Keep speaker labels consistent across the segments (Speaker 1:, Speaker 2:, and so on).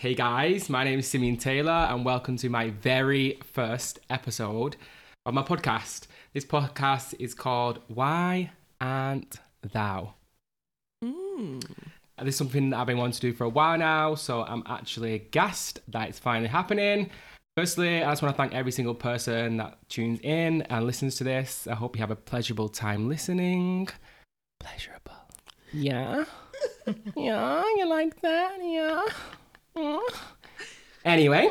Speaker 1: Hey guys, my name is Simeon Taylor, and welcome to my very first episode of my podcast. This podcast is called Why Aren't Thou? Hmm. And This is something that I've been wanting to do for a while now, so I'm actually gassed that it's finally happening. Firstly, I just want to thank every single person that tunes in and listens to this. I hope you have a pleasurable time listening. Pleasurable. Yeah. yeah, you like that? Yeah. Mm. Anyway,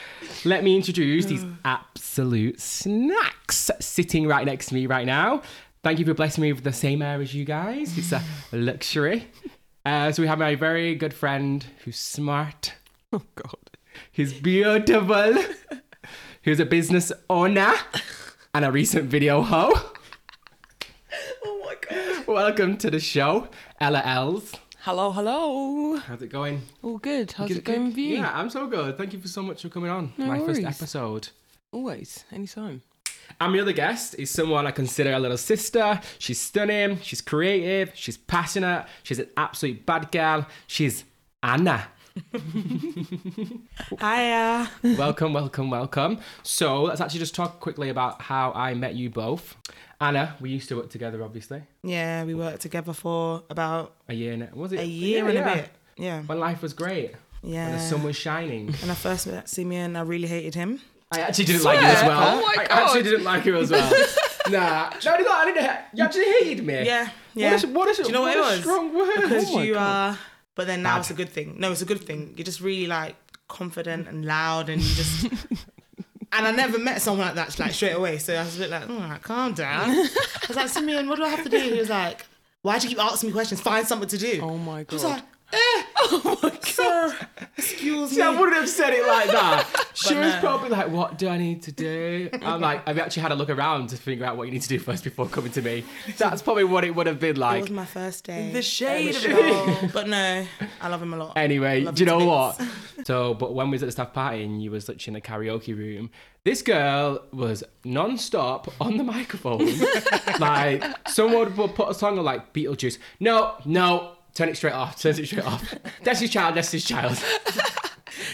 Speaker 1: let me introduce these absolute snacks sitting right next to me right now. Thank you for blessing me with the same air as you guys. It's a luxury. Uh, so we have my very good friend who's smart,
Speaker 2: Oh God.
Speaker 1: He's beautiful. He's a business owner and a recent video hoe.
Speaker 2: Oh my God.
Speaker 1: Welcome to the show, Ella Els.
Speaker 2: Hello, hello.
Speaker 1: How's it going?
Speaker 2: All good. How's
Speaker 1: Good-
Speaker 2: it going with you?
Speaker 1: Yeah, I'm so good. Thank you for so much for coming on
Speaker 2: No
Speaker 1: my
Speaker 2: worries.
Speaker 1: first episode.
Speaker 2: Always, anytime.
Speaker 1: And my other guest is someone I consider a little sister. She's stunning, she's creative, she's passionate, she's an absolute bad girl. She's Anna.
Speaker 2: Hiya.
Speaker 1: welcome, welcome, welcome. So let's actually just talk quickly about how I met you both. Anna, we used to work together, obviously.
Speaker 3: Yeah, we worked together for about
Speaker 1: A year now. Was it
Speaker 3: a year
Speaker 1: yeah,
Speaker 3: and
Speaker 1: yeah.
Speaker 3: a bit. Yeah.
Speaker 1: When life was great.
Speaker 3: Yeah.
Speaker 1: When the sun was shining.
Speaker 3: When I first met Simeon, I really hated him.
Speaker 1: I actually didn't like you as well.
Speaker 2: Oh my
Speaker 1: I
Speaker 2: God.
Speaker 1: actually didn't like you as well. nah. No, no, I didn't. ha- You actually hated me.
Speaker 3: Yeah. Yeah.
Speaker 1: What is, what is,
Speaker 3: Do you know
Speaker 1: what
Speaker 3: what,
Speaker 1: a
Speaker 3: it was?
Speaker 1: strong word.
Speaker 3: Because
Speaker 1: Oh my
Speaker 3: you
Speaker 1: God.
Speaker 3: are. But then now
Speaker 1: Bad.
Speaker 3: it's a good thing. No, it's a good thing. You're just really like confident and loud and you just. and I never met someone like that like straight away. So I was a bit like, all right, calm down. I was like, Simeon, what do I have to do? He was like, why do you keep asking me questions? Find something to do.
Speaker 2: Oh my
Speaker 3: I was
Speaker 2: God.
Speaker 3: like, eh,
Speaker 2: Oh my
Speaker 3: sir, excuse me.
Speaker 1: See, I wouldn't have said it like that. She
Speaker 3: But
Speaker 1: was
Speaker 3: no.
Speaker 1: probably like, "What do I need to do?" I'm like, "I've actually had a look around to figure out what you need to do first before coming to me." That's probably what it would have been
Speaker 3: It
Speaker 1: like.
Speaker 3: was my first day.
Speaker 2: The shade of it
Speaker 3: all. but no, I love him a lot.
Speaker 1: Anyway,
Speaker 3: Love
Speaker 1: do you
Speaker 3: you to
Speaker 1: know what?
Speaker 3: bits.
Speaker 1: So, but when we was at the staff party and you was literally in the karaoke room, this girl was non-stop on the microphone. like someone would put a song on like Beetlejuice. No, no, turn it straight off. Turns it straight off. Destiny's Child, Destiny's Child.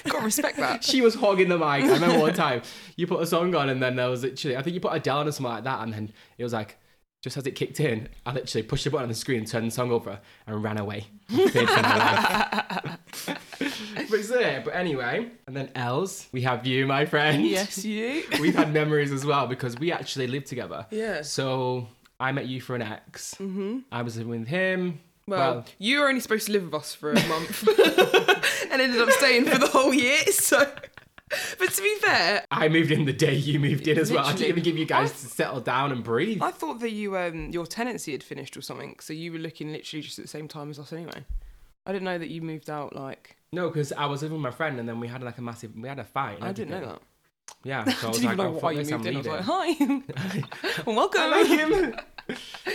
Speaker 2: God. Gotta respect that.
Speaker 1: She was hogging the mic. I remember one time you put a song on and then there was literally I think you put Adele on or something like that and then it was like just as it kicked in, I literally pushed the button on the screen, turned the song over, and ran away. Feared for my life. but it's there. But anyway, and then Els, we have you, my friend.
Speaker 2: Yes, you.
Speaker 1: We've had memories as well because we actually lived together.
Speaker 2: Yeah.
Speaker 1: So I met you for an ex. Mm-hmm. I was living with him.
Speaker 2: Well,
Speaker 1: well
Speaker 2: you were only supposed to live with us for a month and ended up staying for the whole year. So, but to be fair,
Speaker 1: I moved in the day you moved in as well. I didn't
Speaker 2: Literally.
Speaker 1: even give you guys to settle down and breathe.
Speaker 2: I thought that you um your tenancy had finished or something, so you were looking literally just at the same time as us anyway. I didn't know that you moved out. Like
Speaker 1: No, because I was living with my friend, and then we had like a massive, we had a fight. and
Speaker 2: I didn't know
Speaker 1: everything.
Speaker 2: that.
Speaker 1: Yeah, so I
Speaker 2: I
Speaker 1: was
Speaker 2: didn't
Speaker 1: like,
Speaker 2: even know
Speaker 1: oh,
Speaker 2: why
Speaker 1: fuck
Speaker 2: you
Speaker 1: this, I'm
Speaker 2: moved in. I was
Speaker 1: leaving.
Speaker 2: like, hi, welcome.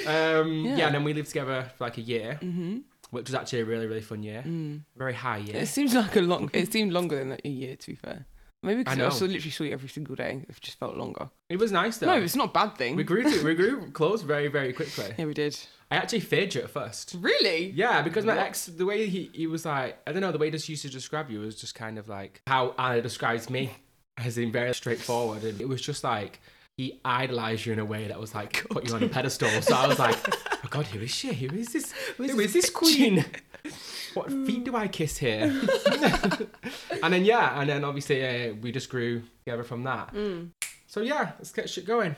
Speaker 1: um, yeah.
Speaker 2: Yeah.
Speaker 1: and then we lived together for like a year,
Speaker 2: hmm
Speaker 1: which was actually a really, really fun year,
Speaker 2: Mm.
Speaker 1: very high year.
Speaker 2: It seems like a long. It seemed longer than a year. To be fair, maybe because
Speaker 1: know.
Speaker 2: I, saw literally saw you every single day. It just felt longer.
Speaker 1: It was nice though.
Speaker 2: No, it's not a bad thing.
Speaker 1: we grew, to, we grew close very, very quickly.
Speaker 2: yeah, we did.
Speaker 1: I actually feared you at first.
Speaker 2: Really?
Speaker 1: Yeah, because my
Speaker 2: What?
Speaker 1: ex, the way he, he was like, I don't know, the way he just used to describe you was just kind of like how Anna describes me, as in very straightforward. And it was just like, he idolized you in a way that was like, put you on a pedestal. So I was like, oh God, who is she? Who is this? Who is this queen? What feet do I kiss here? and then, yeah, and then obviously uh, we just grew together from that. So yeah, let's get shit going.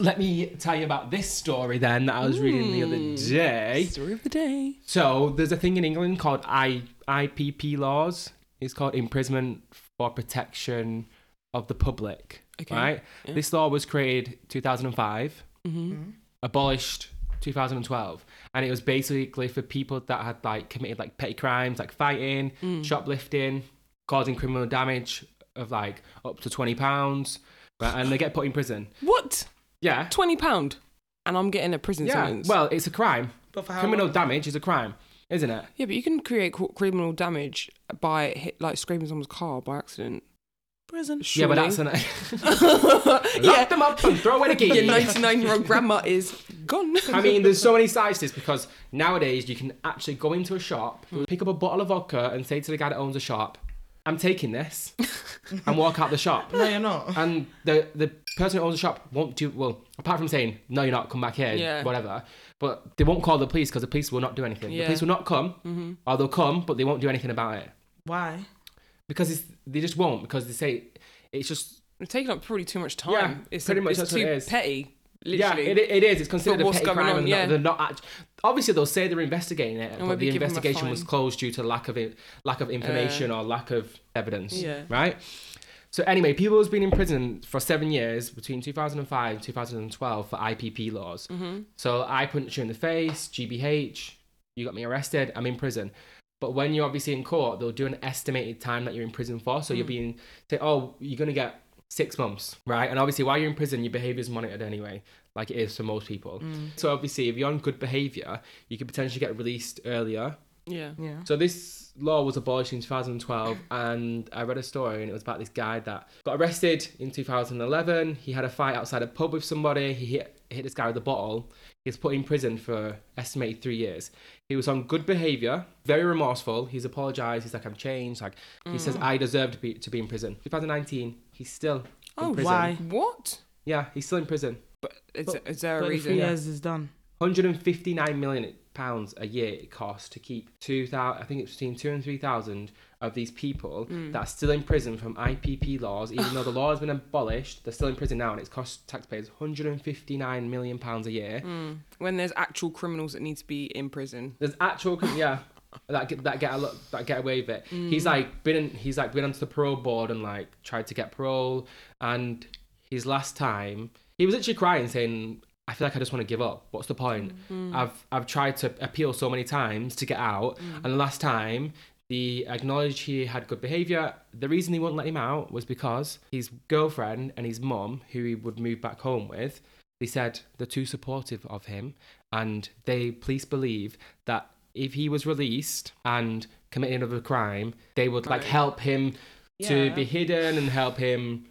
Speaker 1: Let me tell you about this story then that I was reading the other day.
Speaker 2: Story of the day.
Speaker 1: So there's a thing in England called I IPP laws. It's called imprisonment for protection of the public.
Speaker 2: Okay.
Speaker 1: Right.
Speaker 2: yeah.
Speaker 1: This law was created 2005,
Speaker 2: Mm-hmm.
Speaker 1: abolished 2012, and it was basically for people that had like committed like petty crimes, like fighting,
Speaker 2: Mm.
Speaker 1: shoplifting, causing criminal damage of like up to 20 pounds, right? and they get put in prison.
Speaker 2: What?
Speaker 1: Yeah.
Speaker 2: Twenty pound. and I'm getting a prison
Speaker 1: Yeah.
Speaker 2: sentence.
Speaker 1: Well, it's a crime.
Speaker 3: But for how
Speaker 1: Criminal
Speaker 3: long?
Speaker 1: damage is a crime, isn't it?
Speaker 2: yeah, but you can create cr- criminal damage by hit, like scraping someone's car by accident.
Speaker 3: prison.
Speaker 1: Yeah,
Speaker 2: Surely.
Speaker 1: but that's an. Lock
Speaker 2: yeah.
Speaker 1: them up and throw away the key.
Speaker 2: Your 99 year old grandma is gone.
Speaker 1: I mean, there's so many sides to this because nowadays you can actually go into a shop,
Speaker 2: Hmm.
Speaker 1: pick up a bottle of vodka, and say to the guy that owns the shop, "I'm taking this," and walk out the shop.
Speaker 3: No, you're not.
Speaker 1: And the the person who owns the shop won't do well. Apart from saying, "No, you're not. Come back here,"
Speaker 2: Yeah.
Speaker 1: whatever. But they won't call the police because the police will not do anything. The
Speaker 2: Yeah. Mm-hmm.
Speaker 1: police will not come, or they'll come, but they won't do anything about it
Speaker 3: Why?
Speaker 1: because it's, they just won't because they say it's just
Speaker 2: We're taking up probably too much time.
Speaker 1: Yeah,
Speaker 2: it's
Speaker 1: pretty much
Speaker 2: it's
Speaker 1: that's
Speaker 2: too
Speaker 1: what it is.
Speaker 2: petty. Literally.
Speaker 1: yeah, it, it is. It's considered a
Speaker 2: what's
Speaker 1: petty
Speaker 2: going
Speaker 1: crime,
Speaker 2: on,
Speaker 1: and
Speaker 2: yeah.
Speaker 1: not, they're not act- Obviously, they'll say they're investigating it,
Speaker 2: we'll
Speaker 1: but
Speaker 2: be
Speaker 1: the
Speaker 2: giving 'em a
Speaker 1: investigation was
Speaker 2: fine.
Speaker 1: closed due to lack of it, lack of information or lack of evidence.
Speaker 2: Yeah.
Speaker 1: Right. So anyway, people has been in prison for seven years between 2005 and 2012 for IPP laws.
Speaker 2: Mm-hmm.
Speaker 1: So I punched you in the face, GBH, you got me arrested, I'm in prison. But when you're obviously in court, they'll do an estimated time that you're in prison for. So you're being say, oh, you're gonna get six months, right? And obviously, while you're in prison, your behavior is monitored anyway, like it is for most people. So obviously, if you're on good behavior, you could potentially get released earlier.
Speaker 2: yeah.
Speaker 3: Yeah.
Speaker 1: So this law was abolished in 2012, and I read a story, and it was about this guy that got arrested in 2011. He had a fight outside a pub with somebody. He hit hit this guy with a bottle. He was put in prison for estimated three years. He was on good behaviour, very remorseful. He's apologised. He's like, I'm changed. Like he says, I deserve to be to be in prison. 2019, he's still in
Speaker 2: Oh,
Speaker 1: prison.
Speaker 3: why?
Speaker 2: What?
Speaker 1: Yeah, he's still in prison.
Speaker 2: But is,
Speaker 3: But-
Speaker 2: is there a
Speaker 3: But
Speaker 2: reason?
Speaker 3: three years is done.
Speaker 1: 159 million pounds a year it costs to keep 2000 i think it's between 2 and 3000 of these people that are still in prison from ipp laws even though the law has been abolished they're still in prison now and it's cost taxpayers 159 million pounds a year
Speaker 2: When there's actual criminals that need to be in prison.
Speaker 1: there's actual cr- yeah that get, that get a lot that get away with it he's like been in, he's like been onto the parole board and like tried to get parole and his last time he was actually crying saying i feel like i just want to give up what's the point i've i've tried to appeal so many times to get out and the last time they acknowledged he had good behavior the reason he wouldn't let him out was because his girlfriend and his mum who he would move back home with they said they're too supportive of him and they police believe that if he was released and committed another crime they would like
Speaker 2: Right.
Speaker 1: help him to
Speaker 3: Yeah.
Speaker 1: be hidden and help him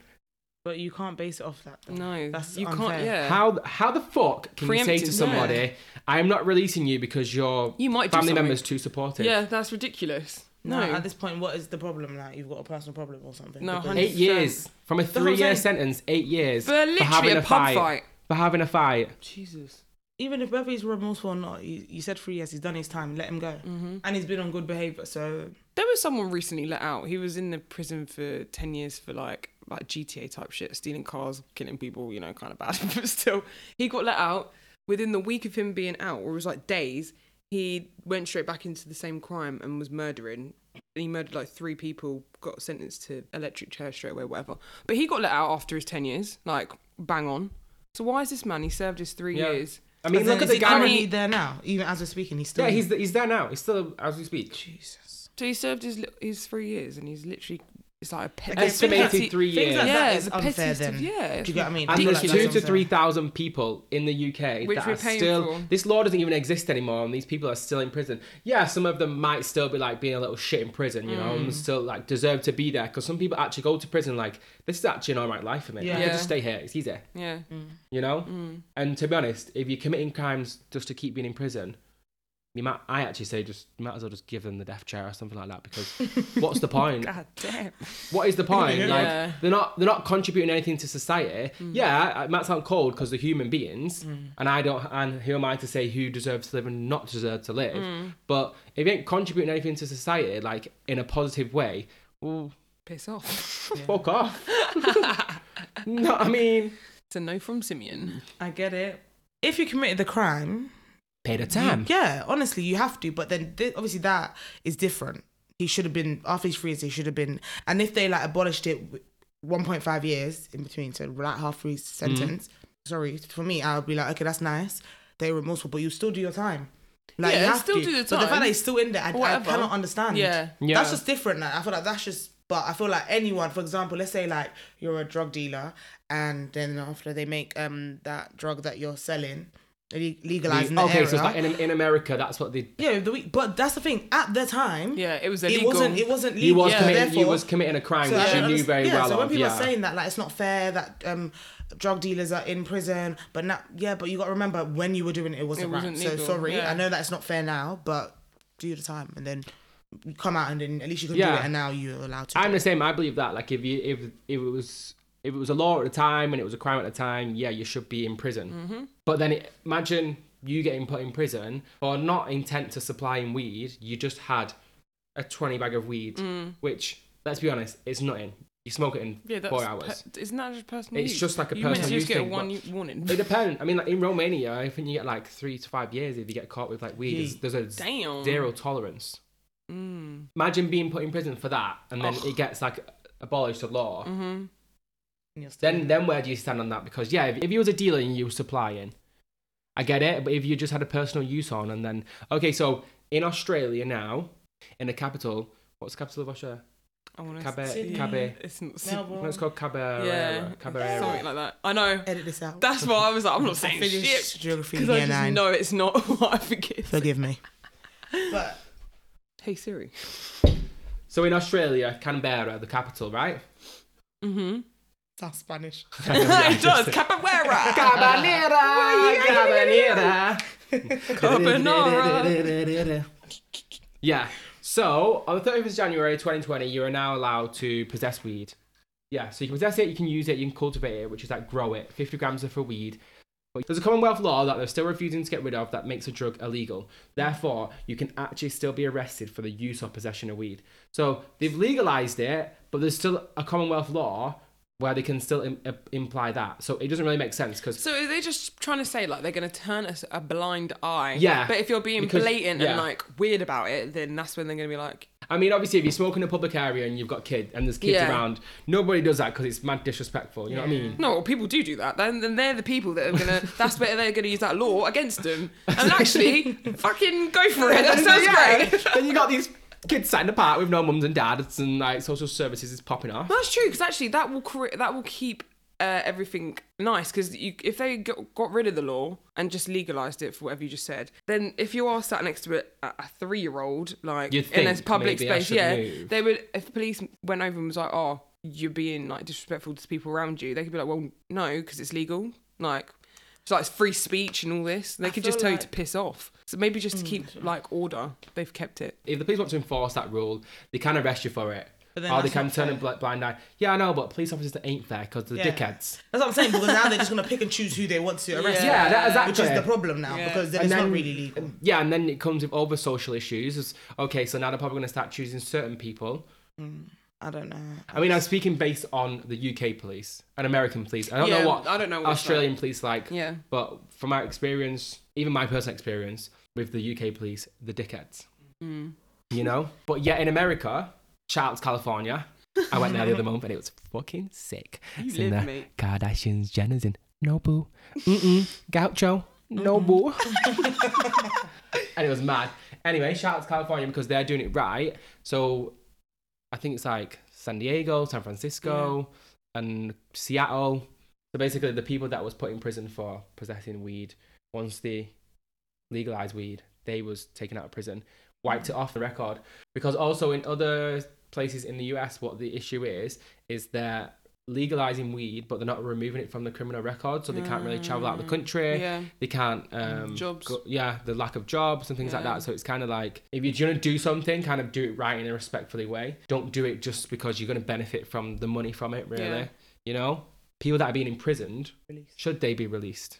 Speaker 3: But you can't base it off that. Though.
Speaker 2: No.
Speaker 3: That's
Speaker 2: you can't.
Speaker 3: unfair.
Speaker 2: Yeah.
Speaker 1: how how the fuck can you say
Speaker 2: Preemptive,
Speaker 1: to somebody i'm not releasing you because your
Speaker 2: You might do
Speaker 1: family
Speaker 2: something.
Speaker 1: members too supportive
Speaker 2: Yeah, that's ridiculous.
Speaker 3: No.
Speaker 2: No.
Speaker 3: At this point, what is the problem? Like you've got a personal problem or something.
Speaker 2: No,
Speaker 3: Because-
Speaker 2: 100%.
Speaker 1: eight years from a
Speaker 3: what I'm
Speaker 1: three-year
Speaker 3: saying.
Speaker 1: sentence eight years
Speaker 2: for literally
Speaker 1: having
Speaker 2: a,
Speaker 1: a
Speaker 2: pub
Speaker 1: fight.
Speaker 2: fight.
Speaker 1: for having a fight
Speaker 2: Jesus.
Speaker 3: Even if whether he's remorseful or not, you, you said three years. He's done his time. Let him go.
Speaker 2: Mm-hmm.
Speaker 3: And he's been on good behavior. So
Speaker 2: There was someone recently let out. He was in the prison for 10 years for like like GTA type shit, stealing cars, killing people, you know, kind of bad. But still, he got let out. Within the week of him being out, or it was like days, he went straight back into the same crime and was murdering. He murdered like three people, got sentenced to electric chair straight away, whatever. But he got let out after his 10 years, like bang on. So why is this man? He served his three
Speaker 1: Yeah.
Speaker 2: years.
Speaker 1: i mean
Speaker 3: As
Speaker 1: look at
Speaker 3: in, is
Speaker 1: the
Speaker 3: he
Speaker 1: guy
Speaker 3: currently there now. Even as we're speaking, he's still.
Speaker 1: yeah he's he's there now he's still as we speak
Speaker 3: Jesus.
Speaker 2: So he served his li- his three years, and he's literally it's like a pe-
Speaker 3: Okay,
Speaker 1: Estimated
Speaker 2: petty-
Speaker 1: three
Speaker 3: Things
Speaker 1: years.
Speaker 3: like that
Speaker 2: Yeah,
Speaker 3: is
Speaker 2: the
Speaker 3: unfair.
Speaker 2: pettiest
Speaker 3: Then.
Speaker 2: of- yeah,
Speaker 3: Do you get what I mean? I
Speaker 1: And
Speaker 3: feel
Speaker 1: there's
Speaker 3: like that's
Speaker 1: two to
Speaker 3: unfair.
Speaker 1: three thousand people in the UK
Speaker 2: Which
Speaker 1: that
Speaker 2: we're
Speaker 1: are
Speaker 2: paying
Speaker 1: still.
Speaker 2: for.
Speaker 1: This law doesn't even exist anymore, and these people are still in prison. Yeah, some of them might still be like being a little shit in prison, you know,
Speaker 2: Mm.
Speaker 1: and still like deserve to be there because some people actually go to prison like this is actually an alright life for me.
Speaker 3: Yeah.
Speaker 1: I can
Speaker 2: Yeah.
Speaker 1: just stay here; it's easier,
Speaker 2: Yeah, Mm.
Speaker 1: you know.
Speaker 3: Mm.
Speaker 1: And to be honest, if you're committing crimes just to keep being in prison, you might. I actually say just you might as well just give them the death chair or something like that because what's the point?
Speaker 2: God damn.
Speaker 1: what is the point?
Speaker 3: Yeah. Mm.
Speaker 2: Yeah.
Speaker 1: Like they're not they're not contributing anything to society. Yeah, it might sound cold because they're human beings, and I don't. And who am I to say who deserves to live and not deserve to live?
Speaker 3: Mm.
Speaker 1: But if you ain't contributing anything to society, like in a positive way, well,
Speaker 2: Piss off.
Speaker 1: fuck off. no, I mean,
Speaker 2: it's a no from Simeon.
Speaker 3: I get it. If you committed the crime,
Speaker 1: pay the time.
Speaker 3: yeah, honestly, you have to. But then th- obviously that is different. He should have been after his three years. He should have been. And if they like abolished it, w- 1.5 years in between, so like half his
Speaker 2: Mm.
Speaker 3: sentence. Sorry, for me, I'll be like, okay, that's nice. They were remorseful, but you still do your time. Like,
Speaker 2: Yeah,
Speaker 3: you have
Speaker 2: still
Speaker 3: to.
Speaker 2: do the
Speaker 3: But the
Speaker 2: time.
Speaker 3: fact that he's still in there, I, I
Speaker 2: Whatever.
Speaker 3: cannot understand.
Speaker 2: Yeah.
Speaker 1: Yeah.
Speaker 3: that's just different. Like, I feel like that's just. But I feel like anyone, for example, let's say like you're a drug dealer, and then after they make um that drug that you're selling, le- legalizing the
Speaker 1: okay,
Speaker 3: era.
Speaker 1: so it's like in, in America, that's what they.
Speaker 3: yeah, the week, but that's the thing. At the time,
Speaker 2: Yeah, it was
Speaker 3: it
Speaker 2: illegal.
Speaker 3: wasn't. It wasn't
Speaker 1: He
Speaker 3: legal.
Speaker 1: was
Speaker 2: Yeah.
Speaker 1: committing.
Speaker 3: therefore,
Speaker 1: He was committing a crime,
Speaker 3: so I
Speaker 1: which
Speaker 3: don't
Speaker 1: he knew
Speaker 3: understand-
Speaker 1: very
Speaker 3: yeah,
Speaker 1: well.
Speaker 3: So when
Speaker 1: of,
Speaker 3: people
Speaker 1: yeah.
Speaker 3: are saying that, like, it's not fair that um, drug dealers are in prison, but now, yeah, but you got to remember when you were doing it, it wasn't,
Speaker 2: It wasn't
Speaker 3: right.
Speaker 2: legal,
Speaker 3: So sorry,
Speaker 2: yeah.
Speaker 3: I know that's not fair now, but do the time and then you come out and then at least you could do
Speaker 1: Yeah.
Speaker 3: it, and now you're allowed to.
Speaker 1: I'm
Speaker 3: do
Speaker 1: the
Speaker 3: it.
Speaker 1: same. I believe that. Like if you if if it was if it was a law at the time and it was a crime at the time, yeah, you should be in prison.
Speaker 2: Mm. Mm-hmm.
Speaker 1: But then it, imagine you getting put in prison for not intent to supplying weed. You just had a twenty bag of weed,
Speaker 2: Mm.
Speaker 1: which let's be honest, it's nothing. You smoke it in
Speaker 2: yeah, that's
Speaker 1: four hours.
Speaker 2: per- isn't that just personal?
Speaker 1: It's
Speaker 2: use?
Speaker 1: just like a
Speaker 2: you meant to
Speaker 1: personal use
Speaker 2: just get
Speaker 1: thing,
Speaker 2: one warning.
Speaker 1: it depends. I mean, like in Romania, I think you get like three to five years if you get caught with like weed. There's- There's, a
Speaker 2: Damn.
Speaker 1: zero tolerance.
Speaker 2: Mm.
Speaker 1: Imagine being put in prison for that, and then
Speaker 2: Ugh.
Speaker 1: it gets like abolished the law.
Speaker 2: hmm
Speaker 3: And you're still-
Speaker 1: Then, then where do you stand on that? Because yeah, if, if you was a dealer and you were supplying, I get it. But if you just had a personal use on, and then okay, so in Australia now, in the capital, what's the capital of Australia?
Speaker 2: I want to.
Speaker 1: Cabe,
Speaker 3: Sydney.
Speaker 1: Cabe.
Speaker 2: It's not.
Speaker 3: Melbourne.
Speaker 1: No, it's called Cabrera.
Speaker 2: yeah,
Speaker 1: Cabrera.
Speaker 2: something like that. I know.
Speaker 3: edit this out.
Speaker 2: That's why I was like, I'm
Speaker 3: I
Speaker 2: not saying
Speaker 3: finished
Speaker 2: shit
Speaker 3: geography in
Speaker 2: because I
Speaker 3: year
Speaker 2: just
Speaker 3: nine.
Speaker 2: know it's not what I think it is.
Speaker 3: Forgive me. But
Speaker 2: Hey Siri.
Speaker 1: So in Australia, Canberra, the capital, right?
Speaker 2: Mm-hmm.
Speaker 3: that's Spanish.
Speaker 2: it does. Capoeira.
Speaker 1: Cabanera,
Speaker 2: Cabanera.
Speaker 1: Yeah. So on the thirtieth of January, twenty twenty, you are now allowed to possess weed. Yeah. So you can possess it, you can use it, you can cultivate it, which is like grow it. Fifty grams of a weed. But there's a Commonwealth law that they're still refusing to get rid of that makes a drug illegal. Therefore, you can actually still be arrested for the use or possession of weed. So they've legalized it, but there's still a Commonwealth law where they can still Im- im- imply that. So it doesn't really make sense because
Speaker 2: So are they just trying to say like they're going to turn us a blind eye?
Speaker 1: Yeah,
Speaker 2: But if you're being
Speaker 1: because-
Speaker 2: blatant
Speaker 1: yeah.
Speaker 2: and like weird about it, then that's when they're going to be like,
Speaker 1: I mean, obviously, if you smoke in a public area and you've got kids and there's kids
Speaker 2: Yeah.
Speaker 1: around, nobody does that because it's mad disrespectful. You know what I mean?
Speaker 2: no, well, people do do that. Then, then they're the people that are going to. That's where they're going to use that law against them. And actually, fucking go for it. That sounds
Speaker 1: Yeah.
Speaker 2: great.
Speaker 1: then you got these kids sat in the park with no mums and dads, and like social services is popping off.
Speaker 2: That's true because actually that will cre- that will keep uh, everything nice because if they got, got rid of the law and just legalized it for whatever you just said, then if you are sat next to a, a three year old like
Speaker 1: You'd
Speaker 2: in a
Speaker 1: think
Speaker 2: public
Speaker 1: maybe I
Speaker 2: space,
Speaker 1: should
Speaker 2: yeah,
Speaker 1: move.
Speaker 2: they would. If the police went over and was like, "Oh, you're being like disrespectful to people around you," they could be like, "Well, no, because it's legal." Like. So like it's free speech and all this. They could just
Speaker 3: feel
Speaker 2: tell you
Speaker 3: like- Mm.
Speaker 2: to piss off. So maybe just to keep like order, they've kept it.
Speaker 1: If the police want to enforce that rule, they can arrest you for it.
Speaker 3: But then
Speaker 1: or they
Speaker 3: that's
Speaker 1: can
Speaker 3: not
Speaker 1: turn a
Speaker 3: fair.
Speaker 1: bl- blind eye. Yeah, I know, but police officers that ain't fair because they're
Speaker 3: Yeah.
Speaker 1: dickheads.
Speaker 3: That's what I'm saying. Because now they're just gonna pick and choose who they want to arrest.
Speaker 2: Yeah.
Speaker 1: Yeah, that, exactly.
Speaker 3: Which is the problem now
Speaker 2: Yeah.
Speaker 3: because then
Speaker 1: And
Speaker 3: it's
Speaker 1: then-
Speaker 3: not really legal.
Speaker 1: Yeah, and then it comes with other social issues. It's, okay, so now they're probably going to start choosing certain people.
Speaker 3: I don't know.
Speaker 1: I mean, I'm speaking based on the UK police and American police. I don't
Speaker 2: Yeah,
Speaker 1: know what
Speaker 2: I don't know what it's
Speaker 1: Australian police like.
Speaker 2: Yeah.
Speaker 1: But from my experience, even my personal experience with the UK police, the dickheads,
Speaker 2: Mm.
Speaker 1: you know? But yet in America, shout out to California. I went there the other month and it was fucking sick.
Speaker 2: You
Speaker 1: It's in
Speaker 2: live,
Speaker 1: the
Speaker 2: mate.
Speaker 1: Kardashians, Jenners, and Nobu. Mm-mm. Gaucho. Nobu. and it was mad. Anyway, shout out to California because they're doing it right. So I think it's like San Diego, San Francisco, and Seattle. So basically, the people that was put in prison for possessing weed, once they legalized weed, they was taken out of prison, wiped it off the record. Because also in other places in the US, what the issue is is they're legalizing weed, but they're not removing it from the criminal record, so they can't really travel out of the
Speaker 3: Mm.
Speaker 1: country.
Speaker 2: Mm. Yeah.
Speaker 1: They can't um,
Speaker 2: Jobs.
Speaker 1: go- yeah, the lack of jobs and things like
Speaker 2: Yeah.
Speaker 1: that. So it's kind of like if you're gonna do something, kind of do it right in a respectfully way. Don't do it just because you're gonna benefit from the money from it. Really,
Speaker 2: Yeah.
Speaker 1: you know, people that are being imprisoned
Speaker 3: Release.
Speaker 1: should they be released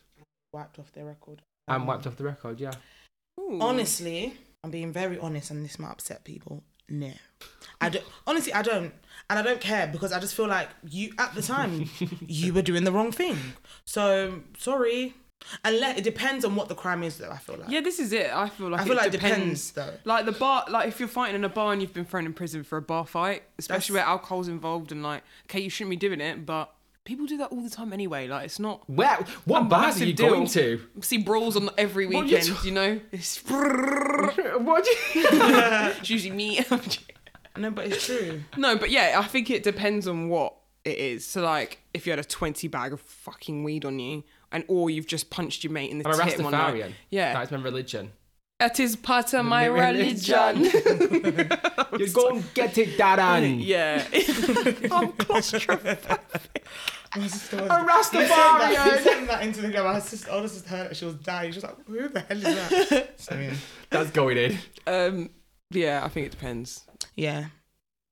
Speaker 3: Wiped off their record.
Speaker 1: and
Speaker 2: Um,
Speaker 1: wiped off the record? Yeah.
Speaker 2: Ooh.
Speaker 3: Honestly, I'm being very honest, and this might upset people. No, I don't. Honestly, I don't, and I don't care because I just feel like you at the time you were doing the wrong thing. So sorry. Unless it depends on what the crime is, though. I feel like.
Speaker 2: Yeah, this is it. I feel like
Speaker 3: I feel
Speaker 2: it
Speaker 3: like it
Speaker 2: depends.
Speaker 3: depends, though.
Speaker 2: Like the bar, like if you're fighting in a bar and you've been thrown in prison for a bar fight, especially
Speaker 3: That's-
Speaker 2: where alcohol's involved, and like, okay, you shouldn't be doing it, but people do that all the time anyway. Like, it's not.
Speaker 1: Where? What bars
Speaker 2: A
Speaker 1: are
Speaker 2: massive
Speaker 1: you
Speaker 2: deal.
Speaker 1: going to?
Speaker 2: See brawls on every
Speaker 1: What are
Speaker 2: weekend,
Speaker 1: you
Speaker 2: you,
Speaker 1: ta-
Speaker 2: know. It's,
Speaker 1: what? do you-
Speaker 2: it's usually me.
Speaker 3: No, but it's true.
Speaker 2: no, but yeah, I think it depends on what it is. So like, if you had a twenty bag of fucking weed on you, and or you've just punched your mate in the
Speaker 1: I'm a
Speaker 2: tit one night.
Speaker 1: Rastafarian.
Speaker 2: Yeah,
Speaker 1: That is my religion.
Speaker 2: that is part of my
Speaker 1: My
Speaker 2: religion.
Speaker 1: religion. You go and get it, Daran.
Speaker 2: yeah, I'm claustrophobic.
Speaker 3: My sister was.
Speaker 1: A
Speaker 3: He sent that, he
Speaker 1: Rastafarian.
Speaker 3: sent that into the girl. My sister, older sister heard it. She was dying. She was like, "Who the hell is that?" So, I mean,
Speaker 1: That's going in.
Speaker 2: Um, yeah, I think it depends.
Speaker 3: yeah.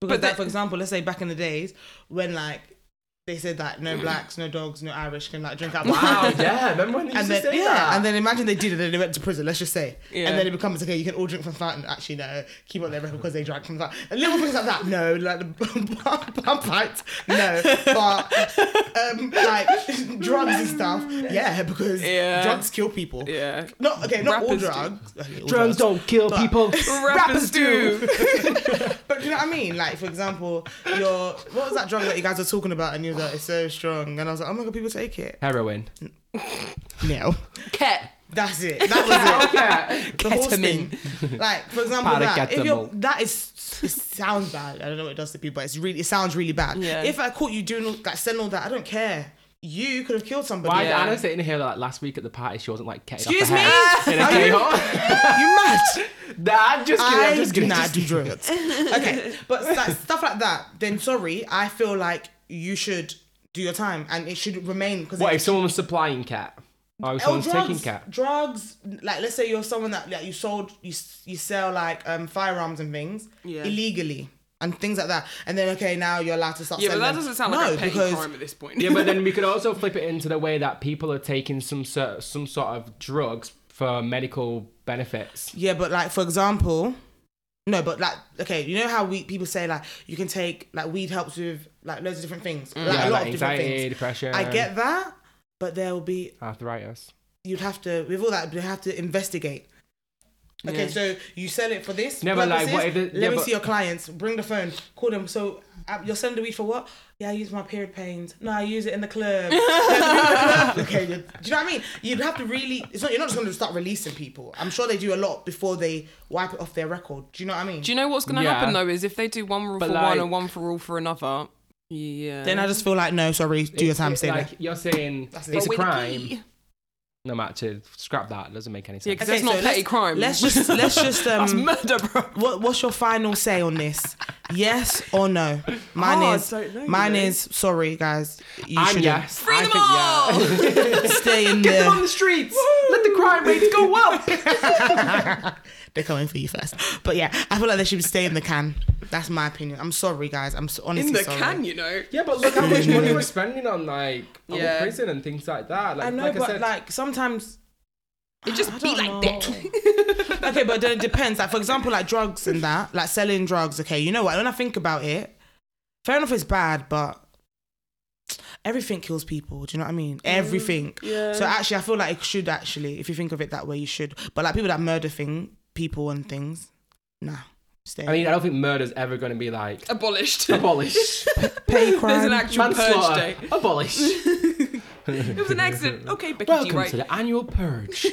Speaker 2: But
Speaker 3: but that,
Speaker 2: that-
Speaker 3: for example, let's say back in the days when like they said that
Speaker 2: Mm.
Speaker 3: no blacks, no dogs, no Irish can like drink out. of the
Speaker 1: Wow,
Speaker 3: same-
Speaker 1: Oh, yeah. Remember when they used
Speaker 3: And
Speaker 1: to
Speaker 3: then,
Speaker 1: say
Speaker 3: yeah,
Speaker 1: that?
Speaker 3: and then imagine they did it and they went to prison, let's just say.
Speaker 2: Yeah.
Speaker 3: And then it becomes okay, you can all drink from fountain. Actually, no, keep on their record because they drank from fountain. And little things like that, no, like the pump fights, no. But um, like drugs and stuff, yeah, because
Speaker 2: Yeah.
Speaker 3: drugs kill people.
Speaker 2: Yeah,
Speaker 3: Not okay, not all
Speaker 2: Rappers do.
Speaker 3: drugs. Okay, all
Speaker 1: Drones don't kill
Speaker 3: But-
Speaker 1: people.
Speaker 2: rappers do.
Speaker 3: But do you know what I mean? Like, for example, your what was that drug that you guys were talking about? And you was like, it's so strong. And I was like, oh my god, people take it.
Speaker 1: Heroin.
Speaker 3: No,
Speaker 2: Cat.
Speaker 3: that's it. That
Speaker 1: Yeah.
Speaker 3: was it. The whole
Speaker 2: Ketamine.
Speaker 3: thing. Like, for example, that if you're,
Speaker 1: Paracetamol.
Speaker 3: that is it sounds bad. I don't know what it does to people. It's really it sounds really bad.
Speaker 2: Yeah.
Speaker 3: If I caught you doing all, like selling all that, I don't care. You could have killed somebody.
Speaker 1: Why
Speaker 2: Yeah.
Speaker 1: Anna sitting here like last week at the party? She wasn't like ketting
Speaker 3: Excuse
Speaker 1: off
Speaker 3: me?
Speaker 1: the head in a
Speaker 3: Are
Speaker 1: gay
Speaker 3: you-
Speaker 1: hole.
Speaker 3: You mad?
Speaker 1: Nah, I'm just kidding. I'm just kidding.
Speaker 3: Nah,
Speaker 1: Just-
Speaker 3: do drugs. okay, but like, stuff like that. Then sorry, I feel like you should do your time, and it should remain because
Speaker 1: What if someone was supplying cat? Or if
Speaker 3: Oh,
Speaker 1: someone's
Speaker 3: drugs,
Speaker 1: taking cat?
Speaker 3: drugs. Like, let's say you're someone that like you sold, you s- you sell like um firearms and things
Speaker 2: Yeah.
Speaker 3: illegally and things like that. And then okay, now you're allowed to start.
Speaker 2: Yeah, but
Speaker 3: selling
Speaker 2: that
Speaker 3: them.
Speaker 2: doesn't sound
Speaker 3: no,
Speaker 2: like a petty
Speaker 3: because
Speaker 2: crime at this point.
Speaker 1: Yeah, but then we could also flip it into the way that people are taking some sort some sort of drugs for medical benefits.
Speaker 3: yeah, but like for example, no, but like okay, you know how we people say like you can take like weed helps with like loads of different things, like
Speaker 1: Mm. Yeah,
Speaker 3: a lot
Speaker 1: like
Speaker 3: of different things.
Speaker 1: anxiety, depression.
Speaker 3: I get that, but there will be
Speaker 1: arthritis.
Speaker 3: you'd have to with all that you have to investigate. Okay,
Speaker 2: Yeah.
Speaker 3: so you sell it for this.
Speaker 1: No, but, like,
Speaker 3: purposes.
Speaker 1: what if it-
Speaker 3: Let
Speaker 1: yeah,
Speaker 3: me
Speaker 1: but-
Speaker 3: see your clients. Bring the phone. Call them. So uh, you're selling the weed for what? Yeah, I use my period pains. No, I use it in the club. okay, you're- do you know what I mean? You'd have to really. It's not. You're not just going to start releasing people. I'm sure they do a lot before they wipe it off their record. Do you know what I mean?
Speaker 2: Do you know what's going to
Speaker 1: Yeah.
Speaker 2: happen though? Is if they do one rule
Speaker 1: But
Speaker 2: for one
Speaker 1: like-
Speaker 2: and one for rule for another. Yeah.
Speaker 3: then I just feel like no, sorry, do your
Speaker 1: It's-
Speaker 3: time,
Speaker 1: it's
Speaker 3: stay
Speaker 1: like
Speaker 3: there.
Speaker 1: you're saying
Speaker 3: That's it.
Speaker 1: it's a
Speaker 2: But with
Speaker 1: crime.
Speaker 2: key-
Speaker 1: No matter, scrap that. It doesn't make any
Speaker 2: Yeah,
Speaker 1: sense.
Speaker 2: because that's not
Speaker 3: so
Speaker 2: petty
Speaker 3: let's-
Speaker 2: crime.
Speaker 3: Let's just let's just um.
Speaker 2: that's murder, bro.
Speaker 3: What, what's your final say on this? Yes or no?
Speaker 2: Oh,
Speaker 3: Mine
Speaker 2: I
Speaker 3: is.
Speaker 2: don't know,
Speaker 3: mine
Speaker 2: you know.
Speaker 3: is. Sorry, guys. You
Speaker 1: I'm
Speaker 3: should
Speaker 1: yes.
Speaker 2: Free
Speaker 1: I
Speaker 2: them
Speaker 1: think yeah.
Speaker 2: all.
Speaker 3: stay in there.
Speaker 1: the streets. Let the crime rates go up.
Speaker 3: They're coming for you first. But yeah, I feel like they should stay in the can. That's my opinion. I'm sorry, guys. I'm so, honestly
Speaker 2: in the
Speaker 3: sorry.
Speaker 2: can, you know.
Speaker 1: yeah, but look how much money we're spending on like public
Speaker 2: Yeah.
Speaker 1: prison and things like that. Like,
Speaker 3: I know,
Speaker 1: like
Speaker 3: but
Speaker 1: I said,
Speaker 3: like sometimes.
Speaker 2: It just
Speaker 3: I
Speaker 2: be
Speaker 3: don't
Speaker 2: like
Speaker 3: know.
Speaker 2: that.
Speaker 3: Okay, but then it depends. Like for example, like drugs and that, like selling drugs. Okay, you know what? When I think about it, fair enough, it's bad, but everything kills people. Do you know what I mean? Everything.
Speaker 2: yeah.
Speaker 3: So actually, I feel like it should actually, if you think of it that way, you should. But like people that murder thing, people and things, nah, stay.
Speaker 1: I mean, I don't think murder's ever going to be like
Speaker 2: Abolished.
Speaker 1: abolished,
Speaker 3: pay
Speaker 2: There's an
Speaker 3: crime.
Speaker 2: actual purge
Speaker 1: manslaughter,
Speaker 2: day.
Speaker 1: abolished.
Speaker 2: It was an accident. Okay, Becky G,
Speaker 1: Welcome
Speaker 2: right?
Speaker 1: to the annual purge.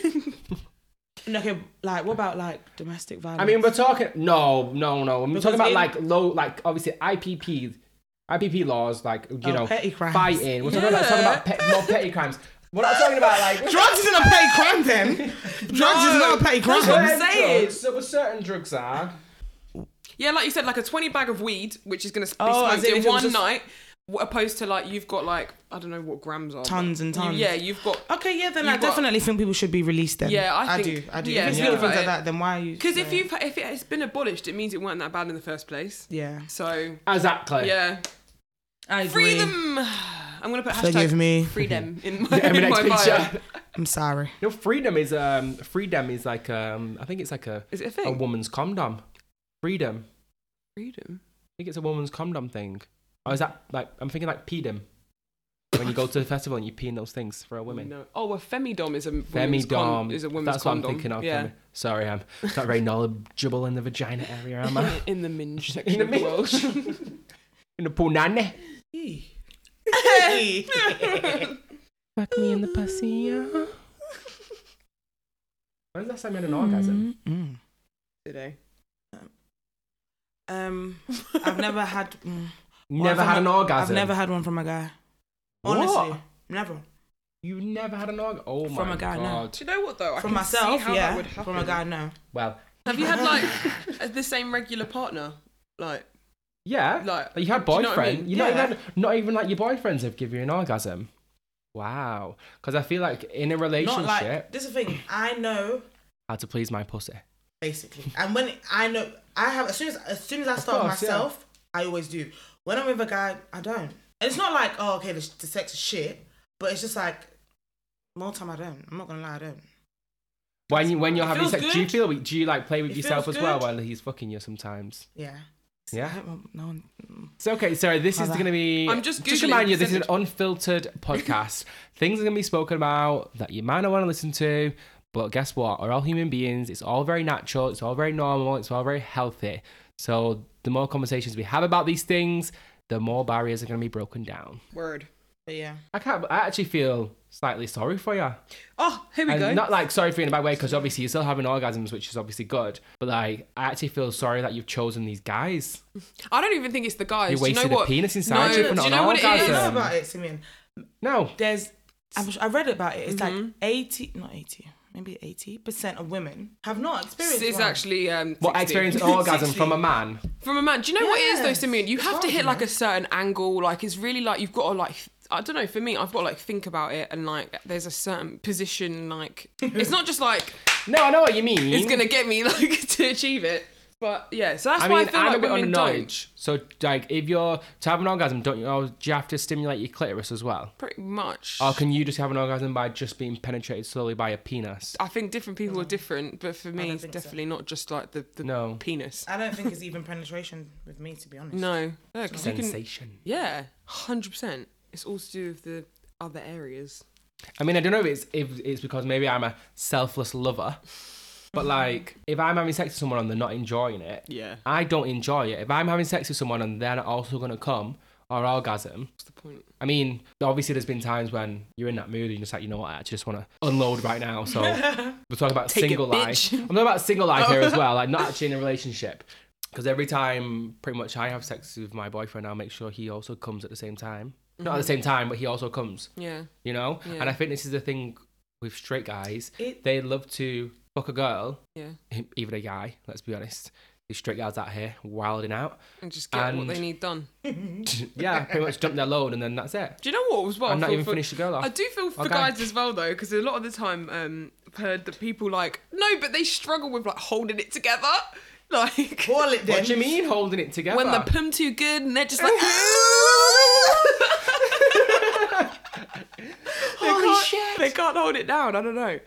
Speaker 3: okay, like what about like domestic violence?
Speaker 1: I mean, we're talking no, no, no. We're
Speaker 3: Because
Speaker 1: talking about
Speaker 3: in-
Speaker 1: like low, like obviously IPP, IPP laws, like you
Speaker 3: Oh,
Speaker 1: know,
Speaker 3: petty crimes.
Speaker 1: fighting. We're talking about talking about pe- more petty crimes. We're not talking about like
Speaker 3: drugs isn't a petty crime. Then drugs is not a petty crime.
Speaker 2: that's what I'm
Speaker 1: certain
Speaker 2: saying.
Speaker 1: drugs, so certain drugs are.
Speaker 2: Yeah, like you said, like a 20 bag of weed, which is going to be
Speaker 3: Oh, as
Speaker 2: smoked
Speaker 3: in
Speaker 2: in
Speaker 3: if it was
Speaker 2: one
Speaker 3: just-
Speaker 2: night, w- opposed to like you've got like, I don't know what grams are.
Speaker 3: Tons and
Speaker 2: but you-
Speaker 3: tons.
Speaker 2: yeah, you've got.
Speaker 3: Okay, yeah, then
Speaker 2: You
Speaker 3: I
Speaker 2: got-
Speaker 3: definitely think people should be released then.
Speaker 2: Yeah, I
Speaker 3: do.
Speaker 2: think-
Speaker 3: I do.
Speaker 2: yeah,
Speaker 3: if it's
Speaker 1: yeah.
Speaker 3: little things
Speaker 2: Right.
Speaker 3: like that, then why are you?
Speaker 2: Because if
Speaker 3: yeah.
Speaker 2: you if it has been abolished, it means it weren't that bad in the first place.
Speaker 3: yeah,
Speaker 2: So
Speaker 1: Exactly.
Speaker 2: yeah,
Speaker 3: I
Speaker 2: free them. I'm gonna put hashtag
Speaker 3: Forgive me.
Speaker 2: freedom in
Speaker 1: Yeah,
Speaker 2: my, in
Speaker 1: every next
Speaker 2: my bio.
Speaker 1: picture.
Speaker 3: I'm sorry.
Speaker 1: No, freedom is um, freedom is like um, I think it's like a
Speaker 2: Is it a
Speaker 1: a
Speaker 2: thing?
Speaker 1: woman's condom. Freedom. I
Speaker 2: freedom.
Speaker 1: think it's a woman's condom thing. Or is that like I'm thinking like pedom when you go to the festival and you pee in those things for a woman.
Speaker 2: No. Oh, a femidom is a women's
Speaker 1: Femidom.
Speaker 2: con- is a woman's
Speaker 1: That's
Speaker 2: condom.
Speaker 1: what I'm thinking of.
Speaker 2: Yeah.
Speaker 1: Femi. Sorry, I'm not very knowledgeable in the vagina area, am I?
Speaker 2: in the minge section
Speaker 1: the
Speaker 2: of the
Speaker 1: minge.
Speaker 2: world.
Speaker 1: In the punane. Fuck me in the pussy. yeah. When's the last time you had an orgasm?
Speaker 3: Mm.
Speaker 2: Today.
Speaker 3: Um, I've never had. mm,
Speaker 1: Never
Speaker 3: I've
Speaker 1: had an
Speaker 3: never-
Speaker 1: orgasm.
Speaker 3: I've never had one from a guy.
Speaker 1: What?
Speaker 3: Honestly, never.
Speaker 1: You never had an argument? Oh
Speaker 3: From
Speaker 1: my
Speaker 3: a guy, no.
Speaker 1: god.
Speaker 2: Do you know what though? I
Speaker 3: From
Speaker 2: can see
Speaker 3: myself,
Speaker 2: how
Speaker 3: yeah.
Speaker 2: that would happen.
Speaker 3: From a guy, no.
Speaker 1: Well,
Speaker 2: Have you had like the same regular partner? Like,
Speaker 1: yeah.
Speaker 2: like
Speaker 1: But you had
Speaker 2: Do you know what I
Speaker 1: boyfriend.
Speaker 2: mean?
Speaker 1: You know,
Speaker 2: Yeah.
Speaker 1: not, not even like your boyfriends have given you an orgasm. Wow. Because I feel like in a
Speaker 3: Not
Speaker 1: relationship,
Speaker 3: like this is the thing. I know
Speaker 1: how to please my pussy.
Speaker 3: basically. And when I know I have as soon as as soon as I start
Speaker 1: course, yeah.
Speaker 3: myself, I always do. When I'm with a guy, I don't. And it's not like oh okay, the, the sex is shit, but it's just like more time I don't. I'm not gonna lie, I don't.
Speaker 1: When you when you're
Speaker 3: It
Speaker 1: having
Speaker 3: feels
Speaker 1: sex, do you
Speaker 3: good.
Speaker 1: feel do you like play with
Speaker 3: It
Speaker 1: yourself as
Speaker 3: feels
Speaker 1: well
Speaker 3: good.
Speaker 1: while he's fucking you sometimes?
Speaker 3: Yeah.
Speaker 1: Yeah.
Speaker 3: I hope I'm- no one. mm.
Speaker 1: So okay, Sarah, this
Speaker 3: How's
Speaker 1: is
Speaker 3: that?
Speaker 1: going to be.
Speaker 2: I'm just
Speaker 1: just
Speaker 2: Googling
Speaker 1: remind you, this is an unfiltered podcast. Things are going to be spoken about that you might not want to listen to, but guess what? We're all human beings. It's all very natural. It's all very normal. It's all very healthy. So the more conversations we have about these things, the more barriers are going to be broken down.
Speaker 2: word.
Speaker 3: But yeah.
Speaker 1: I can't. I actually feel slightly sorry for you.
Speaker 2: Oh, here we
Speaker 1: And
Speaker 2: go.
Speaker 1: not like sorry for you in a bad way, because obviously you're still having orgasms, which is obviously good. But like, I actually feel sorry that you've chosen these guys.
Speaker 2: I don't even think it's the guys.
Speaker 1: You
Speaker 2: Do you know
Speaker 1: wasted a
Speaker 2: what?
Speaker 1: penis inside
Speaker 2: No,
Speaker 1: you for
Speaker 2: do
Speaker 1: not
Speaker 2: you
Speaker 1: an
Speaker 2: know what it
Speaker 3: I
Speaker 2: is?
Speaker 3: know
Speaker 1: orgasm.
Speaker 3: about it, Simeon.
Speaker 1: No,
Speaker 3: There's. I'm sure, I read about it. It's
Speaker 2: Mm-hmm.
Speaker 3: like eighty, not eighty, maybe eighty percent of women have not experienced.
Speaker 2: It's
Speaker 3: one.
Speaker 2: actually um,
Speaker 1: What
Speaker 2: 60.
Speaker 1: experience an orgasm
Speaker 3: Sixty.
Speaker 1: from a man?
Speaker 2: from a man. Do you know what it is though,
Speaker 3: Yes.
Speaker 2: Simeon? You
Speaker 3: It's
Speaker 2: have to
Speaker 3: hard,
Speaker 2: hit
Speaker 3: you
Speaker 2: like
Speaker 3: know.
Speaker 2: a certain angle. Like it's really like you've got to like I don't know. For me, I've got to like think about it and like there's a certain position. Like it's not just like
Speaker 1: No, I know what you mean.
Speaker 2: it's gonna get me like to achieve it. But yeah, so that's
Speaker 1: I
Speaker 2: why
Speaker 1: mean,
Speaker 2: I feel
Speaker 1: I'm
Speaker 2: like
Speaker 1: a bit
Speaker 2: women
Speaker 1: on
Speaker 2: don't.
Speaker 1: knowledge. So, like, if you're to have an orgasm, don't you? Or do you have to stimulate your clitoris as well?
Speaker 2: Pretty much.
Speaker 1: Or can you just have an orgasm by just being penetrated slowly by a penis?
Speaker 2: I think different people are different, but for me,
Speaker 3: don't
Speaker 2: it's
Speaker 3: think so.
Speaker 2: definitely not just like the, the
Speaker 1: No.
Speaker 2: penis.
Speaker 3: I don't think it's even penetration with me, to be honest.
Speaker 2: No, no, 'cause you can.
Speaker 1: Sensation.
Speaker 2: Yeah, hundred percent. It's all to do with the other areas.
Speaker 1: I mean, I don't know if it's if it's because maybe I'm a selfless lover, but like, if I'm having sex with someone and they're not enjoying it,
Speaker 2: Yeah,
Speaker 1: I don't enjoy it. If I'm having sex with someone and they're not also gonna come or orgasm,
Speaker 2: what's the point?
Speaker 1: I mean, obviously, there's been times when you're in that mood and you're just like, you know what, I actually just want to unload right now. So we're talking about
Speaker 2: Take it,
Speaker 1: single life.
Speaker 2: bitch.
Speaker 1: I'm talking about single life here as well, like not actually in a relationship. Because every time, pretty much, I have sex with my boyfriend, I'll make sure he also comes at the same time. Not at the same time, but he also comes.
Speaker 2: Yeah,
Speaker 1: You know,
Speaker 2: Mm-hmm. Yeah.
Speaker 1: and I think this is the thing with straight guys.
Speaker 3: It-
Speaker 1: They love to fuck a girl,
Speaker 2: yeah,
Speaker 1: even a guy. Let's be honest. These straight guys out here wilding out.
Speaker 2: and just get what they
Speaker 1: And-
Speaker 2: need done.
Speaker 1: yeah, pretty much dump their load and then that's it.
Speaker 2: Do you know what? As well,
Speaker 1: I'm not
Speaker 2: for-
Speaker 1: even
Speaker 2: for-
Speaker 1: finished the Oh, girl off.
Speaker 2: I do feel for
Speaker 1: Okay.
Speaker 2: guys as well though, because a lot of the time um, I've heard that people like no, but they struggle with like holding it together, like
Speaker 3: Call it then.
Speaker 1: What do you mean holding it together?
Speaker 2: when the pum too good and they're just like.
Speaker 1: Holy
Speaker 2: can't-
Speaker 1: shit.
Speaker 2: They can't hold it down. I don't know,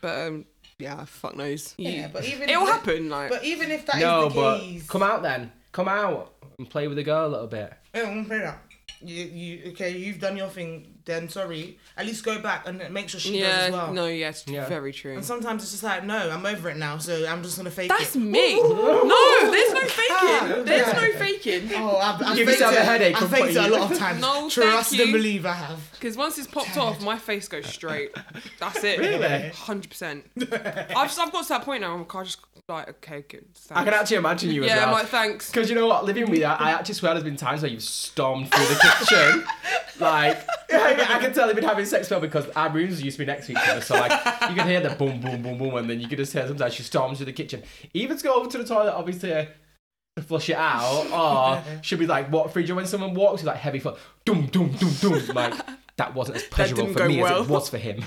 Speaker 2: but um, yeah, fuck knows.
Speaker 3: Yeah, but even
Speaker 2: It'll
Speaker 3: if-
Speaker 2: happen, like.
Speaker 3: But even if that is
Speaker 1: no,
Speaker 3: the
Speaker 1: but
Speaker 3: case,
Speaker 1: come out then. Come out and play with the girl a little bit.
Speaker 3: Hey, Oh, I'm play that. You, you, okay, you've done your thing. Then sorry. At least go back and make sure she does
Speaker 2: yeah,
Speaker 3: as well.
Speaker 2: no, yes,
Speaker 1: Yeah.
Speaker 2: very true.
Speaker 3: And sometimes it's just like, no, I'm over it now, so I'm just gonna fake
Speaker 2: That's
Speaker 3: it.
Speaker 2: me. No, there's no faking. There's no faking.
Speaker 3: Oh, I've, I've
Speaker 1: Give
Speaker 3: faked
Speaker 1: yourself
Speaker 3: it.
Speaker 1: a headache from
Speaker 3: I've faked it
Speaker 1: putting
Speaker 3: a
Speaker 1: you-
Speaker 3: lot of times.
Speaker 2: No,
Speaker 3: Trust
Speaker 2: thank you.
Speaker 3: and believe I have.
Speaker 2: Because once it's popped off, my face goes straight. That's it.
Speaker 1: Really?
Speaker 2: Hundred percent. I've just- I've got to that point now. I'm kind of just like, okay, good.
Speaker 1: I can actually imagine you as
Speaker 2: yeah,
Speaker 1: well.
Speaker 2: my thanks.
Speaker 1: Because you know what, living with that, I actually swear there's been times where you've stormed through the kitchen. like, I, I can tell they've been having sex well because our rooms used to be next to each other. So, like, you can hear the boom, boom, boom, boom, and then you can just hear sometimes she storms through the kitchen. Either to go over to the toilet, obviously, uh, to flush it out, or she'll be like, what, fridge? When someone walks, it's like heavy foot, doom, doom, doom, doom. Like, that wasn't as pleasurable
Speaker 2: didn't
Speaker 1: for
Speaker 2: go
Speaker 1: me
Speaker 2: well.
Speaker 1: as it was for him.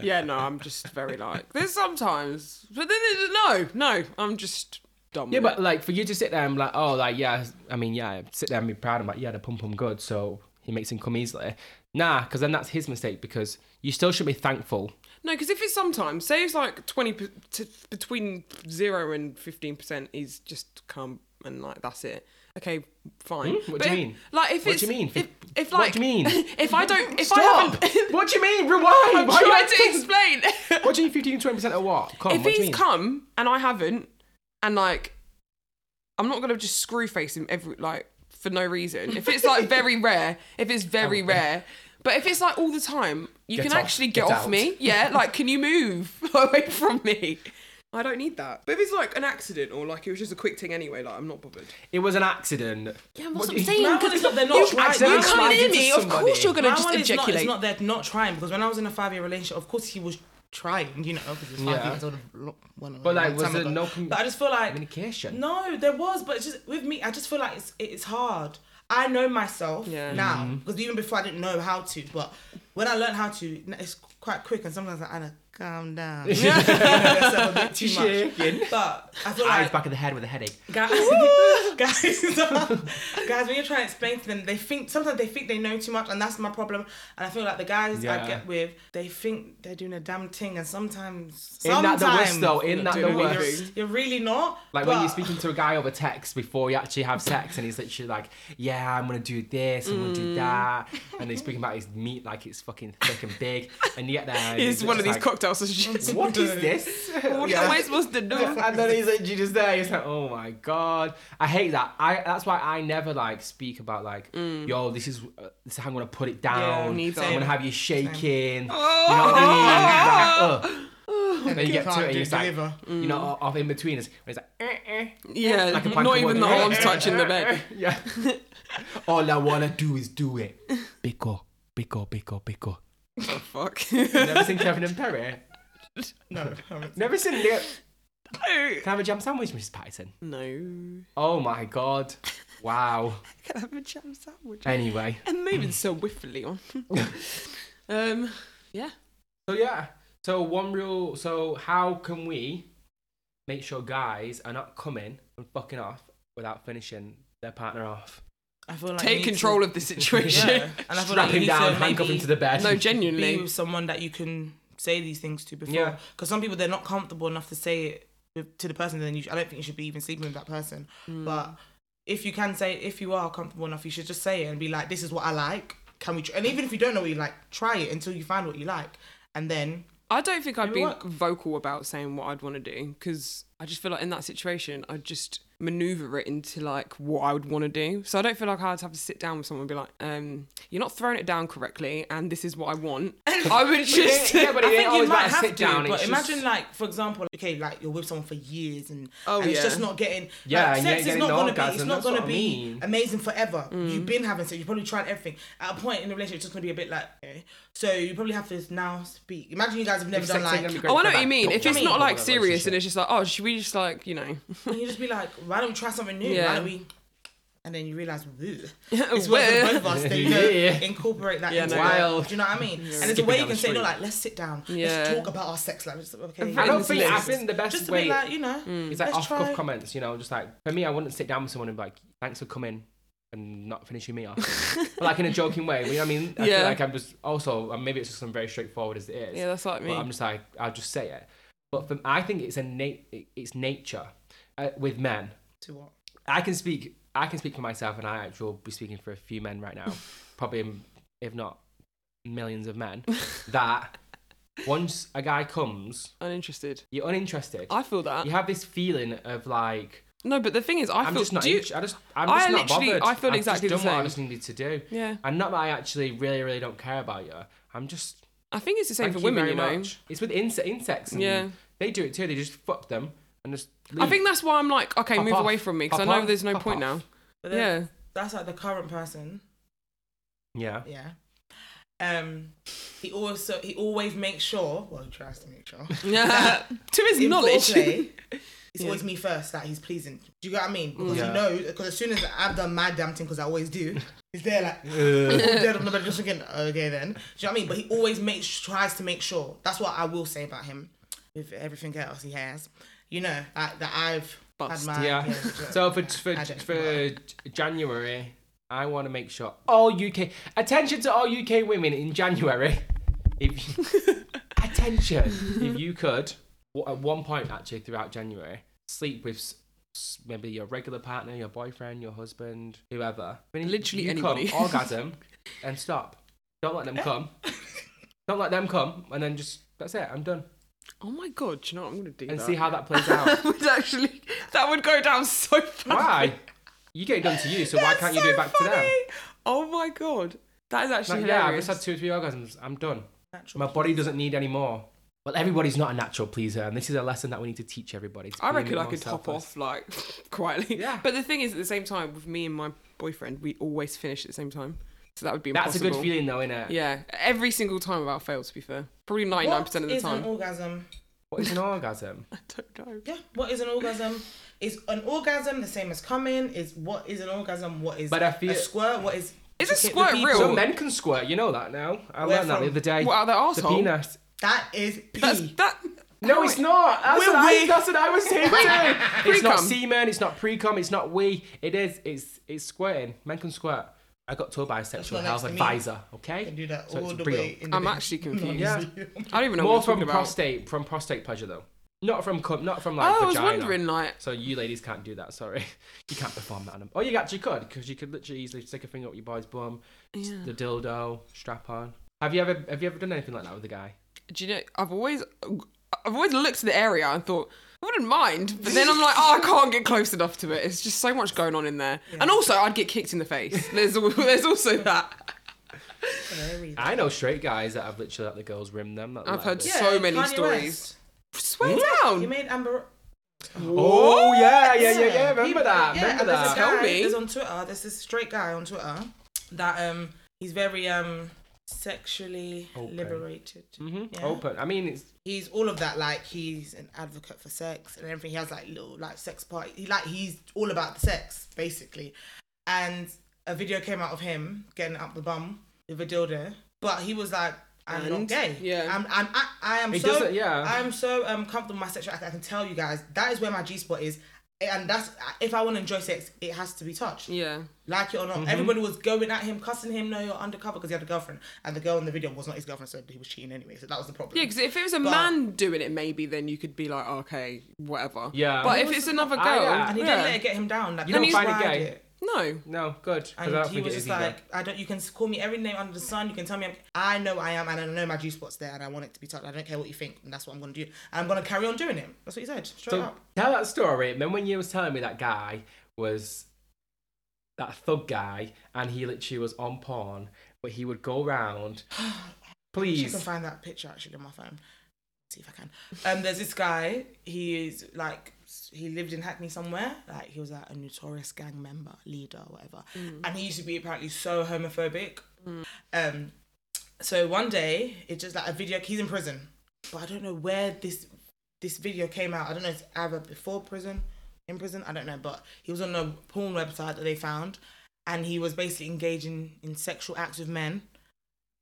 Speaker 2: Yeah, no, I'm just very like. There's sometimes, but then there's no, no. I'm just dumb.
Speaker 1: Yeah,
Speaker 2: with
Speaker 1: but
Speaker 2: it.
Speaker 1: like for you to sit there and be like, oh, like yeah, I mean, yeah, sit there and be proud. I'm like, yeah, the pump pump good, so he makes him come easily. Nah, because then that's his mistake. Because you still should be thankful.
Speaker 2: no, because if it's sometimes, say it's like twenty per- t- between zero and fifteen percent is just come and like that's it. Okay, fine.
Speaker 1: Hmm? What do
Speaker 2: But
Speaker 1: you
Speaker 2: if-
Speaker 1: mean?
Speaker 2: Like if
Speaker 1: What
Speaker 2: it's
Speaker 1: do you mean?
Speaker 2: if, if like
Speaker 1: What do you mean?
Speaker 2: if I don't if I
Speaker 1: Stop!
Speaker 2: haven't
Speaker 1: what do you mean? Rewind.
Speaker 2: I'm
Speaker 1: Why
Speaker 2: trying
Speaker 1: you
Speaker 2: to explain.
Speaker 1: What do you mean, 15, 20 percent of Oh, what? Come,
Speaker 2: if
Speaker 1: what do you
Speaker 2: he's
Speaker 1: mean?
Speaker 2: come and I haven't, and like, I'm not gonna just screw face him every like for no reason. If it's like very rare, if it's very rare, but if it's like all the time, you
Speaker 1: Get
Speaker 2: can
Speaker 1: off,
Speaker 2: actually
Speaker 1: get
Speaker 2: get, off
Speaker 1: out.
Speaker 2: me. Yeah, like, can you move away from me? I don't need that. But if it's like an accident or like it was just a quick thing anyway, like I'm not bothered.
Speaker 1: It was an accident.
Speaker 4: Yeah, what's
Speaker 1: What
Speaker 4: I'm
Speaker 1: do you-
Speaker 4: saying?
Speaker 3: My
Speaker 4: 'cause
Speaker 3: one is that they're
Speaker 4: you,
Speaker 3: not trying.
Speaker 4: you
Speaker 3: My
Speaker 4: come
Speaker 3: one
Speaker 4: near
Speaker 1: is
Speaker 4: me.
Speaker 1: just
Speaker 4: Of course,
Speaker 1: somebody.
Speaker 4: you're gonna
Speaker 3: My
Speaker 4: just
Speaker 3: one is not, it's
Speaker 4: ejaculate.
Speaker 3: not that not trying because when I was in a five year relationship, of course he was trying, you know, because he's five
Speaker 1: Yeah.
Speaker 3: years old. lo- Well,
Speaker 1: But
Speaker 3: a
Speaker 1: like,
Speaker 3: long
Speaker 1: was
Speaker 3: time
Speaker 1: there
Speaker 3: ago.
Speaker 1: no com-
Speaker 3: But I just feel like
Speaker 1: communication?
Speaker 3: No, there was, but it's just with me. I just feel like it's it's hard. I know myself
Speaker 2: Yeah.
Speaker 3: now
Speaker 1: Mm-hmm.
Speaker 3: because even before I didn't know how to, but when I learned how to, n- it's quite quick. And sometimes I Anna, calm down. Myself a bit too much.
Speaker 1: Shaking.
Speaker 3: But I feel
Speaker 1: Eyes
Speaker 3: like
Speaker 1: back of the head with a headache.
Speaker 3: guys, guys, guys, when you're trying to explain to them, they think sometimes they think they know too much, and that's my problem. And I feel like the guys
Speaker 1: Yeah.
Speaker 3: I get with, they think they're doing a damn thing, and sometimes,
Speaker 1: Isn't that
Speaker 3: sometimes
Speaker 1: the worst though? Isn't that the
Speaker 2: doing
Speaker 3: you're,
Speaker 1: worst?
Speaker 3: you're really not.
Speaker 1: Like when you're
Speaker 3: but-
Speaker 1: speaking to a guy over text before you actually have sex, and he's literally like, "Yeah, I'm gonna do this, I'm gonna
Speaker 2: Mm.
Speaker 1: do that," and he's speaking about his meat like it's fucking thick and big, and you get there, and
Speaker 2: It's one of these
Speaker 1: just like,
Speaker 2: cocktail sausages.
Speaker 1: What is this?
Speaker 2: What
Speaker 1: Yeah.
Speaker 2: am I supposed to do?
Speaker 1: and then he's literally just there. He's like, "Oh my god, I hate that." I that's why I never like speak about like,
Speaker 2: Mm.
Speaker 1: "Yo, this is uh, this is how I'm gonna put it down.
Speaker 2: neither.
Speaker 1: I'm gonna have you shaking." You know what
Speaker 2: Oh. Mm.
Speaker 1: I mean? Like, ugh. Then you get to it, and it's like, you know, of- of in between is it's like, eh, eh.
Speaker 2: Yeah,
Speaker 1: Like a plank
Speaker 2: not
Speaker 1: of wood.
Speaker 2: even the arms touching the bed.
Speaker 1: Yeah. All I wanna do is do it. Pico, pico, pico, pico.
Speaker 2: Oh, fuck.
Speaker 1: Never seen Kevin and Perry.
Speaker 3: No, I haven't.
Speaker 1: Never seen it. Can I have a jam sandwich, Mrs. Patterson?
Speaker 2: no. Can
Speaker 1: Oh my god. Wow.
Speaker 2: I have a jam sandwich?
Speaker 1: Anyway.
Speaker 2: And moving so whiffily on. um,
Speaker 1: So yeah. So one rule. So how can we make sure guys are not coming and fucking off without finishing their partner off?
Speaker 3: I feel like
Speaker 2: take control of the situation.
Speaker 3: Yeah. And I feel
Speaker 1: Strap
Speaker 3: like you
Speaker 1: him
Speaker 3: need
Speaker 1: down,
Speaker 3: to
Speaker 1: handcuff him
Speaker 3: maybe
Speaker 1: to the bed.
Speaker 2: No,
Speaker 3: be
Speaker 2: genuinely.
Speaker 3: with someone that you can say these things to before.
Speaker 1: Yeah.
Speaker 3: Because some people they're not comfortable enough to say it with- to the person. Then you, I don't think you should be even sleeping with that person. But if you can say, if you are comfortable enough, you should just say it and be like, "This is what I like. Can we?" Tr-? And even if you don't know what you like, try it until you find what you like, and then
Speaker 2: I don't think I'd
Speaker 3: It'll
Speaker 2: be
Speaker 3: work.
Speaker 2: vocal about saying what I'd want to do because I just feel like in that situation, I'd just maneuver it into like what I would want to do. So I don't feel like I'd have to sit down with someone and be like, um, you're not throwing it down correctly and this is what I want. I would just.
Speaker 1: yeah, but
Speaker 3: I
Speaker 1: it ain't
Speaker 3: think you
Speaker 1: always
Speaker 3: might
Speaker 1: about
Speaker 3: have
Speaker 1: sit
Speaker 3: to,
Speaker 1: down.
Speaker 3: but
Speaker 1: it's
Speaker 3: imagine
Speaker 1: just-
Speaker 3: like, for example, okay, like you're with someone for years and,
Speaker 2: Oh,
Speaker 3: and it's
Speaker 2: yeah.
Speaker 3: just not getting
Speaker 1: Yeah,
Speaker 3: like,
Speaker 1: and you ain't
Speaker 3: sex is
Speaker 1: getting
Speaker 3: not
Speaker 1: an
Speaker 3: gonna be it's
Speaker 1: orgasm,
Speaker 3: not
Speaker 1: that's
Speaker 3: gonna
Speaker 1: what I
Speaker 3: be
Speaker 1: mean. Mm.
Speaker 3: amazing forever. You've been having sex, you've probably tried everything. At a point in the relationship, it's just gonna be a bit like, eh. so you probably have to now speak. Imagine you guys have never
Speaker 1: If
Speaker 3: done
Speaker 1: sex ain't
Speaker 3: like,
Speaker 1: gonna be great
Speaker 2: Oh, I know
Speaker 1: for
Speaker 2: what you
Speaker 1: that
Speaker 2: mean. If
Speaker 1: couple
Speaker 2: it's
Speaker 1: or
Speaker 2: not like
Speaker 1: whatever
Speaker 2: serious and
Speaker 1: relationship.
Speaker 2: it's just like, oh, should we just like, you know,
Speaker 3: and you just be like, why don't we try something new?
Speaker 2: Yeah.
Speaker 3: Why don't we? And then you realize, woo, it's worth
Speaker 2: Oh, where-
Speaker 3: it for both of us to you know,
Speaker 1: Yeah.
Speaker 3: incorporate that.
Speaker 2: Yeah,
Speaker 3: into
Speaker 2: no.
Speaker 1: Wild.
Speaker 3: Do you know what I mean? And there's a
Speaker 1: Skipping
Speaker 3: way you
Speaker 1: down
Speaker 3: can
Speaker 1: the
Speaker 3: say, no,
Speaker 1: street.
Speaker 3: like let's sit down, let's
Speaker 2: Yeah.
Speaker 3: talk about our sex life. It's- Okay,
Speaker 1: I don't
Speaker 2: It's
Speaker 1: think
Speaker 2: list.
Speaker 1: I've been the best
Speaker 3: just to
Speaker 1: way.
Speaker 3: be like, you know,
Speaker 2: Mm.
Speaker 1: It's like
Speaker 3: Let's
Speaker 1: off cuff
Speaker 3: try-
Speaker 1: comments, you know, just like for me, I wouldn't sit down with someone and be like, thanks for coming and not finishing me off. but like in a joking way, you know what I mean? I
Speaker 2: Yeah.
Speaker 1: feel like I'm just also, and maybe it's just I'm very straightforward as it is.
Speaker 2: yeah, that's like
Speaker 1: but I'm
Speaker 2: me.
Speaker 1: just like, I'll just say it. But for, I think it's innate, it's nature uh, with men.
Speaker 3: to what?
Speaker 1: I can speak, I can speak for myself, and I actually will be speaking for a few men right now, probably um, if not millions of men, that once a guy comes,
Speaker 2: Uninterested.
Speaker 1: you're uninterested.
Speaker 2: I feel that.
Speaker 1: you have this feeling of like
Speaker 2: No, but the thing is, I
Speaker 1: I'm
Speaker 2: feel.
Speaker 1: just not.
Speaker 2: do you-
Speaker 1: inter- I just. I'm
Speaker 2: I
Speaker 1: just not
Speaker 2: literally-
Speaker 1: bothered.
Speaker 2: I feel
Speaker 1: I've
Speaker 2: exactly the
Speaker 1: just done what I
Speaker 2: same.
Speaker 1: just needed to do,
Speaker 2: yeah,
Speaker 1: and not that I actually really, really don't care about you. I'm just.
Speaker 2: I think it's the same
Speaker 1: thank
Speaker 2: for
Speaker 1: you
Speaker 2: women,
Speaker 1: very
Speaker 2: you know.
Speaker 1: much. It's with inse- insects. And
Speaker 2: Yeah.
Speaker 1: They do it too. They just fuck them and just. Leave.
Speaker 2: I think that's why I'm like, okay,
Speaker 1: Pop
Speaker 2: move
Speaker 1: off,
Speaker 2: away from me because I
Speaker 1: pop
Speaker 2: know
Speaker 1: off,
Speaker 2: there's no
Speaker 1: pop
Speaker 2: point
Speaker 1: off.
Speaker 3: But
Speaker 2: now.
Speaker 3: then
Speaker 2: Yeah.
Speaker 3: that's like the current person.
Speaker 1: Yeah.
Speaker 3: Yeah. Um, he also he always makes sure. Well, he tries to make sure.
Speaker 2: Yeah. to his
Speaker 3: In
Speaker 2: knowledge.
Speaker 3: foreplay, it's
Speaker 2: Yeah.
Speaker 3: always me first that he's pleasing. Do you get what I mean? Because
Speaker 1: Yeah.
Speaker 3: he knows. Because as soon as I've done my damn thing, because I always do, he's there like.
Speaker 1: Ugh.
Speaker 3: I'm dead on the bed just thinking, okay then. Do you know what I mean? But he always makes tries to make sure. That's what I will say about him. With everything else he has, you know, like, that I've
Speaker 2: Bust.
Speaker 3: had my
Speaker 1: Yeah. So for for
Speaker 3: I don't-
Speaker 1: for January, I want to make sure all UK attention to all UK women in January. If you- attention, if you could, w- at one point actually throughout January, sleep with s- s- maybe your regular partner, your boyfriend, your husband, whoever. I mean,
Speaker 2: Literally
Speaker 1: you
Speaker 2: anybody.
Speaker 1: Come, orgasm, and stop. Don't let them come. Don't let them come, and then just that's it. I'm done,
Speaker 2: Oh my god, do you know what I'm gonna do?
Speaker 1: and
Speaker 2: that.
Speaker 1: see how that plays out.
Speaker 2: that would actually that would go down so fast.
Speaker 1: Why? You get it done to you, so why
Speaker 2: That's
Speaker 1: can't you do
Speaker 2: so
Speaker 1: it back to them?
Speaker 2: funny. Oh my god. That is actually
Speaker 1: Like, yeah, I've
Speaker 2: hilarious.
Speaker 1: just had two or three orgasms. I'm done.
Speaker 3: Natural
Speaker 1: My body doesn't need any more. Well, everybody's not a natural pleaser, and this is a lesson that we need to teach everybody. to be
Speaker 2: I
Speaker 1: a
Speaker 2: reckon
Speaker 1: bit
Speaker 2: I
Speaker 1: more
Speaker 2: could top
Speaker 1: selfless.
Speaker 2: off like quietly.
Speaker 1: Yeah.
Speaker 2: But the thing is, at the same time, with me and my boyfriend, we always finish at the same time. So that would be
Speaker 1: That's
Speaker 2: impossible.
Speaker 1: a good feeling, though, innit?
Speaker 2: Yeah. Every single time without fail, to be fair. Probably 99% of
Speaker 3: What
Speaker 2: the
Speaker 3: is
Speaker 2: time.
Speaker 3: an orgasm?
Speaker 1: What is an orgasm?
Speaker 2: I don't know.
Speaker 3: Yeah. What is an orgasm? Is an orgasm the same as coming? Is what is an orgasm? What is
Speaker 1: But I feel-
Speaker 3: a squirt? What is
Speaker 2: Is a
Speaker 3: Hit the
Speaker 2: squirt
Speaker 3: people.
Speaker 2: real?
Speaker 1: So men can squirt. You know that now. I
Speaker 3: Where
Speaker 1: learned that the
Speaker 3: from?
Speaker 1: other day.
Speaker 2: What, out their
Speaker 1: the
Speaker 2: arsehole?
Speaker 1: penis.
Speaker 3: that is pee.
Speaker 2: That's, that,
Speaker 1: No,
Speaker 2: how
Speaker 1: it's
Speaker 2: it-
Speaker 1: not. That's,
Speaker 3: We're
Speaker 1: what I,
Speaker 3: we.
Speaker 1: that's what I was saying too. It's not
Speaker 2: Pre-cum.
Speaker 1: semen. It's not pre-cum. It's not we. It is. It's it's squirting. Men can squirt. I got told by a sexual
Speaker 3: not
Speaker 1: health
Speaker 3: next to me.
Speaker 1: advisor.
Speaker 3: I
Speaker 1: Okay.
Speaker 3: do that
Speaker 1: So
Speaker 3: all
Speaker 1: it's
Speaker 3: the
Speaker 1: real.
Speaker 3: way in the
Speaker 2: I'm
Speaker 3: bed.
Speaker 2: actually confused.
Speaker 1: Yeah.
Speaker 2: I don't even know
Speaker 1: More
Speaker 2: what we're
Speaker 1: from
Speaker 2: talking about.
Speaker 1: prostate from prostate pleasure though, not from cum, not from like
Speaker 2: oh, I was
Speaker 1: vagina.
Speaker 2: wondering, like,
Speaker 1: So you ladies can't do that. Sorry, you can't perform that. On them. Or you actually could, because you could literally easily stick a finger up your boy's bum, s-
Speaker 2: Yeah.
Speaker 1: the dildo, strap on. Have you ever have you ever done anything like that with a guy?
Speaker 2: do you know? I've always, I've always looked at the area and thought I wouldn't mind, but then I'm like, oh, I can't get close enough to it. It's just so much going on in there, and also I'd get kicked in the face. There's, al- there's also that.
Speaker 3: Very
Speaker 1: I know straight guys that have literally let the girls rim them. that-
Speaker 2: I've
Speaker 1: like
Speaker 2: heard
Speaker 1: this.
Speaker 2: so many
Speaker 3: Kanye
Speaker 2: stories. Swear
Speaker 3: West. He
Speaker 2: down.
Speaker 3: made Amber.
Speaker 1: Oh yeah, yeah, yeah, yeah.
Speaker 3: He-
Speaker 1: Remember that?
Speaker 3: yeah,
Speaker 1: remember
Speaker 3: and there's a
Speaker 1: that?
Speaker 2: Tell
Speaker 3: guy-
Speaker 2: me.
Speaker 3: There's on Twitter. There's this straight guy on Twitter that um he's very um sexually
Speaker 1: Open.
Speaker 3: liberated.
Speaker 1: hmm
Speaker 3: Yeah.
Speaker 1: Open. I mean, it's
Speaker 3: He's all of that. Like he's an advocate for sex and everything. He has like little like sex party. He like he's all about the sex basically. And a video came out of him getting up the bum with a dildo, but he was like, "I'm
Speaker 2: And?
Speaker 3: not gay.
Speaker 2: Yeah.
Speaker 3: I'm. I'm. I, I am
Speaker 1: He
Speaker 3: so.
Speaker 1: doesn't- yeah.
Speaker 3: I'm so um comfortable with my sexuality. I can tell you guys that is where my G spot is." And that's if I want to enjoy sex, it has to be touched,
Speaker 2: Yeah. Mm-hmm.
Speaker 3: like it or not. Everybody was going at him, cussing him. No, you're undercover because he had a girlfriend, and the girl in the video was not his girlfriend, so he was cheating anyway. So that was the problem.
Speaker 2: Yeah, because if it was a
Speaker 3: But-
Speaker 2: man doing it, maybe then you could be like, "Oh, okay, whatever.
Speaker 1: Yeah.
Speaker 2: But
Speaker 1: Who
Speaker 2: if
Speaker 3: was
Speaker 2: it's
Speaker 3: the-
Speaker 2: another girl,
Speaker 1: Ah, yeah.
Speaker 3: uh, and he
Speaker 2: yeah.
Speaker 3: didn't let it get him down. Like,
Speaker 1: You
Speaker 3: and
Speaker 1: don't
Speaker 3: he's
Speaker 1: find it
Speaker 3: wired
Speaker 1: gay.
Speaker 3: it.
Speaker 2: no.
Speaker 1: no good. 'cause I don't
Speaker 3: And he
Speaker 1: think
Speaker 3: was
Speaker 1: it is
Speaker 3: just
Speaker 1: either.
Speaker 3: like, I don't. You can call me every name under the sun. You can tell me I'm, I know I am, and I know my G spot's there, and I want it to be touched. I don't care what you think, and that's what I'm gonna do. And I'm gonna carry on doing it. That's what he said, straight
Speaker 1: So
Speaker 3: up.
Speaker 1: tell that story. And then when you was telling me that guy was that thug guy, and he literally was on porn, but he would go round.
Speaker 3: You can
Speaker 1: Please.
Speaker 3: find that picture actually on my phone. See if I can. Um, there's this guy. He is like, he lived in Hackney somewhere. Like he was like a notorious gang member, leader, whatever. And he used to be apparently so homophobic. Um, so one day it's just like a video. He's in prison, but I don't know where this this video came out. I don't know. It's either before prison, in prison. I don't know. But he was on a porn website that they found, and he was basically engaging in sexual acts with men,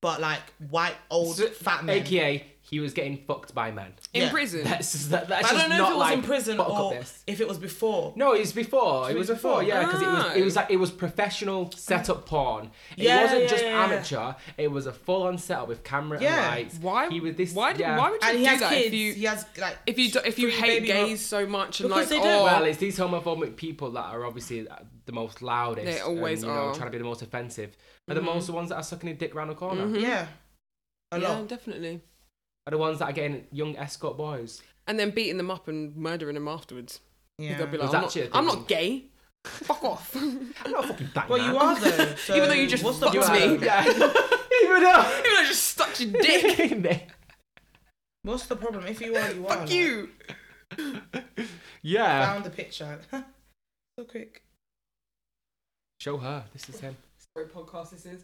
Speaker 3: but like white, old,
Speaker 1: So-
Speaker 3: fat men.
Speaker 1: AKA, he was getting fucked by men.
Speaker 2: In
Speaker 3: Yeah.
Speaker 2: prison.
Speaker 1: That's just that. That's
Speaker 3: But I
Speaker 1: just
Speaker 3: don't know
Speaker 1: not
Speaker 3: if it was
Speaker 1: like,
Speaker 3: in prison
Speaker 1: fuck up
Speaker 3: or
Speaker 1: this.
Speaker 3: if it was before.
Speaker 1: No, it was before. It was
Speaker 3: was
Speaker 1: before,
Speaker 3: before.
Speaker 1: yeah, because it was it was
Speaker 2: Oh.
Speaker 1: like it was professional setup porn. It
Speaker 3: Yeah,
Speaker 1: wasn't
Speaker 3: yeah,
Speaker 1: just
Speaker 3: yeah, yeah.
Speaker 1: amateur. It was a full on setup with camera
Speaker 3: Yeah.
Speaker 1: and lights.
Speaker 2: Why?
Speaker 1: He was this.
Speaker 2: why, did,
Speaker 1: yeah.
Speaker 2: why would you
Speaker 3: And he
Speaker 2: do
Speaker 3: has
Speaker 2: that
Speaker 3: kids.
Speaker 2: if you
Speaker 3: he has like
Speaker 2: if you do, if you
Speaker 3: three
Speaker 2: hate
Speaker 3: baby mum-
Speaker 2: gays so much and
Speaker 3: Because
Speaker 2: like
Speaker 3: they do.
Speaker 2: oh
Speaker 1: Well, it's these homophobic people that are obviously uh, the most loudest.
Speaker 2: They always
Speaker 1: and, you know,
Speaker 2: are. Mm-hmm.
Speaker 1: Trying to be the most offensive. Are the most the ones that are sucking a dick round the corner?
Speaker 3: Yeah. A
Speaker 2: hmm? yeah
Speaker 3: lot.
Speaker 2: definitely
Speaker 1: Are the ones that are getting young escort boys?
Speaker 2: and then beating them up and murdering them afterwards
Speaker 3: Yeah.
Speaker 2: they'll be
Speaker 1: Was
Speaker 2: like
Speaker 1: that
Speaker 2: I'm not,
Speaker 1: your thing?
Speaker 2: I'm not gay fuck off even
Speaker 1: I'm not fucking that.
Speaker 3: Well, you are though. So
Speaker 2: Even though you just
Speaker 3: what's the
Speaker 2: fucked
Speaker 1: You
Speaker 2: It's
Speaker 1: are.
Speaker 3: problem?
Speaker 2: me.
Speaker 1: Yeah. Even though.
Speaker 2: though I just stuck your dick
Speaker 3: What's the problem? If you are, you are.
Speaker 2: fuck
Speaker 3: like,
Speaker 2: you
Speaker 1: yeah.
Speaker 3: Found the picture. so quick.
Speaker 1: Show her. This is him.
Speaker 2: sorry podcast this is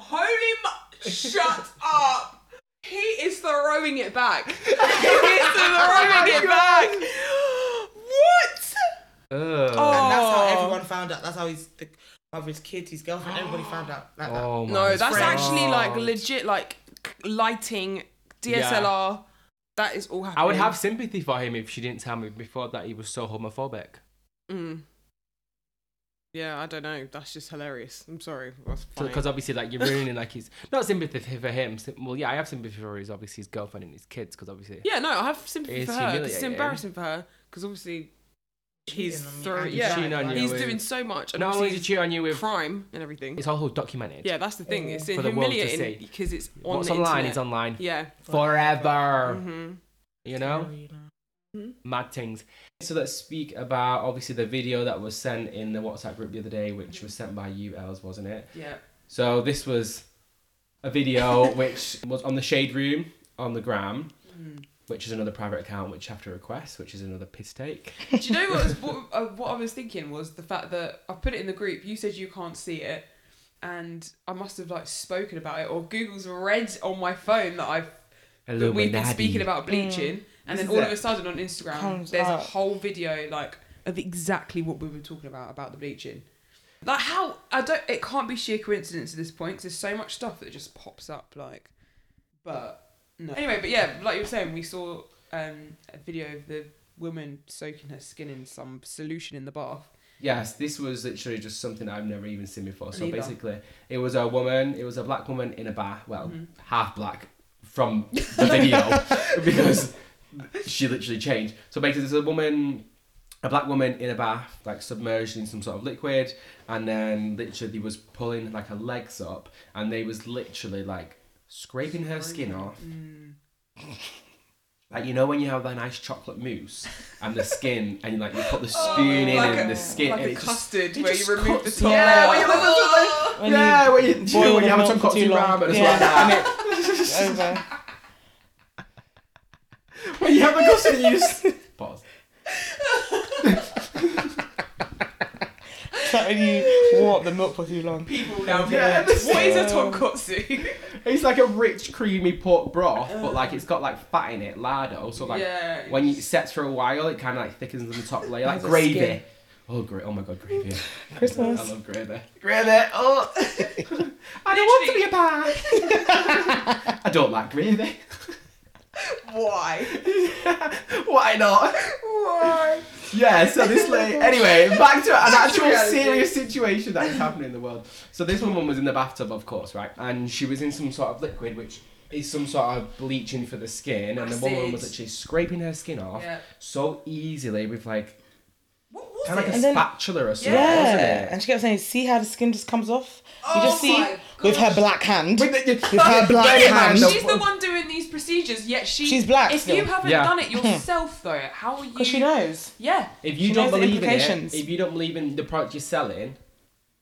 Speaker 2: holy mu- shut up he is throwing it back he is throwing it back what
Speaker 1: Ugh.
Speaker 2: Oh.
Speaker 3: And that's how
Speaker 2: Oh.
Speaker 3: everyone found out. That's how his the mother, his kids, his girlfriend, everybody found out like that.
Speaker 1: Oh,
Speaker 2: no
Speaker 1: my
Speaker 2: that's
Speaker 1: God.
Speaker 2: actually like legit like lighting DSLR that is all happening
Speaker 1: I would have sympathy for him if she didn't tell me before that he was so homophobic.
Speaker 2: Mm. Yeah, I don't know. That's just hilarious. I'm sorry. That's funny.
Speaker 1: Because obviously, like you're ruining like he's not sympathy for him. sim- Well, yeah, I have sympathy for his obviously his girlfriend and his kids because obviously
Speaker 2: yeah, no, I have sympathy
Speaker 1: It's
Speaker 2: for her. 'cause It's
Speaker 1: humiliating.
Speaker 2: embarrassing for her because obviously he's
Speaker 3: Cheating on me.
Speaker 2: throwing.
Speaker 3: And
Speaker 2: Yeah,
Speaker 1: cheating on you
Speaker 2: he's
Speaker 1: with-
Speaker 2: doing so much, and
Speaker 1: not only
Speaker 2: obviously
Speaker 1: did she on you with
Speaker 2: crime and everything.
Speaker 1: it's also documented.
Speaker 2: Yeah, that's the thing. It's
Speaker 1: For the world to see.
Speaker 2: humiliating because it's on
Speaker 1: what's
Speaker 2: the
Speaker 1: online
Speaker 2: internet.
Speaker 1: is online
Speaker 2: Yeah.
Speaker 1: forever.
Speaker 2: hmm
Speaker 1: You know,
Speaker 3: You know.
Speaker 1: mad things. So let's speak about obviously the video that was sent in the WhatsApp group the other day, which was sent by you, Els, wasn't it?
Speaker 2: Yeah.
Speaker 1: So this was a video which was on the shade room on the gram, which is another private account which you have to request, which is another piss take.
Speaker 2: Do you know what, was, what, uh, what I was thinking was the fact that I put it in the group. You said you can't see it, and I must have like spoken about it, or Google's read on my phone that I've that we've been
Speaker 1: Illuminati.
Speaker 2: speaking about bleaching, and
Speaker 3: Mm. This
Speaker 2: then
Speaker 3: is
Speaker 2: all of
Speaker 3: it.
Speaker 2: a sudden on Instagram,
Speaker 3: Comes
Speaker 2: there's a
Speaker 3: up.
Speaker 2: whole video like of exactly what we were talking about about the bleaching. Like how I don't, it can't be sheer coincidence at this point because there's so much stuff that just pops up. Like, but no. Anyway, but yeah, like you were saying, we saw um, a video of the woman soaking her skin in some solution in the bath.
Speaker 1: Yes, this was literally just something I've never even seen before. So
Speaker 2: Neither.
Speaker 1: basically, it was a woman, it was a black woman in a bar, well,
Speaker 2: Mhm.
Speaker 1: half black from the video because she literally changed. So basically, there's a woman, a black woman in a bath, like submerged in some sort of liquid, and then literally was pulling like her legs up, and they was literally like scraping her skin off.
Speaker 2: Mm.
Speaker 1: Like you know when you have that nice chocolate mousse and the skin, and like you put the spoon in
Speaker 2: Oh, like
Speaker 1: and
Speaker 2: a-
Speaker 1: the skin,
Speaker 2: like
Speaker 1: and
Speaker 2: a
Speaker 1: it just
Speaker 2: custard
Speaker 1: it
Speaker 2: where
Speaker 1: just
Speaker 2: you remove the
Speaker 1: cuts
Speaker 2: top.
Speaker 1: off. Yeah, when you remove the
Speaker 3: When
Speaker 1: yeah, when you, do you know
Speaker 3: boil
Speaker 1: when you
Speaker 3: the
Speaker 1: have some
Speaker 3: milk for
Speaker 1: cocktail
Speaker 3: too long.
Speaker 1: ramen as
Speaker 3: Yeah.
Speaker 1: well, and
Speaker 3: you over.
Speaker 1: it, when you have a custard, you just pause.
Speaker 3: It's like when you walk the milk for too long.
Speaker 2: People now,
Speaker 1: Yeah,
Speaker 2: what is a
Speaker 3: um,
Speaker 2: tonkotsu?
Speaker 1: It's like a rich, creamy pork broth, but like it's got like fat in it, lardo. So like
Speaker 2: yeah,
Speaker 1: when you, it sets for a while, it kind of like thickens on the top layer, like
Speaker 3: Has a
Speaker 1: gravy.
Speaker 3: skin.
Speaker 1: Oh great! Oh my god, gravy!
Speaker 3: Christmas.
Speaker 1: I love gravy. Gravy. Oh, I don't want to be a pie. I don't like gravy.
Speaker 2: why?
Speaker 1: Why not?
Speaker 2: Why?
Speaker 1: Yeah, so this lady. Anyway, back to an actual
Speaker 2: Reality.
Speaker 1: serious situation that is happening in the world. So this woman was in the bathtub, of course, right? And she was in some sort of liquid, which is some sort of bleaching for the skin. And the woman
Speaker 2: Acid.
Speaker 1: was actually scraping her skin off
Speaker 2: Yeah.
Speaker 1: so easily with like
Speaker 2: What was
Speaker 1: kind of like a
Speaker 3: And then-
Speaker 1: spatula or something,
Speaker 2: Yeah.
Speaker 1: wasn't it?
Speaker 3: And she kept saying, see how the skin just comes off? You just
Speaker 2: Oh
Speaker 3: see
Speaker 2: my
Speaker 3: with her
Speaker 2: gosh.
Speaker 3: black hand.
Speaker 1: With the-
Speaker 3: With her black
Speaker 1: Yeah,
Speaker 3: hand.
Speaker 1: no-
Speaker 2: She's the one doing these procedures, yet she,
Speaker 3: She's black
Speaker 2: If you
Speaker 3: still.
Speaker 2: haven't
Speaker 1: Yeah.
Speaker 2: done it yourself, though, how are you?
Speaker 3: Because she knows.
Speaker 2: Yeah.
Speaker 1: If you
Speaker 3: She
Speaker 1: don't
Speaker 3: knows the
Speaker 1: believe in it,
Speaker 3: implications.
Speaker 1: if you don't believe in the product you're selling,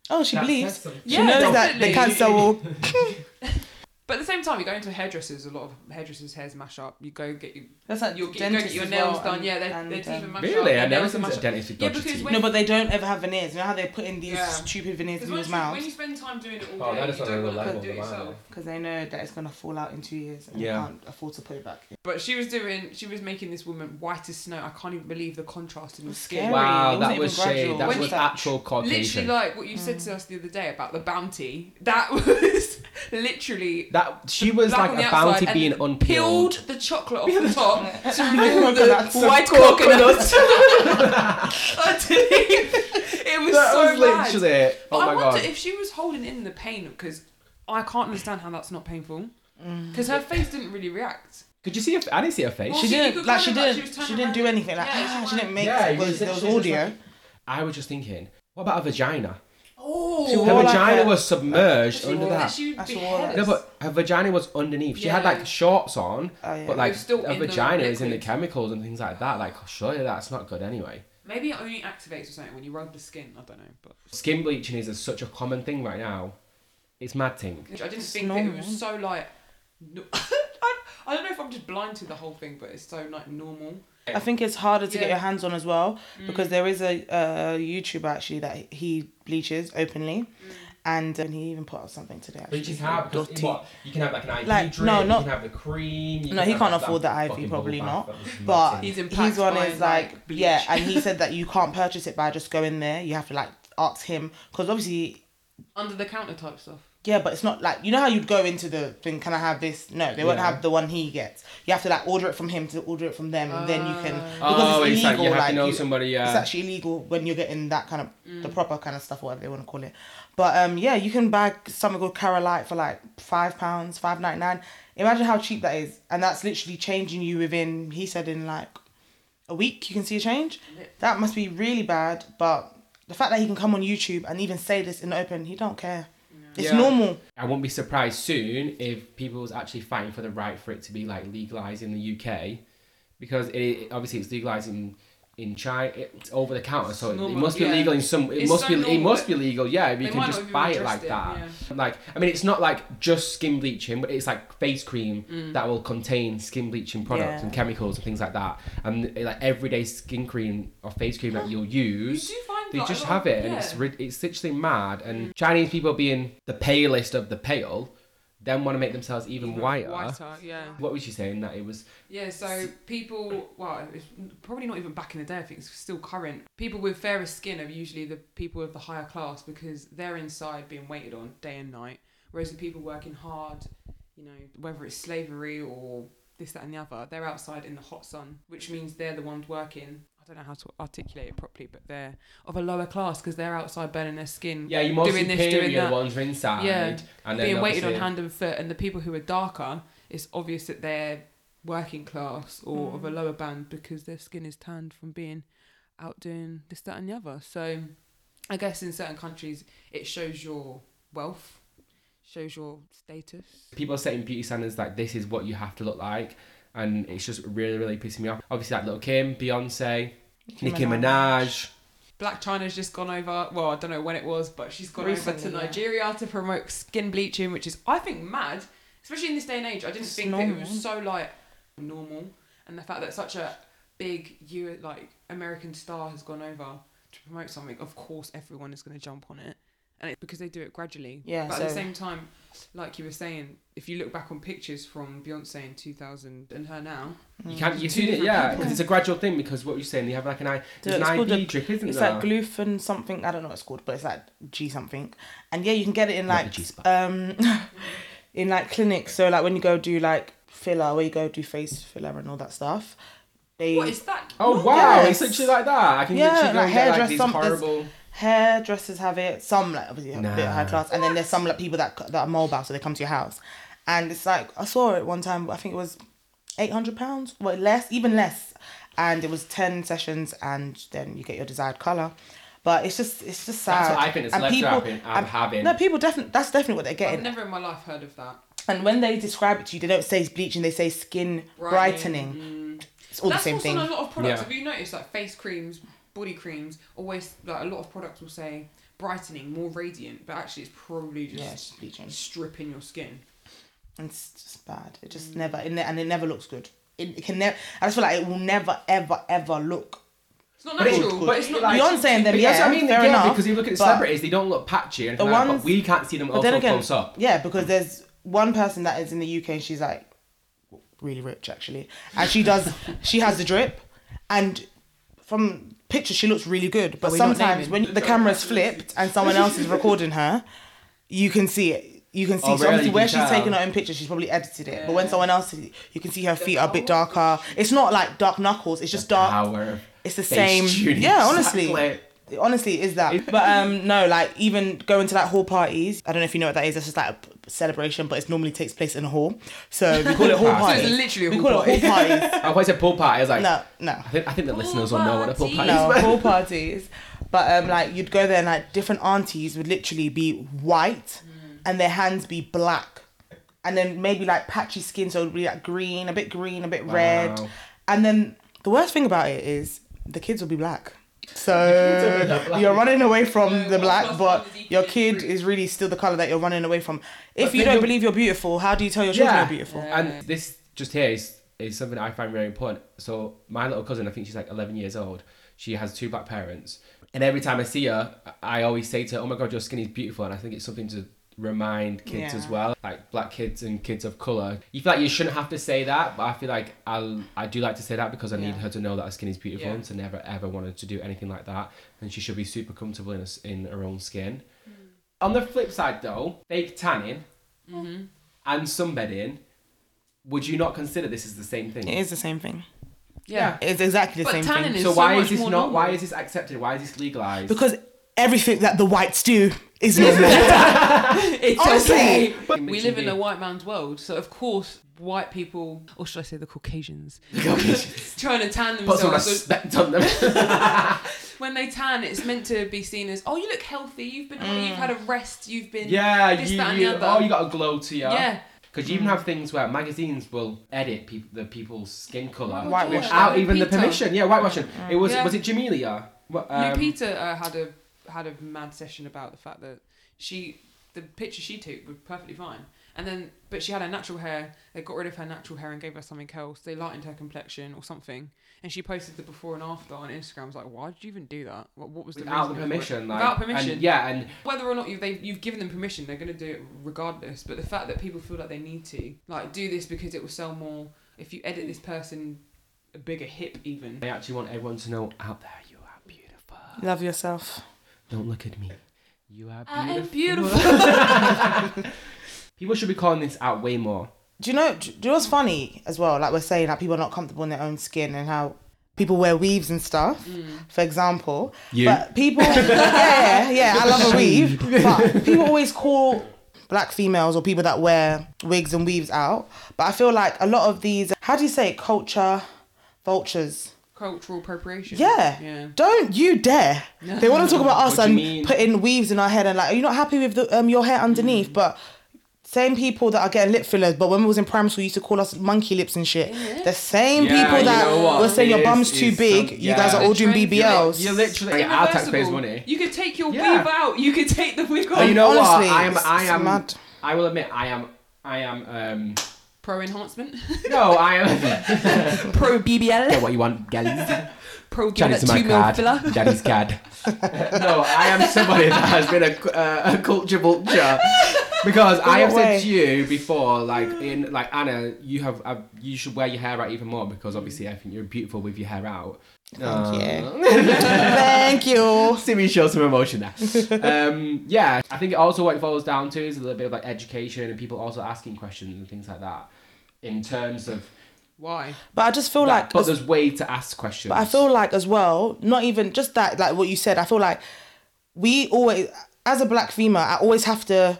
Speaker 3: Oh, she
Speaker 1: that says
Speaker 3: believes.
Speaker 1: something.
Speaker 3: She
Speaker 2: Yeah,
Speaker 3: knows that
Speaker 2: definitely.
Speaker 3: the cancer will.
Speaker 2: But at the same time, you go into hairdressers, a lot of hairdressers' hairs mash up. You go get your,
Speaker 3: That's like
Speaker 2: you go get your nails done, yeah, their, their teeth
Speaker 3: um,
Speaker 2: are mash up.
Speaker 1: really, I
Speaker 2: their
Speaker 1: never
Speaker 2: nails are
Speaker 1: seen
Speaker 2: mash
Speaker 1: a
Speaker 2: up.
Speaker 1: dentist with
Speaker 2: Yeah,
Speaker 1: dodgy
Speaker 2: because
Speaker 1: teeth.
Speaker 2: when-
Speaker 3: No, but they don't ever have veneers. You know how they put in these
Speaker 2: Yeah.
Speaker 3: stupid veneers in
Speaker 2: Because
Speaker 3: people's
Speaker 2: once you, when you
Speaker 3: mouths?
Speaker 2: spend time doing it all
Speaker 1: Oh,
Speaker 2: day,
Speaker 1: that
Speaker 2: you
Speaker 1: is on
Speaker 2: don't
Speaker 1: another
Speaker 2: want to
Speaker 1: level
Speaker 2: do it
Speaker 1: than mine.
Speaker 2: yourself.
Speaker 3: Because they know that it's going to fall out in two years and
Speaker 1: Yeah.
Speaker 3: they can't afford to put it back.
Speaker 2: But she was doing, she was making this woman white as snow. I can't even believe the contrast in the
Speaker 3: That's
Speaker 2: skin.
Speaker 3: scary.
Speaker 1: Wow,
Speaker 3: It wasn't
Speaker 1: that
Speaker 3: even
Speaker 1: was shade.
Speaker 3: gradual.
Speaker 1: That
Speaker 2: When
Speaker 1: was
Speaker 3: you-
Speaker 1: actual Caucasian.
Speaker 2: Literally, like what you said to us the other day about the bounty. That was literally
Speaker 1: That she was like
Speaker 2: black on the
Speaker 1: a
Speaker 2: outside
Speaker 1: bounty
Speaker 2: and
Speaker 1: being
Speaker 2: peeled
Speaker 1: unpeeled.
Speaker 2: the chocolate off the top to reveal
Speaker 3: Coconut,
Speaker 2: the
Speaker 3: some
Speaker 2: white coconut. I didn't even- it was
Speaker 1: that
Speaker 2: so
Speaker 1: was
Speaker 2: bad.
Speaker 1: literally it.
Speaker 2: But
Speaker 1: Oh
Speaker 2: I
Speaker 1: my
Speaker 2: wonder
Speaker 1: god.
Speaker 2: if she was holding in the pain because I can't understand how that's not painful. Because her face didn't really react.
Speaker 1: Could you see her? f- I didn't see her face.
Speaker 2: Well,
Speaker 3: She
Speaker 2: you
Speaker 3: didn't,
Speaker 2: could
Speaker 3: like,
Speaker 2: go
Speaker 3: she
Speaker 2: in, like, she
Speaker 3: didn't,
Speaker 2: was turning
Speaker 3: she didn't
Speaker 2: around.
Speaker 3: do anything. Like,
Speaker 2: Yeah, she
Speaker 3: ah, she
Speaker 2: went-
Speaker 3: didn't make
Speaker 1: Yeah,
Speaker 3: it.
Speaker 1: you
Speaker 3: There
Speaker 1: just-
Speaker 3: was there was
Speaker 1: she just-
Speaker 3: audio.
Speaker 1: I was just thinking, what about her vagina?
Speaker 2: Oh,
Speaker 3: She
Speaker 1: Her
Speaker 3: wore like
Speaker 1: vagina
Speaker 3: a-
Speaker 1: was submerged
Speaker 2: she,
Speaker 1: under
Speaker 2: would-
Speaker 1: that.
Speaker 2: She would
Speaker 3: That's
Speaker 2: be
Speaker 3: a walrus.
Speaker 2: headless.
Speaker 1: No, but her vagina was underneath. She had
Speaker 2: Yeah.
Speaker 1: like shorts on,
Speaker 3: Oh, yeah.
Speaker 1: but like
Speaker 2: It was still
Speaker 1: her
Speaker 2: in the
Speaker 1: vagina is in the
Speaker 2: liquid.
Speaker 1: chemicals and things like that. Like, surely that's not good anyway.
Speaker 2: Maybe it only activates or something when you rub the skin. I don't know, but
Speaker 1: Skin bleaching is a, such a common thing right now. It's mad thing.
Speaker 2: Which I didn't
Speaker 3: It's
Speaker 2: think that it
Speaker 3: normal.
Speaker 2: was so like. No- I, I don't know if I'm just blind to the whole thing, but it's so like normal.
Speaker 3: I think it's harder to
Speaker 2: Yeah. Mm.
Speaker 3: get your hands on as well because there is a, a YouTuber actually that he bleaches openly,
Speaker 2: Mm.
Speaker 3: and, and he even put out something today. Actually.
Speaker 1: Bleaching hard because
Speaker 3: Dirty.
Speaker 1: what? You can have like an IV
Speaker 3: Like,
Speaker 1: drip,
Speaker 3: no,
Speaker 1: you
Speaker 3: not-
Speaker 1: can have the cream. you
Speaker 3: No,
Speaker 1: can
Speaker 3: he
Speaker 1: have
Speaker 3: can't
Speaker 1: that
Speaker 3: afford the IV,
Speaker 1: fucking
Speaker 3: probably
Speaker 1: bubble bath
Speaker 3: not,
Speaker 1: that was
Speaker 3: But
Speaker 1: melting.
Speaker 2: He's in
Speaker 3: he's one
Speaker 2: Pax buying,
Speaker 3: is like,
Speaker 2: like, bleach.
Speaker 3: yeah, and he said that you can't purchase it by just going there. You have to like ask him because obviously,
Speaker 2: Under the counter type stuff.
Speaker 3: yeah, but it's not like you know how you'd go into the thing. Can I have this? No, they won't
Speaker 1: Yeah.
Speaker 3: have the one he gets. You have to like order it from him to order it from them, and then you can because
Speaker 1: Oh,
Speaker 3: it's
Speaker 1: it's like
Speaker 3: illegal.
Speaker 1: you have
Speaker 3: like,
Speaker 1: to know
Speaker 3: you-
Speaker 1: somebody. uh, Yeah.
Speaker 3: it's actually illegal when you're getting that kind of the proper kind of stuff or whatever they want to call it but um yeah you can buy something called carolite for like five pounds five ninety nine imagine how cheap that is and that's literally changing you within he said in like a week you can see a change that must be really bad but the fact that he can come on youtube and even say this in the open he don't care it's
Speaker 1: Yeah.
Speaker 3: normal
Speaker 1: I won't be surprised soon if people was actually fighting for the right for it to be like legalized in the UK, because it obviously it's legalized in in China. It's over the counter, so it, it
Speaker 2: normal,
Speaker 1: must be
Speaker 2: yeah.
Speaker 1: legal in some. It
Speaker 2: It's
Speaker 1: must
Speaker 2: so
Speaker 1: be. It
Speaker 2: normal,
Speaker 1: must be
Speaker 2: but
Speaker 1: legal. Yeah, we
Speaker 2: They
Speaker 1: can
Speaker 2: might
Speaker 1: just
Speaker 2: not
Speaker 1: buy
Speaker 2: even
Speaker 1: it like
Speaker 2: address
Speaker 1: that. Like, I mean, it's not like just skin bleaching, but it's like face cream that will contain skin bleaching products
Speaker 2: Mm. Yeah.
Speaker 1: and chemicals and things like that. And uh, like everyday skin cream or face cream that you'll
Speaker 2: You
Speaker 1: use.
Speaker 2: do find
Speaker 1: They
Speaker 2: like, a
Speaker 1: just
Speaker 2: lot of-
Speaker 1: have it, and it's
Speaker 2: yeah.
Speaker 1: rid- it's literally mad. And Chinese people being the palest of the pale, then want to make themselves even whiter.
Speaker 2: whiter. Yeah.
Speaker 1: What was she saying? That it was
Speaker 2: Yeah, so people, well, it's probably not even back in the day, I think it's still current. People with fairer skin are usually the people of the higher class because they're inside being waited on day and night. Whereas the people working hard, you know, whether it's slavery or this, that, and the other, they're outside in the hot sun, which means they're the ones working. I don't know how to articulate it properly, but they're of a lower class because they're outside burning their skin.
Speaker 1: yeah, you mostly
Speaker 2: doing this, doing
Speaker 1: period
Speaker 2: that.
Speaker 1: ones are inside,
Speaker 2: Yeah.
Speaker 1: and then
Speaker 2: being waited on
Speaker 1: obviously-
Speaker 2: hand and foot, and the people who are darker, it's obvious that they're working class or of a lower band because their skin is tanned from being out doing this, that, and the other. So, I guess in certain countries, it shows your wealth, shows your status.
Speaker 1: people are setting beauty standards like this is what you have to look like and it's just really really pissing me off obviously like little kim beyonce nicki minaj
Speaker 2: Black China's just gone over. Well, I don't know when it was, but she's gone over
Speaker 3: Recently,
Speaker 2: to
Speaker 3: yeah.
Speaker 2: Nigeria to promote skin bleaching, which is I think mad, especially in this day and age. I didn't
Speaker 3: It's
Speaker 2: think that it
Speaker 3: normal.
Speaker 2: was so like normal, and the fact that such a big you like American star has gone over to promote something, of course everyone is going to jump on it, and it's because they do it gradually.
Speaker 3: Yeah,
Speaker 2: But at the
Speaker 3: so-
Speaker 2: same time, like you were saying, if you look back on pictures from Beyonce in 2000 and her now,
Speaker 1: you can't you
Speaker 2: Two
Speaker 1: see it
Speaker 2: different
Speaker 1: yeah
Speaker 2: people.
Speaker 1: because it's a gradual thing because what you're saying you have like an eye
Speaker 3: So
Speaker 1: there's
Speaker 3: it's
Speaker 1: an
Speaker 3: called
Speaker 1: ib
Speaker 3: a-
Speaker 1: drip isn't
Speaker 3: It's
Speaker 1: there
Speaker 3: like glufen something. I don't know what it's called, but it's like G something. And yeah, you can get it in
Speaker 1: Not the
Speaker 3: like
Speaker 1: G-spot.
Speaker 3: um in like clinics. So like when you go do like filler, where you go do face filler and all that stuff, they
Speaker 2: what is that?
Speaker 1: oh
Speaker 2: normal?
Speaker 1: wow
Speaker 3: Yes.
Speaker 1: it's literally like that i can
Speaker 3: Yeah,
Speaker 1: literally go
Speaker 3: like
Speaker 1: and get like
Speaker 3: hairdress-
Speaker 1: these
Speaker 3: some- there's-
Speaker 1: horrible
Speaker 3: hairdressers have it. Some like obviously have a bit
Speaker 1: Nah.
Speaker 3: high class, and then there's some like people that that are mobile, so they come to your house, and it's like I saw it one time. I think it was eight hundred pounds, well less, even less, and it was ten sessions, and then you get your desired color. But it's just it's just sad.
Speaker 1: That's what I think the
Speaker 3: And
Speaker 1: celebs are
Speaker 3: people-
Speaker 1: having- I'm
Speaker 3: and-
Speaker 1: having.
Speaker 3: No, people definitely that's definitely what they're
Speaker 2: I've
Speaker 3: getting.
Speaker 2: never in my life heard of that.
Speaker 3: and when they describe it to you, they don't say it's bleaching; they say skin brightening.
Speaker 2: Brightening.
Speaker 3: It's all
Speaker 2: That's
Speaker 3: the same
Speaker 2: also
Speaker 3: thing.
Speaker 2: on a lot of products.
Speaker 1: Yeah.
Speaker 2: Have you noticed like face creams, body creams, always like a lot of products will say brightening, more radiant, but actually it's probably
Speaker 3: Yeah, it's
Speaker 2: just
Speaker 3: just bleaching.
Speaker 2: stripping your skin.
Speaker 3: And it's just bad. It
Speaker 1: Mm.
Speaker 3: just never it ne- and it never looks good. It, it can never. I just feel like it will never, ever, ever look.
Speaker 2: It's not
Speaker 1: But it-
Speaker 2: natural, but, it's not
Speaker 1: like-
Speaker 2: natural.
Speaker 3: Beyonce and them,
Speaker 1: But
Speaker 3: yeah,
Speaker 1: that's what I mean,
Speaker 3: fair
Speaker 1: yeah,
Speaker 3: enough.
Speaker 1: because you look at the
Speaker 3: but-
Speaker 1: celebrities, they don't look patchy, and
Speaker 3: The
Speaker 1: like that,
Speaker 3: ones-
Speaker 1: but we can't see them
Speaker 3: But
Speaker 1: all
Speaker 3: then
Speaker 1: so
Speaker 3: again,
Speaker 1: close up.
Speaker 3: yeah, because there's one person that is in the UK and she's like really rich actually, and she does she has the drip, and from pictures she looks really good, but
Speaker 2: we not
Speaker 3: sometimes
Speaker 2: naming?
Speaker 3: when the camera's flipped and someone else is recording her, you can see it. You can see
Speaker 1: Oh,
Speaker 3: so obviously
Speaker 1: really? You
Speaker 3: where
Speaker 1: can
Speaker 3: she's
Speaker 1: tell.
Speaker 3: taking her own picture, she's probably edited it. But when someone else, you can see her feet are a bit darker. It's not like dark knuckles. It's just dark.
Speaker 1: Power.
Speaker 3: It's the
Speaker 1: Face
Speaker 3: same.
Speaker 1: tuning,
Speaker 3: Yeah, honestly.
Speaker 1: exactly.
Speaker 3: It honestly is that. But um no, like even going to like hall parties. I don't know if you know what that is. That's just like a p- celebration, but it normally takes place in a hall. So we call it hall
Speaker 1: So
Speaker 3: party.
Speaker 1: it's
Speaker 2: literally a
Speaker 3: we
Speaker 2: hall
Speaker 3: call it hall parties.
Speaker 1: I always said pool party. I was like,
Speaker 3: No, no,
Speaker 1: I think I think the
Speaker 2: Pool
Speaker 1: listeners will know what a pool
Speaker 2: party.
Speaker 1: party is.
Speaker 3: no hall parties. But um like you'd go there and like different aunties would literally be white, and their hands be black, and then maybe like patchy skin, so it would be like green, a bit green, a bit
Speaker 1: Wow.
Speaker 3: red, and then the worst thing about it is the kids will be black. So you're running away from the black, but your kid is really still the color that you're running away from. If
Speaker 1: But
Speaker 3: you
Speaker 1: then
Speaker 3: don't
Speaker 1: you're-
Speaker 3: believe you're beautiful, how do you tell your children you're beautiful?
Speaker 1: And this just here is, is something I find really important. So my little cousin, I think she's like 11 years old. She has two black parents, and every time I see her, I always say to her, "Oh my God, your skin is beautiful." And I think it's something to remind kids as
Speaker 3: Yeah.
Speaker 1: well, like black kids and kids of color. You feel like you shouldn't have to say that, but I feel like I I do like to say that because I need
Speaker 3: Yeah.
Speaker 1: her to know that her skin is beautiful
Speaker 2: Yeah.
Speaker 1: and to never ever want her to do anything like that, and she should be super comfortable in us in her own skin.
Speaker 3: Mm.
Speaker 1: On the flip side, though, fake tanning and sunbedding, would you not consider this as the same thing?
Speaker 3: It is the same thing.
Speaker 2: Yeah.
Speaker 3: It's exactly the
Speaker 2: But
Speaker 3: same
Speaker 2: tanning
Speaker 3: thing.
Speaker 2: is
Speaker 1: so why
Speaker 2: much
Speaker 1: is this
Speaker 2: more
Speaker 1: not?
Speaker 2: normal.
Speaker 1: Why is this accepted? Why is this legalized?
Speaker 3: Because everything that the whites do is normal.
Speaker 2: it's
Speaker 3: Honestly.
Speaker 2: okay.
Speaker 1: But-
Speaker 2: we live in a white man's world, so of course white people, or should I say the Caucasians, trying to tan
Speaker 1: put some
Speaker 2: themselves. so-
Speaker 1: respect on them.
Speaker 2: when they tan, it's meant to be seen as, oh, you look healthy. You've been, you've had a rest. You've been,
Speaker 1: yeah,
Speaker 2: This,
Speaker 1: you,
Speaker 2: that, and the
Speaker 1: you.
Speaker 2: other.
Speaker 1: Oh, you got a glow to you.
Speaker 2: yeah.
Speaker 1: Because you even have things where magazines will edit peop the people's skin color
Speaker 2: Whitewash.
Speaker 1: without
Speaker 4: Lupita.
Speaker 1: even the permission. Yeah, whitewashing.
Speaker 3: Mm.
Speaker 1: It was
Speaker 4: Yeah.
Speaker 1: was it Jamelia? What, um,
Speaker 4: Lupita uh, had a had a mad session about the fact that she the picture she took was perfectly fine, and then but she had her natural hair. They got rid of her natural hair and gave her something else. They lightened her complexion or something, and she posted the before and after on Instagram. I was like, why did you even do that? What, what was the
Speaker 1: without the
Speaker 4: reasoning for it?
Speaker 1: permission. Like,
Speaker 4: Without
Speaker 1: and-
Speaker 4: permission.
Speaker 1: yeah, and
Speaker 4: Whether or not you they you've given them permission, they're going to do it regardless. But the fact that people feel like they need to like do this because it will sell more. If you edit this person a bigger hip, even
Speaker 1: I actually want everyone to know out there, you are beautiful.
Speaker 3: Love yourself.
Speaker 1: Don't look at me. You are
Speaker 4: I am
Speaker 1: People should be calling this out way more.
Speaker 3: Do you know? Do you know what's funny as well? Like we're saying, like people are not comfortable in their own skin and how people wear weaves and stuff. For example,
Speaker 1: You.
Speaker 3: but people, yeah, yeah, yeah, I love a weave, but people always call black females or people that wear wigs and weaves out. But I feel like a lot of these, how do you say, it? culture vultures.
Speaker 4: cultural appropriation.
Speaker 3: Yeah.
Speaker 4: yeah.
Speaker 3: Don't you dare. They want to talk about us
Speaker 1: What do you
Speaker 3: and
Speaker 1: mean?
Speaker 3: putting weaves in our head and like, are you not happy with the, um, your hair
Speaker 4: Mm.
Speaker 3: underneath? But same people that are getting lip fillers, but when we was in primary school, used to call us monkey lips and shit. The same
Speaker 1: Yeah,
Speaker 3: people
Speaker 1: you
Speaker 3: that
Speaker 1: know what?
Speaker 3: were saying your
Speaker 1: It
Speaker 3: bum's
Speaker 1: is-
Speaker 3: too
Speaker 1: is
Speaker 3: big,
Speaker 1: some-
Speaker 3: you guys
Speaker 1: yeah.
Speaker 3: are all doing
Speaker 4: Trend-
Speaker 3: BBLs.
Speaker 1: You literally get our taxpayers'
Speaker 4: Irreversible.
Speaker 1: money.
Speaker 4: You could take your
Speaker 1: Yeah.
Speaker 4: weave out. You could take the wig off.
Speaker 1: Oh, you know
Speaker 3: honestly,
Speaker 1: what? I am.
Speaker 3: it's-
Speaker 1: I
Speaker 3: it's
Speaker 1: am.
Speaker 3: mad.
Speaker 1: I will admit, I am. I am. Um,
Speaker 4: Pro enhancement.
Speaker 1: no, I am.
Speaker 4: Pro BBL.
Speaker 1: Get Oh, what you want, galley.
Speaker 4: Pro give
Speaker 1: Daddy's
Speaker 4: it two mil filler.
Speaker 1: Daddy's card. no, I am somebody that has been a, uh, a culture vulture because I have
Speaker 3: what way?
Speaker 1: said to you before, like in like Anna, you have uh, you should wear your hair out even more because obviously I think you're beautiful with your hair out. Uh.
Speaker 3: Thank Thank you.
Speaker 1: Simi shows some emotion there. um, yeah, I think also what it falls down to is a little bit of like education and people also asking questions and things like that. In terms of,
Speaker 4: Why?
Speaker 3: But I just feel
Speaker 1: that,
Speaker 3: like
Speaker 1: but there's way to ask questions.
Speaker 3: But I feel like as well, not even just that, like what you said. I feel like we always, as a black female, I always have to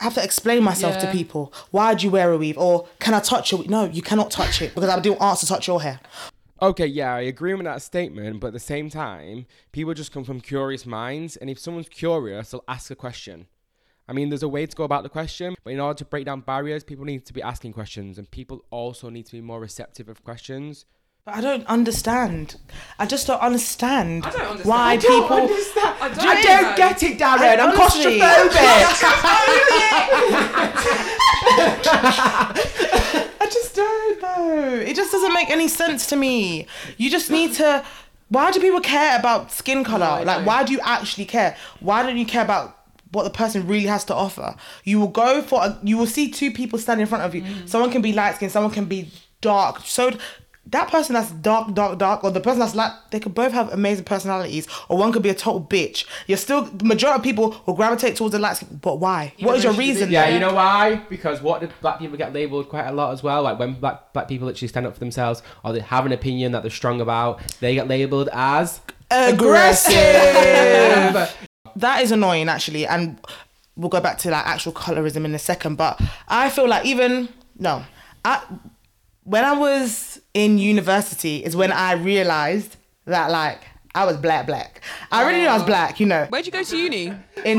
Speaker 3: have to explain myself to
Speaker 4: Yeah.
Speaker 3: people. Why do you wear a weave? Or can I touch your? No, you cannot touch it because I didn't ask to touch your hair.
Speaker 1: Okay, yeah, I agree with that statement, but at the same time, people just come from curious minds, and if someone's curious, they'll ask a question. I mean, there's a way to go about the question, but in order to break down barriers, people need to be asking questions, and people also need to be more receptive of questions.
Speaker 3: But I don't understand. I just don't understand
Speaker 4: I don't understand.
Speaker 3: why
Speaker 4: I
Speaker 3: people.
Speaker 4: I don't,
Speaker 1: I don't
Speaker 4: know.
Speaker 1: get it, Darren.
Speaker 3: I
Speaker 1: I'm
Speaker 3: honestly-
Speaker 1: claustrophobic.
Speaker 3: I just don't know. It just doesn't make any sense to me. You just need to. Why do people care about skin color?
Speaker 4: I
Speaker 3: like,
Speaker 4: know.
Speaker 3: why do you actually care? Why don't you care about what the person really has to offer? You will go for. A, you will see two people standing in front of you. Someone can be light skinned, someone can be dark. So. That person that's dark, dark, dark, or the person that's light, they could both have amazing personalities, or one could be a total bitch. You're still, the majority of people will gravitate towards the light skin, but why? what is your
Speaker 4: though she
Speaker 3: reason?
Speaker 4: didn't-
Speaker 1: yeah, you know why? Because what did black people get labelled quite a lot as well? Like when black black people literally stand up for themselves or they have an opinion that they're strong about, they get labelled as
Speaker 3: aggressive. that is annoying, actually, and we'll go back to like actual colorism in a second. But I feel like even no, I when I was in university is when I realized that like I was black, black. I already knew I was black, you know,
Speaker 4: Where'd you go to uni?
Speaker 3: in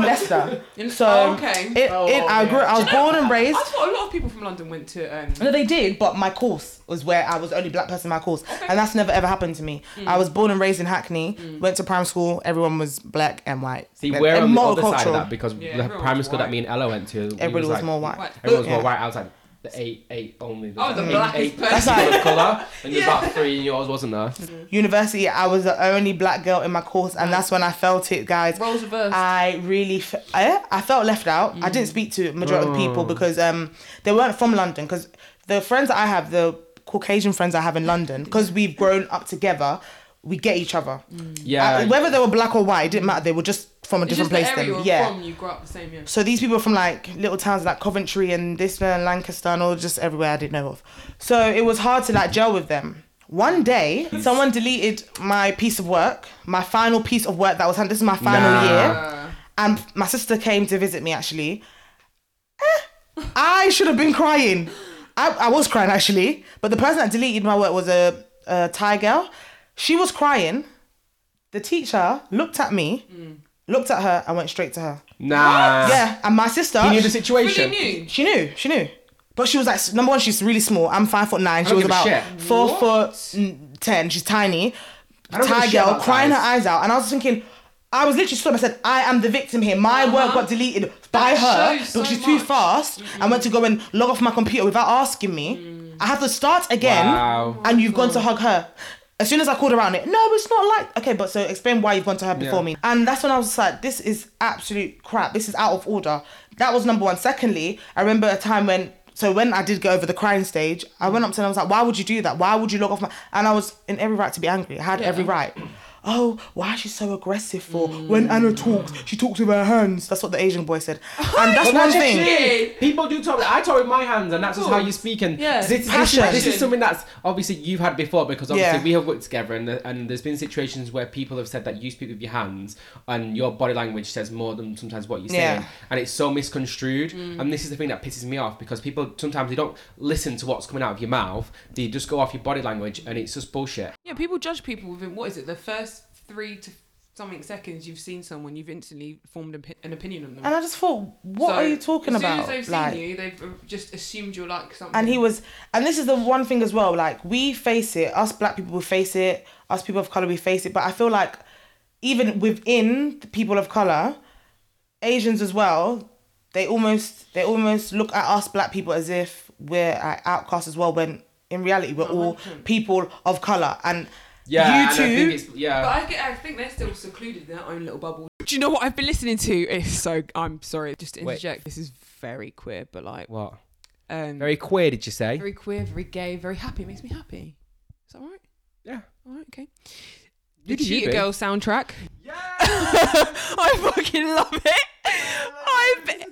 Speaker 4: Oh.
Speaker 3: Leicester.
Speaker 4: In-
Speaker 3: So
Speaker 4: oh, okay.
Speaker 3: it, it, I grew, I was born and raised.
Speaker 4: I thought a lot of people from London went to. Um,
Speaker 3: No, they did, but my course was where I was the only black person in my course, and that's never ever happened to me. I was born and raised in Hackney, went to primary school, everyone was black and white.
Speaker 1: See,
Speaker 3: and,
Speaker 1: we're
Speaker 3: and
Speaker 1: on the other side of
Speaker 3: multicultural.
Speaker 1: that because
Speaker 4: Yeah,
Speaker 1: the
Speaker 4: everyone
Speaker 1: primary
Speaker 4: was
Speaker 1: school that
Speaker 4: white.
Speaker 1: me and Ella went to, we
Speaker 3: Everybody was,
Speaker 1: like,
Speaker 3: more white.
Speaker 4: White.
Speaker 1: Everyone was
Speaker 3: Yeah.
Speaker 1: more white. I was like the eight, eight only.
Speaker 4: I was the
Speaker 1: eight-
Speaker 4: blackest
Speaker 1: eight
Speaker 4: person.
Speaker 1: people
Speaker 3: That's
Speaker 1: of color, and there's about three in yours, wasn't there?
Speaker 3: Mm. University, I was the only black girl in my course, and that's when I felt it, guys.
Speaker 4: Roles reversed.
Speaker 3: I really, f- I, I felt left out. I didn't speak to majority of
Speaker 1: Oh.
Speaker 3: people because um they weren't from London. Because the friends that I have, the Caucasian friends I have in London, because we've grown up together, we get each other. Uh,
Speaker 1: Yeah.
Speaker 3: whether they were black or white, it didn't matter. They were just from a
Speaker 4: it's
Speaker 3: different
Speaker 4: just the
Speaker 3: place.
Speaker 4: area
Speaker 3: Then,
Speaker 4: you're
Speaker 3: yeah.
Speaker 4: from. You grew up the same. Yeah.
Speaker 3: So these people are from like little towns like Coventry and this and Lancaster and all just everywhere I didn't know of. So it was hard to like gel with them. One day, someone deleted my piece of work, my final piece of work that was hand. This is my final
Speaker 1: Nah.
Speaker 3: year,
Speaker 4: Uh,
Speaker 3: and my sister came to visit me. Actually, Eh, I should have been crying. I, I was crying actually, but the person that deleted my work was a, a Thai girl. She was crying. The teacher looked at me, looked at her, and went straight to her.
Speaker 1: Nah.
Speaker 3: Yeah, and my sister.
Speaker 1: Ah. He knew the
Speaker 4: really
Speaker 1: situation.
Speaker 4: new.
Speaker 3: She knew. She knew. But she was like, number one, she's really small. I'm five foot nine.
Speaker 1: I
Speaker 3: She
Speaker 1: don't
Speaker 3: was
Speaker 1: give a
Speaker 3: about
Speaker 1: shit.
Speaker 3: four
Speaker 2: What?
Speaker 3: foot mm, ten. She's tiny.
Speaker 1: I don't give a
Speaker 3: Thai
Speaker 1: shit
Speaker 3: girl
Speaker 1: about
Speaker 3: crying
Speaker 1: guys.
Speaker 3: her eyes out. And I was thinking, I was literally stood up. I said, I am the victim here. My
Speaker 1: Uh-huh.
Speaker 3: work got deleted by
Speaker 2: That
Speaker 3: her
Speaker 2: shows
Speaker 3: because
Speaker 2: so
Speaker 3: she's too
Speaker 2: much.
Speaker 3: fast and went to go and log off my computer without asking me. I have to start again.
Speaker 1: Mm. Wow.
Speaker 3: Oh, And you've gone to hug her. As soon as I called around it, no, it's not like okay, but so explain why you've gone to her before
Speaker 1: Yeah.
Speaker 3: me. And that's when I was just like, this is absolute crap. This is out of order. That was number one. Secondly, I remember a time when so when I did go over the crying stage, I went up to her and I was like, why would you do that? Why would you log off my and I was in every right to be angry. I had every right. Oh, why is she so aggressive for
Speaker 2: Mm.
Speaker 3: when Anna talks, she talks with her hands. That's what the Asian boy said. And that's
Speaker 1: But
Speaker 3: one
Speaker 1: that's just
Speaker 3: thing.
Speaker 1: it. People do talk. I talk with my hands, and that's just how you speak. And
Speaker 2: Yeah.
Speaker 1: this, this-
Speaker 3: Passion.
Speaker 1: this is something that's obviously you've had before because obviously
Speaker 3: Yeah.
Speaker 1: we have worked together, and, the, and there's been situations where people have said that you speak with your hands, and your body language says more than sometimes what you're saying,
Speaker 3: Yeah. Mm.
Speaker 1: and it's so misconstrued. And this is the thing that pisses me off because people sometimes they don't listen to what's coming out of your mouth; they just go off your body language, and it's just bullshit.
Speaker 2: Yeah, people judge people within what is it? The first three to something seconds you've seen someone, you've instantly formed a, an opinion on them.
Speaker 3: And I just thought, what
Speaker 2: So,
Speaker 3: are you talking
Speaker 2: as
Speaker 3: about?
Speaker 2: As soon as they've
Speaker 3: Like-
Speaker 2: seen you, they've uh, just assumed you're like something.
Speaker 3: and he was and this is the one thing as well like we face it us black people we face it us people of color we face it but i feel like even within the people of color asians as well they almost they almost look at us black people as if we're like, outcasts as well when in reality we're all people of color and
Speaker 1: Yeah,
Speaker 3: you
Speaker 1: and I think
Speaker 3: too
Speaker 1: it's yeah.
Speaker 2: But I, get- I think they're still secluded in their own little bubble. Do you know what I've been listening to? It's so I'm sorry, just to
Speaker 1: Wait.
Speaker 2: interject. This is very queer, but like
Speaker 1: what?
Speaker 2: um,
Speaker 1: Very queer, did you say?
Speaker 2: very queer, very gay, very happy. It makes me happy. Is that all right?
Speaker 1: Yeah.
Speaker 2: All right, okay.
Speaker 1: You
Speaker 2: The
Speaker 1: do you,
Speaker 2: Cheetah
Speaker 1: babe.
Speaker 2: Girl soundtrack. I fucking love it. I've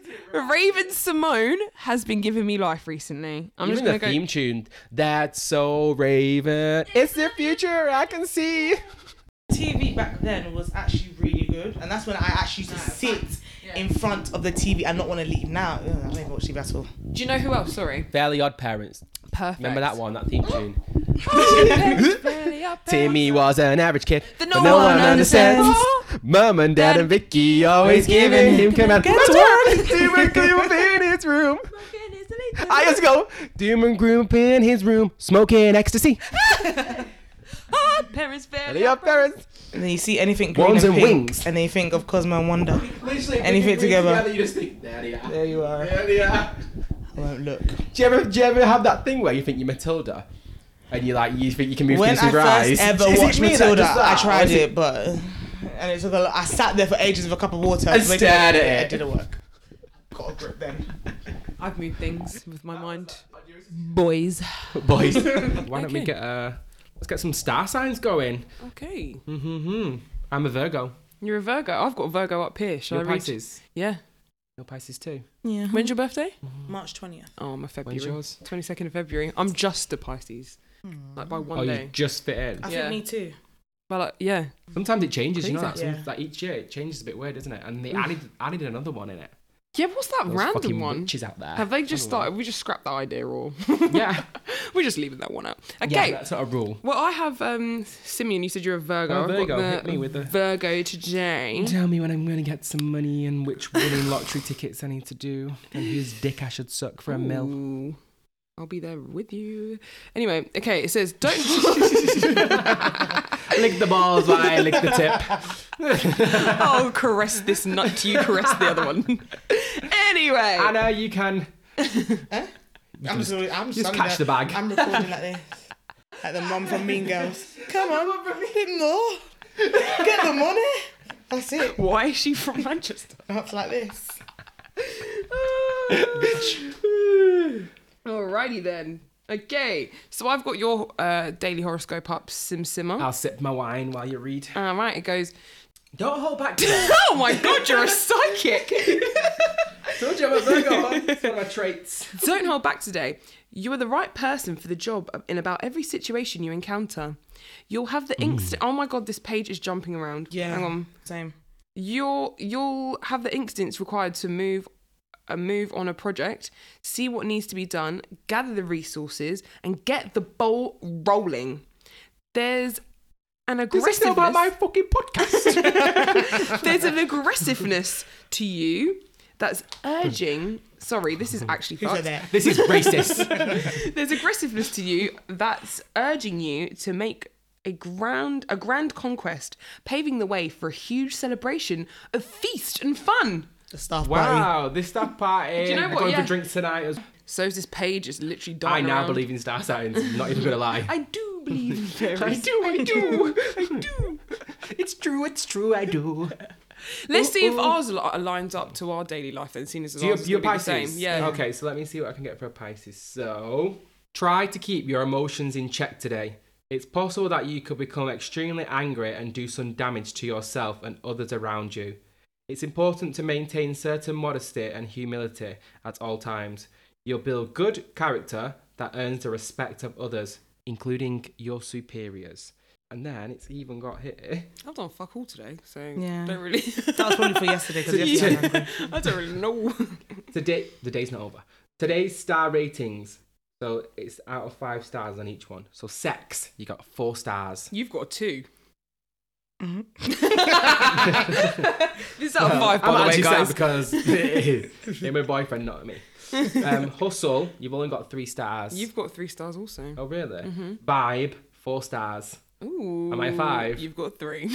Speaker 2: Raven Simone has been giving me life recently. I'm
Speaker 1: Even
Speaker 2: just
Speaker 1: the
Speaker 2: gonna go.
Speaker 1: theme tune. That's so Raven. It's the future I can see.
Speaker 3: tv back then was actually really good and that's when i actually used to sit in front of the tv and not want to leave now Ugh, i don't even watch tv at all
Speaker 2: Do you know who else? Sorry.
Speaker 1: Fairly Odd Parents.
Speaker 2: Perfect.
Speaker 1: Remember that one, that theme tune.
Speaker 2: Barely up
Speaker 1: Timmy was an average kid,
Speaker 2: That
Speaker 1: but
Speaker 2: no one
Speaker 1: Mum and Dad and Vicky always giving him command.
Speaker 3: Get
Speaker 1: That's
Speaker 3: to
Speaker 1: what Doom and Gloom in his room. I just go Doom and Gloom in his room, smoking ecstasy.
Speaker 2: Hard parents barely
Speaker 1: Fairly Odd Parents.
Speaker 3: And then you see anything green
Speaker 1: Wands
Speaker 3: and,
Speaker 1: and
Speaker 3: pink,
Speaker 1: wings.
Speaker 3: and then you think of Cosmo and Wonder.
Speaker 1: Literally,
Speaker 3: And you fit together.
Speaker 1: You just think there they are.
Speaker 3: There you are.
Speaker 1: There they are.
Speaker 3: I won't look.
Speaker 1: Do you ever do you ever have that thing where you think you're Matilda? And you like you think you can move
Speaker 3: when
Speaker 1: things with
Speaker 3: I
Speaker 1: your eyes?
Speaker 3: first ever
Speaker 1: Is it
Speaker 3: watched
Speaker 1: me that
Speaker 3: Matilda,
Speaker 1: does that,
Speaker 3: I
Speaker 1: or
Speaker 3: tried
Speaker 1: is
Speaker 3: it, but and it took a lot. I sat there for ages with a cup of water.
Speaker 1: And
Speaker 3: to wake
Speaker 1: stared
Speaker 3: up.
Speaker 1: at
Speaker 3: Yeah,
Speaker 1: it.
Speaker 3: It didn't work. Got a grip then.
Speaker 2: I've moved things with my mind. Boys.
Speaker 1: Boys, why don't we
Speaker 2: Okay.
Speaker 1: get uh let's get some star signs going?
Speaker 2: Okay.
Speaker 1: Mm-hmm. I'm a Virgo.
Speaker 2: You're a Virgo. I've got a Virgo up here. Shall
Speaker 1: You're
Speaker 2: I read?
Speaker 1: Pisces.
Speaker 2: Yeah.
Speaker 1: You're Pisces too.
Speaker 3: Yeah.
Speaker 2: When's your birthday?
Speaker 3: March twentieth.
Speaker 2: Oh, I'm a
Speaker 1: When's
Speaker 2: February.
Speaker 1: yours?
Speaker 2: 22nd of February. I'm just a Pisces. Like by one
Speaker 1: oh,
Speaker 2: day.
Speaker 1: you just fit in.
Speaker 3: I
Speaker 2: Hmm. Yeah.
Speaker 3: think me too.
Speaker 2: Well, like, yeah.
Speaker 1: Sometimes it changes, you know that.
Speaker 3: Crazy.
Speaker 1: Some-
Speaker 3: Yeah.
Speaker 1: Like each year it changes a bit weird, doesn't it? And they
Speaker 2: Oof.
Speaker 1: added added another one in it.
Speaker 2: Yeah, what's that
Speaker 1: Those
Speaker 2: random
Speaker 1: fucking
Speaker 2: one?
Speaker 1: witches out there.
Speaker 2: Have they just
Speaker 1: Another
Speaker 2: started? We just scrapped that idea, or
Speaker 1: one. yeah.
Speaker 2: we're just leaving that one out. Okay.
Speaker 1: Yeah, that's not a rule.
Speaker 2: Well, I have um Simeon. You said you're a Virgo.
Speaker 1: Oh,
Speaker 2: I've got
Speaker 1: Virgo,
Speaker 2: the
Speaker 1: hit me with the-
Speaker 2: Virgo today.
Speaker 1: Tell me when I'm going to get some money and which winning lottery tickets I need to do and whose dick I should suck for a mil.
Speaker 2: Ooh. I'll be there with you. Anyway, okay. It says don't.
Speaker 1: lick the balls while I lick the tip.
Speaker 2: oh, caress this nut. You caress the other one. anyway.
Speaker 1: Anna, you can
Speaker 3: I'm just, I'm
Speaker 1: just
Speaker 3: standing
Speaker 1: catch the
Speaker 3: there.
Speaker 1: bag.
Speaker 3: I'm recording like this. Like the mum from Mean Girls. Come on, bit more. Get the money. That's it.
Speaker 2: Why is she from Manchester?
Speaker 3: That's like this.
Speaker 2: Alrighty then. Okay, so I've got your uh, daily horoscope up, Sim Simmer.
Speaker 1: I'll sip my wine while you read.
Speaker 2: All right, it goes.
Speaker 1: Don't hold back.
Speaker 2: oh my god, you're a psychic.
Speaker 1: Told you I'm a Virgo. It's one of my traits.
Speaker 2: Don't hold back today. You are the right person for the job in about every situation you encounter. You'll have the instinct. Oh my god, this page is jumping around.
Speaker 3: Yeah.
Speaker 2: Hang on.
Speaker 3: Same.
Speaker 2: You'll you'll have the instincts required to move a move on a project, see what needs to be done, gather the resources, and get the ball rolling. There's an
Speaker 1: This is
Speaker 2: aggressiveness.
Speaker 1: still about my fucking podcast.
Speaker 2: There's an aggressiveness to you that's urging. Sorry, this is actually
Speaker 3: Who
Speaker 2: fucked.
Speaker 3: said that?
Speaker 1: This is racist.
Speaker 2: There's aggressiveness to you that's urging you to make a grand a grand conquest, paving the way for a huge celebration of feast and fun.
Speaker 3: The staff party.
Speaker 1: wow, this that party.
Speaker 4: Do you know
Speaker 1: We're
Speaker 4: what?
Speaker 1: Going
Speaker 4: Yeah.
Speaker 1: for drinks tonight. It was-
Speaker 2: So is this page is literally
Speaker 1: I
Speaker 2: dying.
Speaker 1: now
Speaker 2: around.
Speaker 1: believe in star signs. I'm not even gonna lie.
Speaker 2: I do believe in fairies.
Speaker 1: I do, I do, I do. It's true, it's true, I do.
Speaker 2: Let's see if ours li- lines up to our daily life then, seeing as ours
Speaker 1: So you're,
Speaker 2: is
Speaker 1: you're
Speaker 2: gonna be the same.
Speaker 1: Pisces.
Speaker 2: Yeah.
Speaker 1: Okay, so let me see what I can get for a Pisces. So try to keep your emotions in check today. It's possible that you could become extremely angry and do some damage to yourself and others around you. It's important to maintain certain modesty and humility at all times. You'll build good character that earns the respect of others, including your superiors. And then it's even got here.
Speaker 2: I've done fuck all today, so
Speaker 3: Yeah.
Speaker 2: don't really.
Speaker 3: That was probably for yesterday because yesterday. I was angry.
Speaker 2: I don't really know.
Speaker 1: Today, the day's not over. Today's star ratings. So it's out of five stars on each one. So sex, you got four stars.
Speaker 2: You've got a two.
Speaker 1: Mm-hmm.
Speaker 3: Mhm.
Speaker 2: this is out of five, by
Speaker 1: Um, I'm
Speaker 2: the way,
Speaker 1: actually sad
Speaker 2: guys.
Speaker 1: because it is. Yeah, my boyfriend, not me. Um, hustle, you've only got three stars.
Speaker 2: You've got three stars also.
Speaker 1: Oh really? Vibe, four stars.
Speaker 2: Ooh.
Speaker 1: Am I five? Oh,
Speaker 2: You've got three.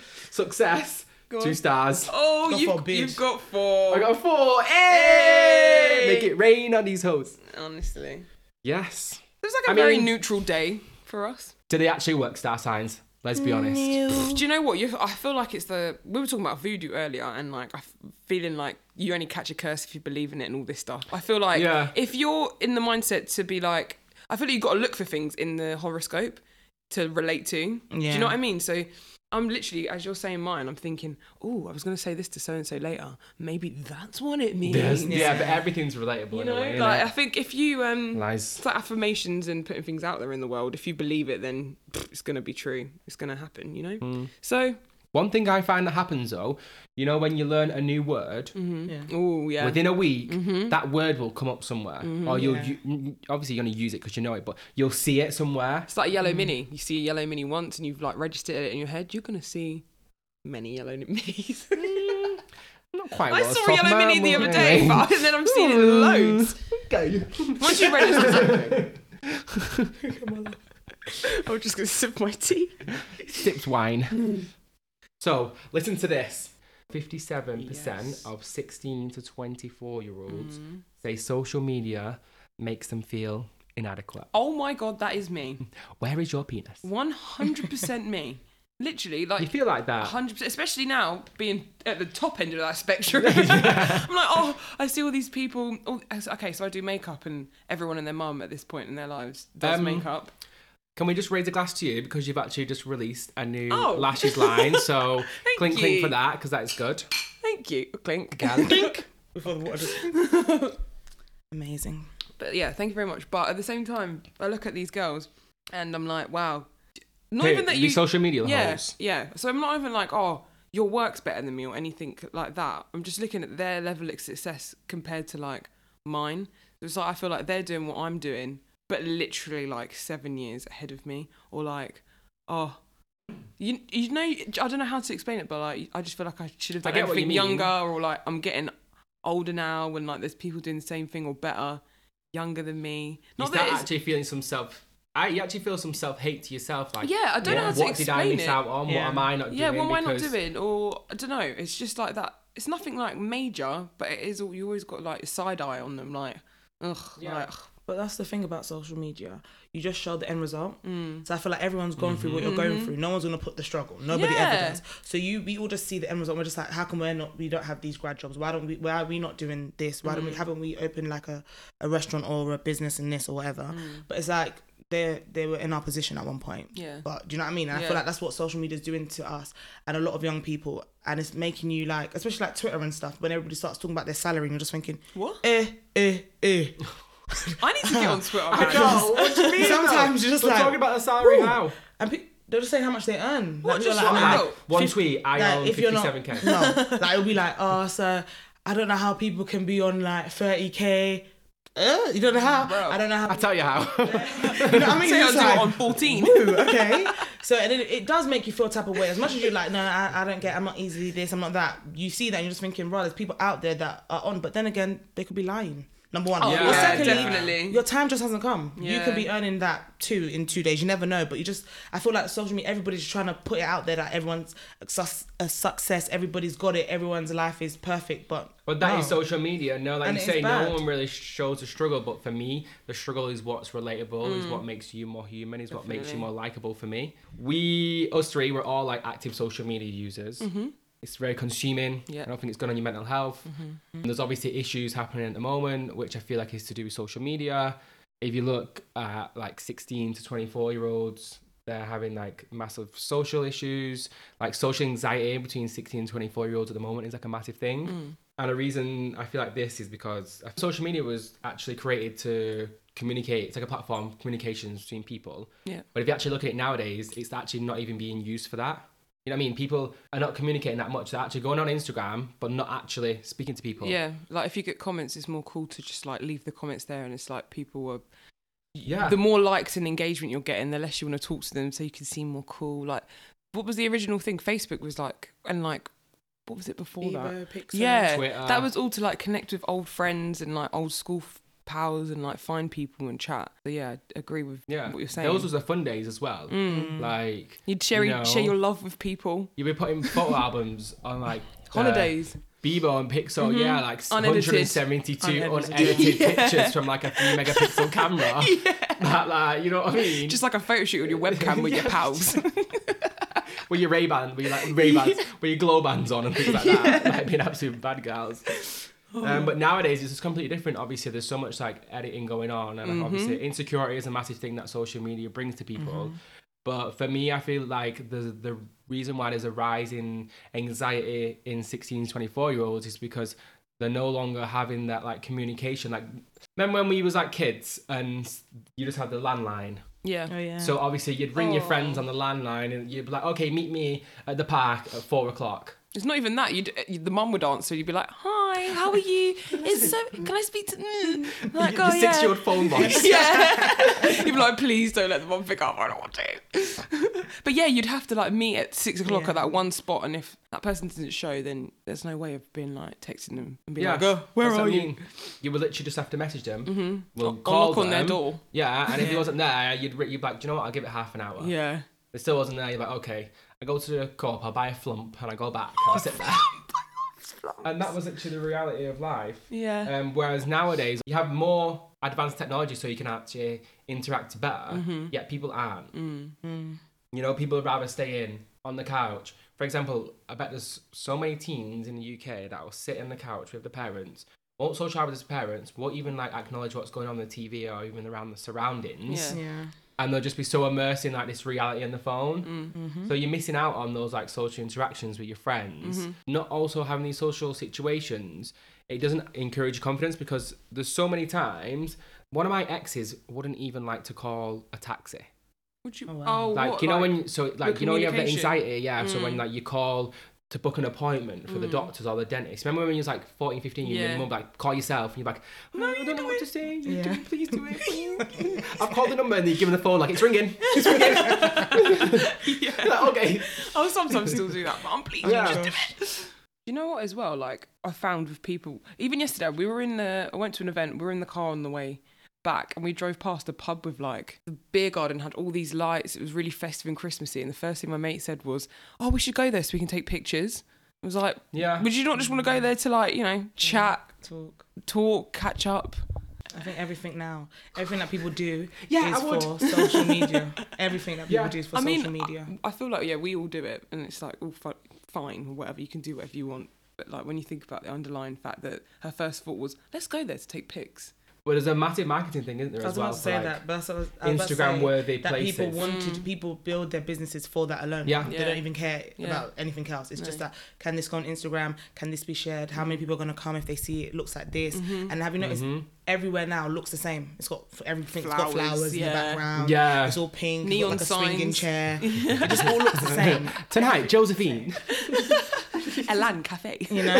Speaker 1: Success,
Speaker 2: Go
Speaker 1: two
Speaker 2: on.
Speaker 1: stars.
Speaker 2: Oh,
Speaker 3: Go
Speaker 2: you've,
Speaker 3: for a bid.
Speaker 2: you've got four.
Speaker 1: I got four. Hey!
Speaker 2: Hey!
Speaker 1: Make it rain on these hosts.
Speaker 2: Honestly. It
Speaker 1: Yes.
Speaker 2: was like a
Speaker 1: I
Speaker 2: very
Speaker 1: mean-
Speaker 2: neutral day for us.
Speaker 1: Do they actually work star signs? Let's be honest.
Speaker 2: Do you know what? you I feel like it's the. We were talking about voodoo earlier, and like I'm feeling like you only catch a curse if you believe in it and all this stuff. I feel like
Speaker 1: Yeah.
Speaker 2: if you're in the mindset to be like, I feel like you've got to look for things in the horoscope to relate to. Do
Speaker 3: Yeah.
Speaker 2: you know what I mean? So I'm literally, as you're saying mine, I'm thinking, oh, I was going to say this to so and so later. Maybe that's what it means.
Speaker 1: There's- yeah, but everything's relatable
Speaker 2: You
Speaker 1: in
Speaker 2: know,
Speaker 1: a way.
Speaker 2: like
Speaker 1: innit?
Speaker 2: I think if you um,
Speaker 1: Lies.
Speaker 2: it's like affirmations and putting things out there in the world. If you believe it, then pff, it's gonna be true. It's gonna happen. You know.
Speaker 1: Mm.
Speaker 2: So
Speaker 1: One thing I find that happens though, you know, when you learn a new word,
Speaker 2: Oh yeah. Mm-hmm.
Speaker 1: within a week, that word will come up somewhere. Or you'll
Speaker 3: Yeah.
Speaker 1: u- n- obviously you're going to use it because you know it, but you'll see it somewhere.
Speaker 2: it's like a yellow mini. You see a yellow mini once, and you've like registered it in your head. You're gonna see many yellow minis.
Speaker 1: Not quite.
Speaker 2: I
Speaker 1: what was
Speaker 2: saw a
Speaker 1: talking
Speaker 2: yellow
Speaker 1: about,
Speaker 2: mini the
Speaker 1: but
Speaker 2: other day,
Speaker 1: anyway.
Speaker 2: but then I've seen it loads.
Speaker 1: Okay.
Speaker 2: Once you register something. I was just gonna sip my tea.
Speaker 1: Sips wine. so listen to this. 57%
Speaker 2: Yes. Mm-hmm.
Speaker 1: of 16 to 24 year olds say social media makes them feel inadequate.
Speaker 2: Oh my god, that is me.
Speaker 1: Where is your penis?
Speaker 2: One hundred percent me. Literally, like
Speaker 1: You feel like that?
Speaker 2: hundred percent, especially now being at the top end of that spectrum. I'm like, oh, I see all these people. All, okay, so I do makeup, and everyone and their mum at this point in their lives does
Speaker 1: Um,
Speaker 2: makeup.
Speaker 1: Can we just raise a glass to you because you've actually just released a new
Speaker 2: Oh.
Speaker 1: lashes line? So
Speaker 2: Thank
Speaker 1: clink clink for
Speaker 2: you.
Speaker 1: that because that is good.
Speaker 2: Thank you, Clink.
Speaker 1: Clink.
Speaker 3: Before the water just... Amazing.
Speaker 2: But yeah, thank you very much. But at the same time, I look at these girls, and I'm like, wow. Not
Speaker 1: Hey,
Speaker 2: even that
Speaker 1: the
Speaker 2: you.
Speaker 1: social media
Speaker 2: yeah,
Speaker 1: holes.
Speaker 2: yeah. So I'm not even like, oh, your work's better than me or anything like that. I'm just looking at their level of success compared to like mine. It's like I feel like they're doing what I'm doing, but literally like seven years ahead of me, or like, oh. You, you know I don't know how to explain it, but like I just feel like I should have
Speaker 1: I
Speaker 2: done
Speaker 1: get what you
Speaker 2: everything
Speaker 1: mean.
Speaker 2: younger, or like I'm getting older now, and like there's people doing the same thing or better, younger than me.
Speaker 1: You
Speaker 2: Not
Speaker 1: start
Speaker 2: that it's,
Speaker 1: actually feeling some self. I, you actually feel some self hate to yourself. Like,
Speaker 2: yeah, I don't know how
Speaker 1: what,
Speaker 2: to
Speaker 1: what did I
Speaker 2: explain
Speaker 1: miss
Speaker 2: it.
Speaker 1: out on? What
Speaker 3: Yeah.
Speaker 1: am I not
Speaker 2: Yeah,
Speaker 1: doing?
Speaker 2: what am I not
Speaker 1: Because-
Speaker 2: doing? Or I don't know. It's just like that. It's nothing like major, but it is. all You always got like a side eye on them, like ugh,
Speaker 1: Yeah.
Speaker 2: like
Speaker 3: But that's the thing about social media. You just show the end result.
Speaker 2: mm.
Speaker 3: So I feel like everyone's going through what you're going
Speaker 2: Mhm.
Speaker 3: through. No one's gonna put the struggle. Nobody
Speaker 2: Yeah.
Speaker 3: ever does. So you, we all just see the end result. We're just like, how come we're not? We don't have these grad jobs. Why don't we? Why are we not doing this? Why don't
Speaker 2: Mm.
Speaker 3: we? Haven't we opened like a, a restaurant or a business in this or whatever? But it's like they they were in our position at one point.
Speaker 2: Mm. yeah.
Speaker 3: But do you know what I mean? And I
Speaker 2: Yeah.
Speaker 3: feel like that's what social media is doing to us and a lot of young people. And it's making you like, especially like Twitter and stuff. When everybody starts talking about their salary, and you're just thinking,
Speaker 2: What?
Speaker 3: eh, eh, eh.
Speaker 2: I need to get on Twitter. man.
Speaker 1: No, what do you mean?
Speaker 3: Sometimes
Speaker 1: though?
Speaker 3: you're just
Speaker 1: We're
Speaker 3: like,
Speaker 1: talking about the salary
Speaker 3: "Woo."
Speaker 1: now.
Speaker 3: And pe- they're just saying how much they earn.
Speaker 2: What,
Speaker 3: we
Speaker 2: just
Speaker 3: were
Speaker 2: what?
Speaker 3: I'm
Speaker 2: Like,
Speaker 1: One
Speaker 3: fif-
Speaker 1: tweet, I
Speaker 3: like,
Speaker 1: own
Speaker 3: if you're not-
Speaker 1: 57k.
Speaker 3: No, like it'll be like, oh, so I don't know how people can be on like 30k. Uh, you don't know how?
Speaker 2: Bro.
Speaker 3: I don't know how.
Speaker 1: I tell you how.
Speaker 3: you know what I mean?
Speaker 2: Say I
Speaker 3: It's
Speaker 2: do it
Speaker 3: like,
Speaker 2: on fourteen.
Speaker 3: "Ooh, okay. So and it, it does make you feel type of way. As much as you're like, no, I, I don't get, I'm not easily this, I'm not that. You see that and you're just thinking, right, there's people out there that are on. But then again, they could be lying. Number one.
Speaker 2: Oh,
Speaker 1: Yeah.
Speaker 3: Or
Speaker 1: yeah,
Speaker 3: secondly,
Speaker 2: definitely.
Speaker 3: your time just hasn't come. You
Speaker 2: Yeah.
Speaker 3: could be earning that too in two days. You never know. But you just, I feel like social media, everybody's trying to put it out there that everyone's a, sus- a success. Everybody's got it. Everyone's life is perfect. But
Speaker 1: But that is
Speaker 3: no.
Speaker 1: social media. No, like
Speaker 3: Oh. And
Speaker 1: you
Speaker 3: it is
Speaker 1: say,
Speaker 3: bad.
Speaker 1: no one really shows the struggle. But for me, the struggle is what's relatable, is what makes you more human, is what makes you
Speaker 2: Definitely.
Speaker 1: more likable for me. We, us three, we're all like active social media users. It's very consuming.
Speaker 2: Yeah.
Speaker 1: I don't think it's good on your mental health. And there's obviously issues happening at the moment, which I feel like is to do with social media. If you look at like 16 to 24 year olds, they're having like massive social issues, like social anxiety between 16 and 24 year olds at the moment is like a massive thing. And the reason I feel like this is because social media was actually created to communicate. It's like a platform for communications between people.
Speaker 2: Yeah.
Speaker 1: But if you actually look at it nowadays, it's actually not even being used for that. You know what I mean? People are not communicating that much. They're actually going on Instagram, but not actually speaking to people.
Speaker 2: Yeah, like if you get comments, it's more cool to just like leave the comments there, and it's like people are.
Speaker 1: Yeah.
Speaker 2: The more likes and engagement you're getting, the less you want to talk to them, so you can seem more cool. Like, what was the original thing? Facebook was like, and like, what was it before that? Yeah,
Speaker 1: Twitter.
Speaker 2: that was all to like connect with old friends and like old school f- pals and like find people and chat. So yeah, I agree with
Speaker 1: yeah.
Speaker 2: what you're saying. Mm.
Speaker 1: Those was the fun days as well. Like
Speaker 2: You'd share e,
Speaker 1: you know,
Speaker 2: share your love with people.
Speaker 1: You'd be putting photo albums on like uh,
Speaker 2: Holidays.
Speaker 1: Bebo and Pixel, yeah, like
Speaker 2: Unedited.
Speaker 1: 172 unedited,
Speaker 3: Unedited.
Speaker 1: pictures from like a three megapixel camera. That, like, you know what I mean?
Speaker 2: just like a photo shoot on your webcam with your pals.
Speaker 1: with your Ray Ban, with your like Ray Bans, with your glow bands on and things like that, like being absolute bad girls. Um, but nowadays it's just completely different. Obviously, there's so much like editing going on, and like, obviously insecurity is a massive thing that social media brings to people. But for me, I feel like the the reason why there's a rise in anxiety in 16 24 year olds is because they're no longer having that like communication. Like, remember when we was like kids and you just had the landline.
Speaker 2: yeah.
Speaker 3: Oh, yeah.
Speaker 1: So obviously you'd ring your
Speaker 4: Aw.
Speaker 1: friends on the landline and you'd be like, okay, meet me at the park at four o'clock.
Speaker 2: It's not even that. You'd, eh, you the mum would answer. You'd be like, "Hi, how are you? It's so. Can I speak to?" Mm. Like,
Speaker 1: your
Speaker 2: oh
Speaker 1: six
Speaker 2: yeah.
Speaker 1: year old phone voice.
Speaker 2: yeah. You'd be like, "Please don't let the mum pick up. I don't want to." but yeah, you'd have to like meet at six o'clock
Speaker 3: Yeah.
Speaker 2: at that one spot, and if that person doesn't show, then there's no way of being like texting them and being
Speaker 1: Yeah.
Speaker 2: like, "Oh, where
Speaker 1: That's what
Speaker 2: are
Speaker 1: I
Speaker 2: you?"
Speaker 1: mean. You would literally just have to message them. Mm-hmm. We'll
Speaker 2: Or
Speaker 1: call
Speaker 2: knock on their
Speaker 1: them.
Speaker 2: door.
Speaker 1: Yeah, and if he wasn't there, you'd, ri- you'd be like, do you know what? I'll give it half an hour.
Speaker 2: Yeah.
Speaker 1: If it still wasn't there, you're like, okay. I go to the co-op, I buy a flump, and I go back. and I sit there. And that was literally the reality of life.
Speaker 2: Yeah.
Speaker 1: Um, whereas nowadays you have more advanced technology, so you can actually interact better. Yet people aren't.
Speaker 2: Mm.
Speaker 1: You know, people rather stay in on the couch. For example, I bet there's so many teens in the UK that will sit on the couch with the parents, won't socialize with his parents, won't even like acknowledge what's going on in the TV or even around the surroundings
Speaker 2: Yeah.
Speaker 3: yeah.
Speaker 1: and they'll just be so immersed in like this reality on the phone. So you're missing out on those like social interactions with your friends. Not also having these social situations, it doesn't encourage confidence because there's so many times one of my exes wouldn't even like to call a taxi.
Speaker 2: Would you? Oh,
Speaker 3: Oh, wow.
Speaker 1: Like
Speaker 2: what,
Speaker 1: you know when you- so like you know when you have the
Speaker 2: communication.
Speaker 1: anxiety, yeah. So
Speaker 3: Mm.
Speaker 1: when like you call to book an appointment for the doctors or the dentist. Remember when you was like 14, 15, you
Speaker 2: Yeah.
Speaker 1: your mum like call yourself and you're like, no, I don't know what to say. You
Speaker 3: Yeah.
Speaker 1: do, please do it. I've called the number and you give them the phone like it's ringing. It's ringing. Like, okay.
Speaker 2: I'll sometimes still do that, mum. Please,
Speaker 1: Yeah.
Speaker 2: just do it. You know what? As well, like I found with people, even yesterday, we were in the. I went to an event. We were in the car on the way back, and we drove past a pub with like the beer garden had all these lights. It was really festive and Christmassy. And the first thing my mate said was, "Oh, we should go there so we can take pictures." I was like,
Speaker 1: Yeah.
Speaker 2: "Would you not just want to go there to like you know chat,
Speaker 3: Talk.
Speaker 2: talk, catch up?"
Speaker 3: I think everything now, everything that people do
Speaker 1: Yeah,
Speaker 3: is
Speaker 1: I would.
Speaker 3: for social media. Everything that people
Speaker 1: Yeah.
Speaker 3: do is for
Speaker 2: I
Speaker 3: social
Speaker 2: mean,
Speaker 3: media.
Speaker 2: I, I feel like yeah, we all do it, and it's like all fi- fine, whatever you can do, whatever you want. But like when you think about the underlying fact that her first thought was, "Let's go there to take pics."
Speaker 1: But there's a massive marketing thing, isn't there,
Speaker 3: I was
Speaker 1: as well?
Speaker 3: about to
Speaker 1: for,
Speaker 3: say
Speaker 1: like,
Speaker 3: that, but that's what I was, I was about to
Speaker 1: Instagram
Speaker 3: say
Speaker 1: worthy
Speaker 3: that
Speaker 1: places.
Speaker 3: people wanted people build their businesses for that alone.
Speaker 1: Yeah.
Speaker 2: Yeah.
Speaker 3: They don't even care
Speaker 2: Yeah.
Speaker 3: about anything else. It's just
Speaker 2: No.
Speaker 3: that can this go on Instagram? Can this be shared? How many people are gonna come if they see it looks like this? And have you noticed
Speaker 1: Mm-hmm.
Speaker 3: everywhere now looks the same? It's got everything. It's got
Speaker 2: Flowers,
Speaker 3: flowers in
Speaker 2: yeah.
Speaker 3: the background.
Speaker 1: Yeah.
Speaker 3: It's all
Speaker 2: Neon
Speaker 3: pink. Neon like a swinging
Speaker 2: signs.
Speaker 3: chair. it just all looks the same.
Speaker 1: Tonight, Josephine.
Speaker 2: Elan Cafe.
Speaker 3: you know?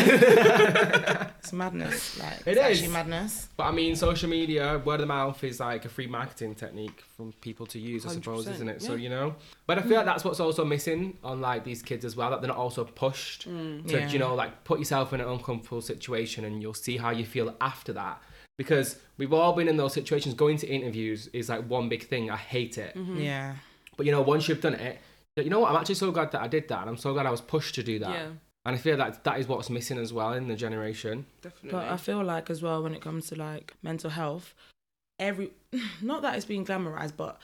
Speaker 3: it's madness. Like,
Speaker 1: It
Speaker 3: it's actually
Speaker 1: is.
Speaker 3: madness.
Speaker 1: But I mean, social media, word of mouth is like a free marketing technique from people to use, I suppose,
Speaker 2: 100%,
Speaker 1: isn't it? So
Speaker 2: yeah.
Speaker 1: you know, but I feel like that's what's also missing on like these kids as well. That they're not also pushed to
Speaker 2: Mm,
Speaker 3: Yeah.
Speaker 1: you know like put yourself in an uncomfortable situation and you'll see how you feel after that. Because we've all been in those situations. Going to interviews is like one big thing. I hate it.
Speaker 2: Mm.
Speaker 3: Yeah.
Speaker 1: But you know, once you've done it, you know what? I'm actually so glad that I did that, and I'm so glad I was pushed to do that.
Speaker 2: Yeah,
Speaker 1: And I feel that that is what's missing as well in the generation.
Speaker 2: definitely.
Speaker 3: But uh, I feel like as well when it comes to like mental health, every not that it's being glamorized, but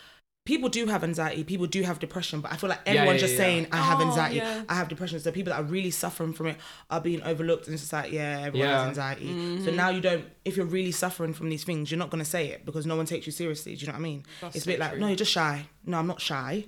Speaker 3: people do have anxiety, people do have depression, but I feel like
Speaker 1: Yeah, yeah,
Speaker 3: everyone's just
Speaker 1: yeah.
Speaker 3: saying I have
Speaker 2: Oh,
Speaker 3: anxiety,
Speaker 2: yeah.
Speaker 3: I have depression. So people that are really suffering from it are being overlooked and it's just like, yeah, everyone
Speaker 1: Yeah.
Speaker 3: has anxiety. So now you don't if you're really suffering from these things, you're not gonna say it because no one takes you seriously. Do you know what I mean?
Speaker 2: That's
Speaker 3: it's a
Speaker 2: so
Speaker 3: bit like,
Speaker 2: true.
Speaker 3: no, you're just shy. No, I'm not shy.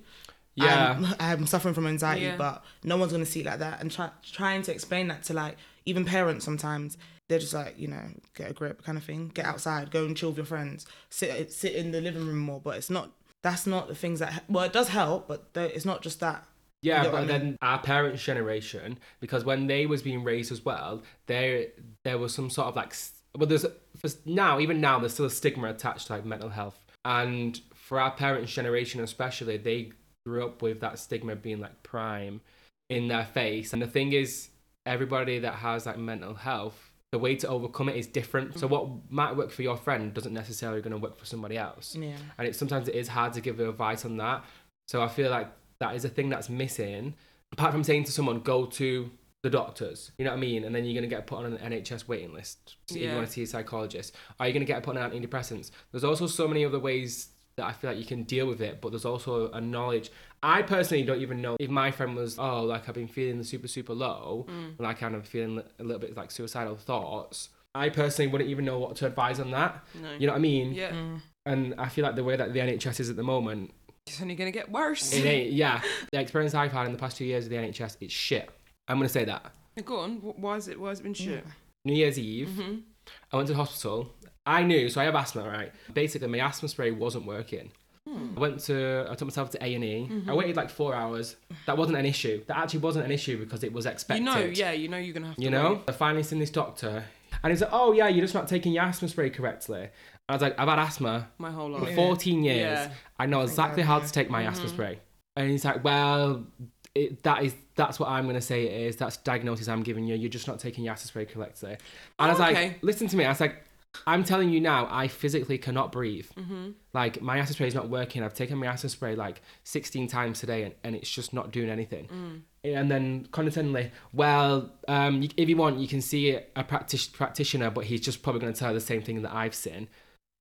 Speaker 2: Um,
Speaker 1: Yeah.
Speaker 3: I'm, I'm suffering from anxiety,
Speaker 2: Yeah.
Speaker 3: but no one's gonna see it like that. And try, trying to explain that to like even parents sometimes, they're just like, you know, get a grip kind of thing. Get outside, go and chill with your friends. Sit sit in the living room more. But it's not. That's not the things that. Well, it does help, but th- it's not just that.
Speaker 1: Yeah,
Speaker 3: You know
Speaker 1: but
Speaker 3: what I mean?
Speaker 1: then our parents' generation, because when they was being raised as well, there there was some sort of like, s- well, there's for s- now even now there's still a stigma attached to like mental health, and for our parents' generation especially, they grew up with that stigma being like prime in their face. And the thing is, everybody that has like mental health, the way to overcome it is different.
Speaker 3: Mm-hmm.
Speaker 1: So what might work for your friend doesn't necessarily going to work for somebody else
Speaker 3: Yeah.
Speaker 1: and it sometimes it is hard to give advice on that. So I feel like that is a thing that's missing. Apart from saying to someone, go to the doctors, you know what I mean, and then you're gonna get put on an NHS waiting list if you
Speaker 2: Yeah.
Speaker 1: want to see a psychologist. Are you gonna get put on antidepressants? There's also so many other ways that I feel like you can deal with it, but there's also a knowledge. I personally don't even know if my friend was, oh, like I've been feeling super, super low, like I'm feeling a little bit like suicidal thoughts. I personally wouldn't even know what to advise on that.
Speaker 2: no.
Speaker 1: You know what I mean?
Speaker 2: yeah,
Speaker 1: and I feel like the way that the NHS is at the moment,
Speaker 2: it's only gonna get worse.
Speaker 1: it ain't. Yeah, the experience I've had in the past two years with the NHS, it's shit. I'm gonna say that.
Speaker 2: Go on. wh- Why is it? Why has it
Speaker 3: Mm.
Speaker 2: been shit?
Speaker 1: New Year's Eve,
Speaker 2: Mm-hmm.
Speaker 1: I went to the hospital. I knew, so I have asthma, right? Basically, my asthma spray wasn't working.
Speaker 2: Hmm.
Speaker 1: I went to, I took myself to A and E.
Speaker 2: Mm-hmm.
Speaker 1: I waited like four hours. That wasn't an issue. That actually wasn't an issue because it was expected.
Speaker 2: You know, yeah, you know you're gonna have to.
Speaker 1: You know,
Speaker 2: wait.
Speaker 1: I finally seen this doctor, and he's like, "Oh yeah, you're just not taking your asthma spray correctly." And I was like, "I've had asthma
Speaker 2: my whole
Speaker 1: for
Speaker 2: life.
Speaker 1: 14 years.
Speaker 2: Oh, Yeah.
Speaker 1: I know exactly
Speaker 3: God,
Speaker 1: how
Speaker 3: yeah.
Speaker 1: to take my asthma spray. And he's like, well, it, that is that's what I'm gonna say it is. That's diagnosis I'm giving you. You're just not taking your asthma spray correctly. And I was
Speaker 2: okay.
Speaker 1: like, listen to me. I was like, I'm telling you now, I physically cannot breathe.
Speaker 2: Mm-hmm.
Speaker 1: Like my asthma spray is not working. I've taken my asthma spray like 16 times today, and, and it's just not doing anything.
Speaker 2: Mm.
Speaker 1: And then condescendingly, well, um, you- if you want, you can see a practice, practitioner, but he's just probably going to tell you the same thing that I've seen.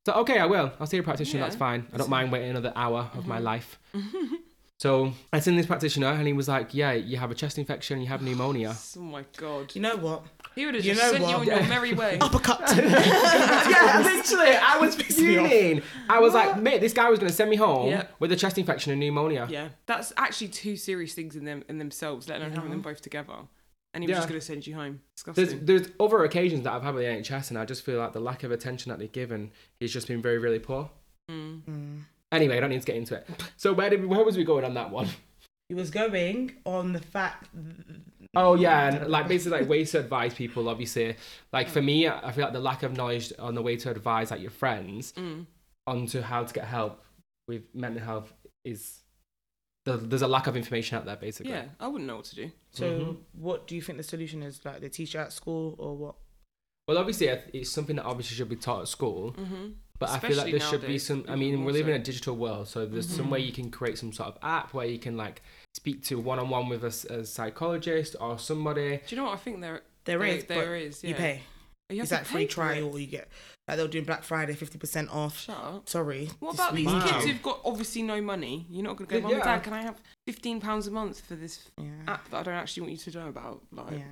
Speaker 1: So okay, I will. I'll see a practitioner. That's
Speaker 2: Yeah.
Speaker 1: fine. I don't mind waiting another hour of my life. So I seen this practitioner, and he was like, "Yeah, you have a chest infection. You have pneumonia."
Speaker 2: Oh my god.
Speaker 3: You know what?
Speaker 2: He would have
Speaker 3: You
Speaker 2: just
Speaker 3: know
Speaker 2: sent you
Speaker 3: what?
Speaker 2: on your merry way.
Speaker 3: Uppercut.
Speaker 1: yeah, literally, I was
Speaker 3: me off.
Speaker 1: fuming. I was like, "Mate, this guy was going to send me home
Speaker 2: Yeah.
Speaker 1: with a chest infection and pneumonia."
Speaker 2: yeah, that's actually two serious things in them in themselves. Let alone having them both together. And he was
Speaker 1: Yeah.
Speaker 2: just gonna send you home.
Speaker 1: There's,
Speaker 2: Disgusting.
Speaker 1: there's other occasions that I've had with the NHS, and I just feel like the lack of attention that they give, and he's just been very, really poor.
Speaker 2: Mm.
Speaker 3: Mm.
Speaker 1: Anyway, I don't need to get into it. So where did where was we going on that one?
Speaker 3: He was going on the fact.
Speaker 1: Oh yeah, and like basically like ways to advise people. Obviously, like for me, I feel like the lack of knowledge on the way to advise like your friends
Speaker 2: Mm.
Speaker 1: onto how to get help with mental health is there- there's a lack of information out there basically.
Speaker 2: Yeah, I wouldn't know what to do.
Speaker 3: So,
Speaker 1: Mhm.
Speaker 3: what do you think the solution is? Like the teacher at school, or what?
Speaker 1: Well, obviously, I th- it's something that obviously should be taught at school,
Speaker 2: Mm-hmm.
Speaker 1: but I feel like
Speaker 2: Especially
Speaker 1: there should be
Speaker 2: nowadays,
Speaker 1: some. I
Speaker 2: even
Speaker 1: mean,
Speaker 2: more
Speaker 1: we're living in
Speaker 2: so. Mm-hmm.
Speaker 1: a digital world, so there's some
Speaker 3: Mhm.
Speaker 1: way you can create some sort of app where you can like speak to one on one with a s a a psychologist or somebody.
Speaker 2: Do you know what I think there?
Speaker 3: There
Speaker 2: there
Speaker 3: is,
Speaker 2: there
Speaker 3: but
Speaker 2: is, Yeah.
Speaker 3: you pay.
Speaker 2: You have
Speaker 3: It's
Speaker 2: to
Speaker 3: that free
Speaker 2: pay for it.
Speaker 3: trial you get. Like they'll do Black Friday, fifty percent off.
Speaker 2: Shut up.
Speaker 3: Sorry.
Speaker 2: What
Speaker 3: this
Speaker 2: about these
Speaker 3: week.
Speaker 1: Wow.
Speaker 2: kids who've got obviously no money? You're not going to go,
Speaker 1: Yeah.
Speaker 2: Mum and Dad, can I have £15 pounds a month for this
Speaker 3: Yeah.
Speaker 2: app that I don't actually want you to know about? Like,
Speaker 3: Yeah.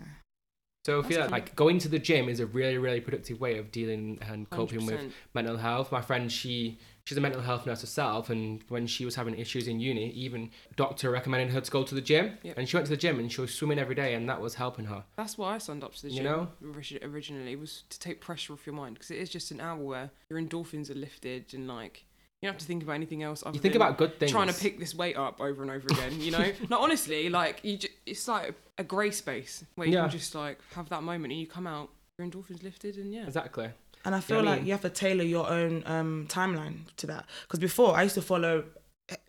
Speaker 1: So I
Speaker 2: That's
Speaker 1: feel like,
Speaker 2: cool.
Speaker 1: like going to the gym is a really, really productive way of dealing and coping with
Speaker 2: 100%.
Speaker 1: mental health. My friend, she she's a mental health nurse herself, and when she was having issues in uni, even doctor recommended her to go to the gym,
Speaker 2: Yep.
Speaker 1: and she went to the gym and she was swimming every day, and that was helping her.
Speaker 2: That's why I signed up to the
Speaker 1: You
Speaker 2: gym
Speaker 1: know?
Speaker 2: origi- originally, was to take pressure off your mind because it is just an hour where your endorphins are lifted and like You don't have to think about anything else. Other
Speaker 1: You think
Speaker 2: than
Speaker 1: about good things.
Speaker 2: trying to pick this weight up over and over again. You know, no, honestly, like you, ju- it's like a grey space where you
Speaker 1: Yeah.
Speaker 2: can just like have that moment, and you come out, your endorphins lifted, and yeah,
Speaker 1: Exactly.
Speaker 3: And I feel
Speaker 1: what I
Speaker 3: like
Speaker 1: mean?
Speaker 3: you have to tailor your own um, timeline to that. Because before, I used to follow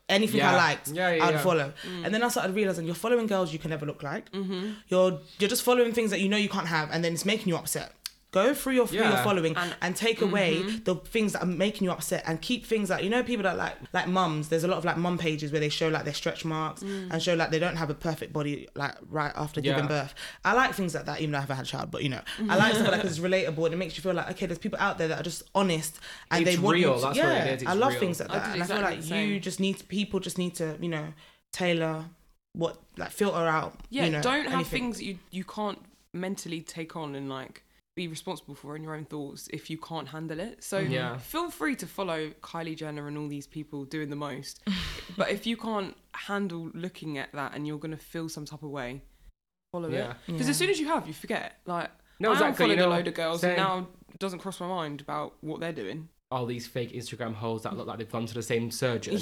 Speaker 3: anything I
Speaker 1: Yeah.
Speaker 3: liked,
Speaker 1: Yeah, yeah,
Speaker 3: I'd
Speaker 1: yeah.
Speaker 3: follow.
Speaker 2: Mm.
Speaker 3: And then I started realizing you're following girls you can never look like. Mm-hmm. You're you're just following things that you know you can't have, and then it's making you upset. Go through your who you're
Speaker 1: Yeah.
Speaker 3: following and, take away
Speaker 2: mm-hmm.
Speaker 3: the things that are making you upset, and keep things that you know people that like like mums. There's a lot of like mum pages where they show like their stretch marks
Speaker 2: Mm.
Speaker 3: and show like they don't have a perfect body like right after giving
Speaker 1: Yeah.
Speaker 3: birth. I like things like that, even though I haven't had a child, but you know, I like stuff like that 'cause it's relatable and it makes you feel like, okay, there's people out there that are just honest and
Speaker 1: It's
Speaker 3: they want you
Speaker 1: real,
Speaker 3: to-
Speaker 1: that's what
Speaker 3: yeah,
Speaker 1: it is, it's
Speaker 3: I love
Speaker 1: real.
Speaker 3: things like
Speaker 2: I
Speaker 3: that.
Speaker 2: did
Speaker 3: and I
Speaker 2: exactly
Speaker 3: feel like
Speaker 2: the
Speaker 3: you
Speaker 2: same.
Speaker 3: just need, people just need to, you know, tailor what, like filter out.
Speaker 2: yeah.
Speaker 3: you know,
Speaker 2: don't have
Speaker 3: anything.
Speaker 2: things that you you can't mentally take on and like be responsible for in your own thoughts if you can't handle it. So
Speaker 1: Mm-hmm. Yeah.
Speaker 2: feel free to follow Kylie Jenner and all these people doing the most. but if you can't handle looking at that and you're gonna feel some type of way, follow
Speaker 1: Yeah.
Speaker 2: it. Because as soon as you have, you forget. Like
Speaker 1: No,
Speaker 2: I
Speaker 1: exactly,
Speaker 2: unfollowed
Speaker 1: you know,
Speaker 2: a load of girls
Speaker 1: same.
Speaker 2: and now it doesn't cross my mind about what they're doing.
Speaker 1: All these fake Instagram holes that look like they've gone to the same surgeon.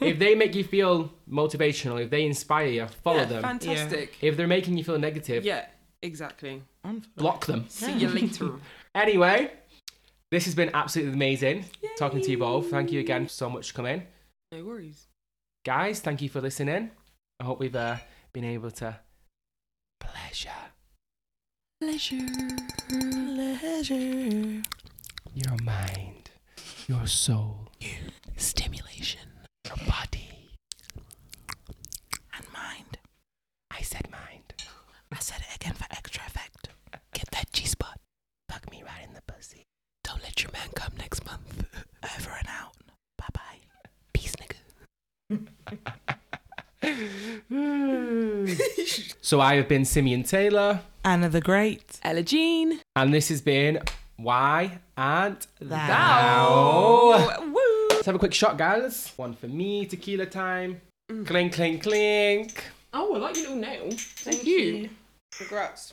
Speaker 1: if they make you feel motivational, if they inspire you, follow
Speaker 2: yeah,
Speaker 1: them.
Speaker 2: fantastic.
Speaker 1: if they're making you feel
Speaker 2: Yeah.
Speaker 1: negative,
Speaker 2: exactly.
Speaker 1: block them.
Speaker 2: See you later.
Speaker 1: Anyway, this has been absolutely amazing talking to you both. Thank you again so much for coming.
Speaker 2: No worries.
Speaker 1: Guys, thank you for listening. I hope we've uh, been able to pleasure
Speaker 2: Pleasure.
Speaker 1: your mind, your soul,
Speaker 2: Stimulation.
Speaker 1: your body.
Speaker 3: And mind.
Speaker 1: I said mind.
Speaker 3: I said it again for extra effect. Get that G spot.
Speaker 1: Fuck me right in the pussy.
Speaker 3: Don't let your man come next month. Over and out. Bye bye. Peace, nigga.
Speaker 1: so I have been Simeon Taylor,
Speaker 3: Anna the Great.
Speaker 2: Ella Jean.
Speaker 1: and this has been Why and
Speaker 3: Thou.
Speaker 1: Thou.
Speaker 2: Oh, Woo.
Speaker 1: Let's have a quick shot, guys. One for me, tequila time. Clink, clink, clink.
Speaker 2: Oh, I like your little nail. Thank, you. Congrats.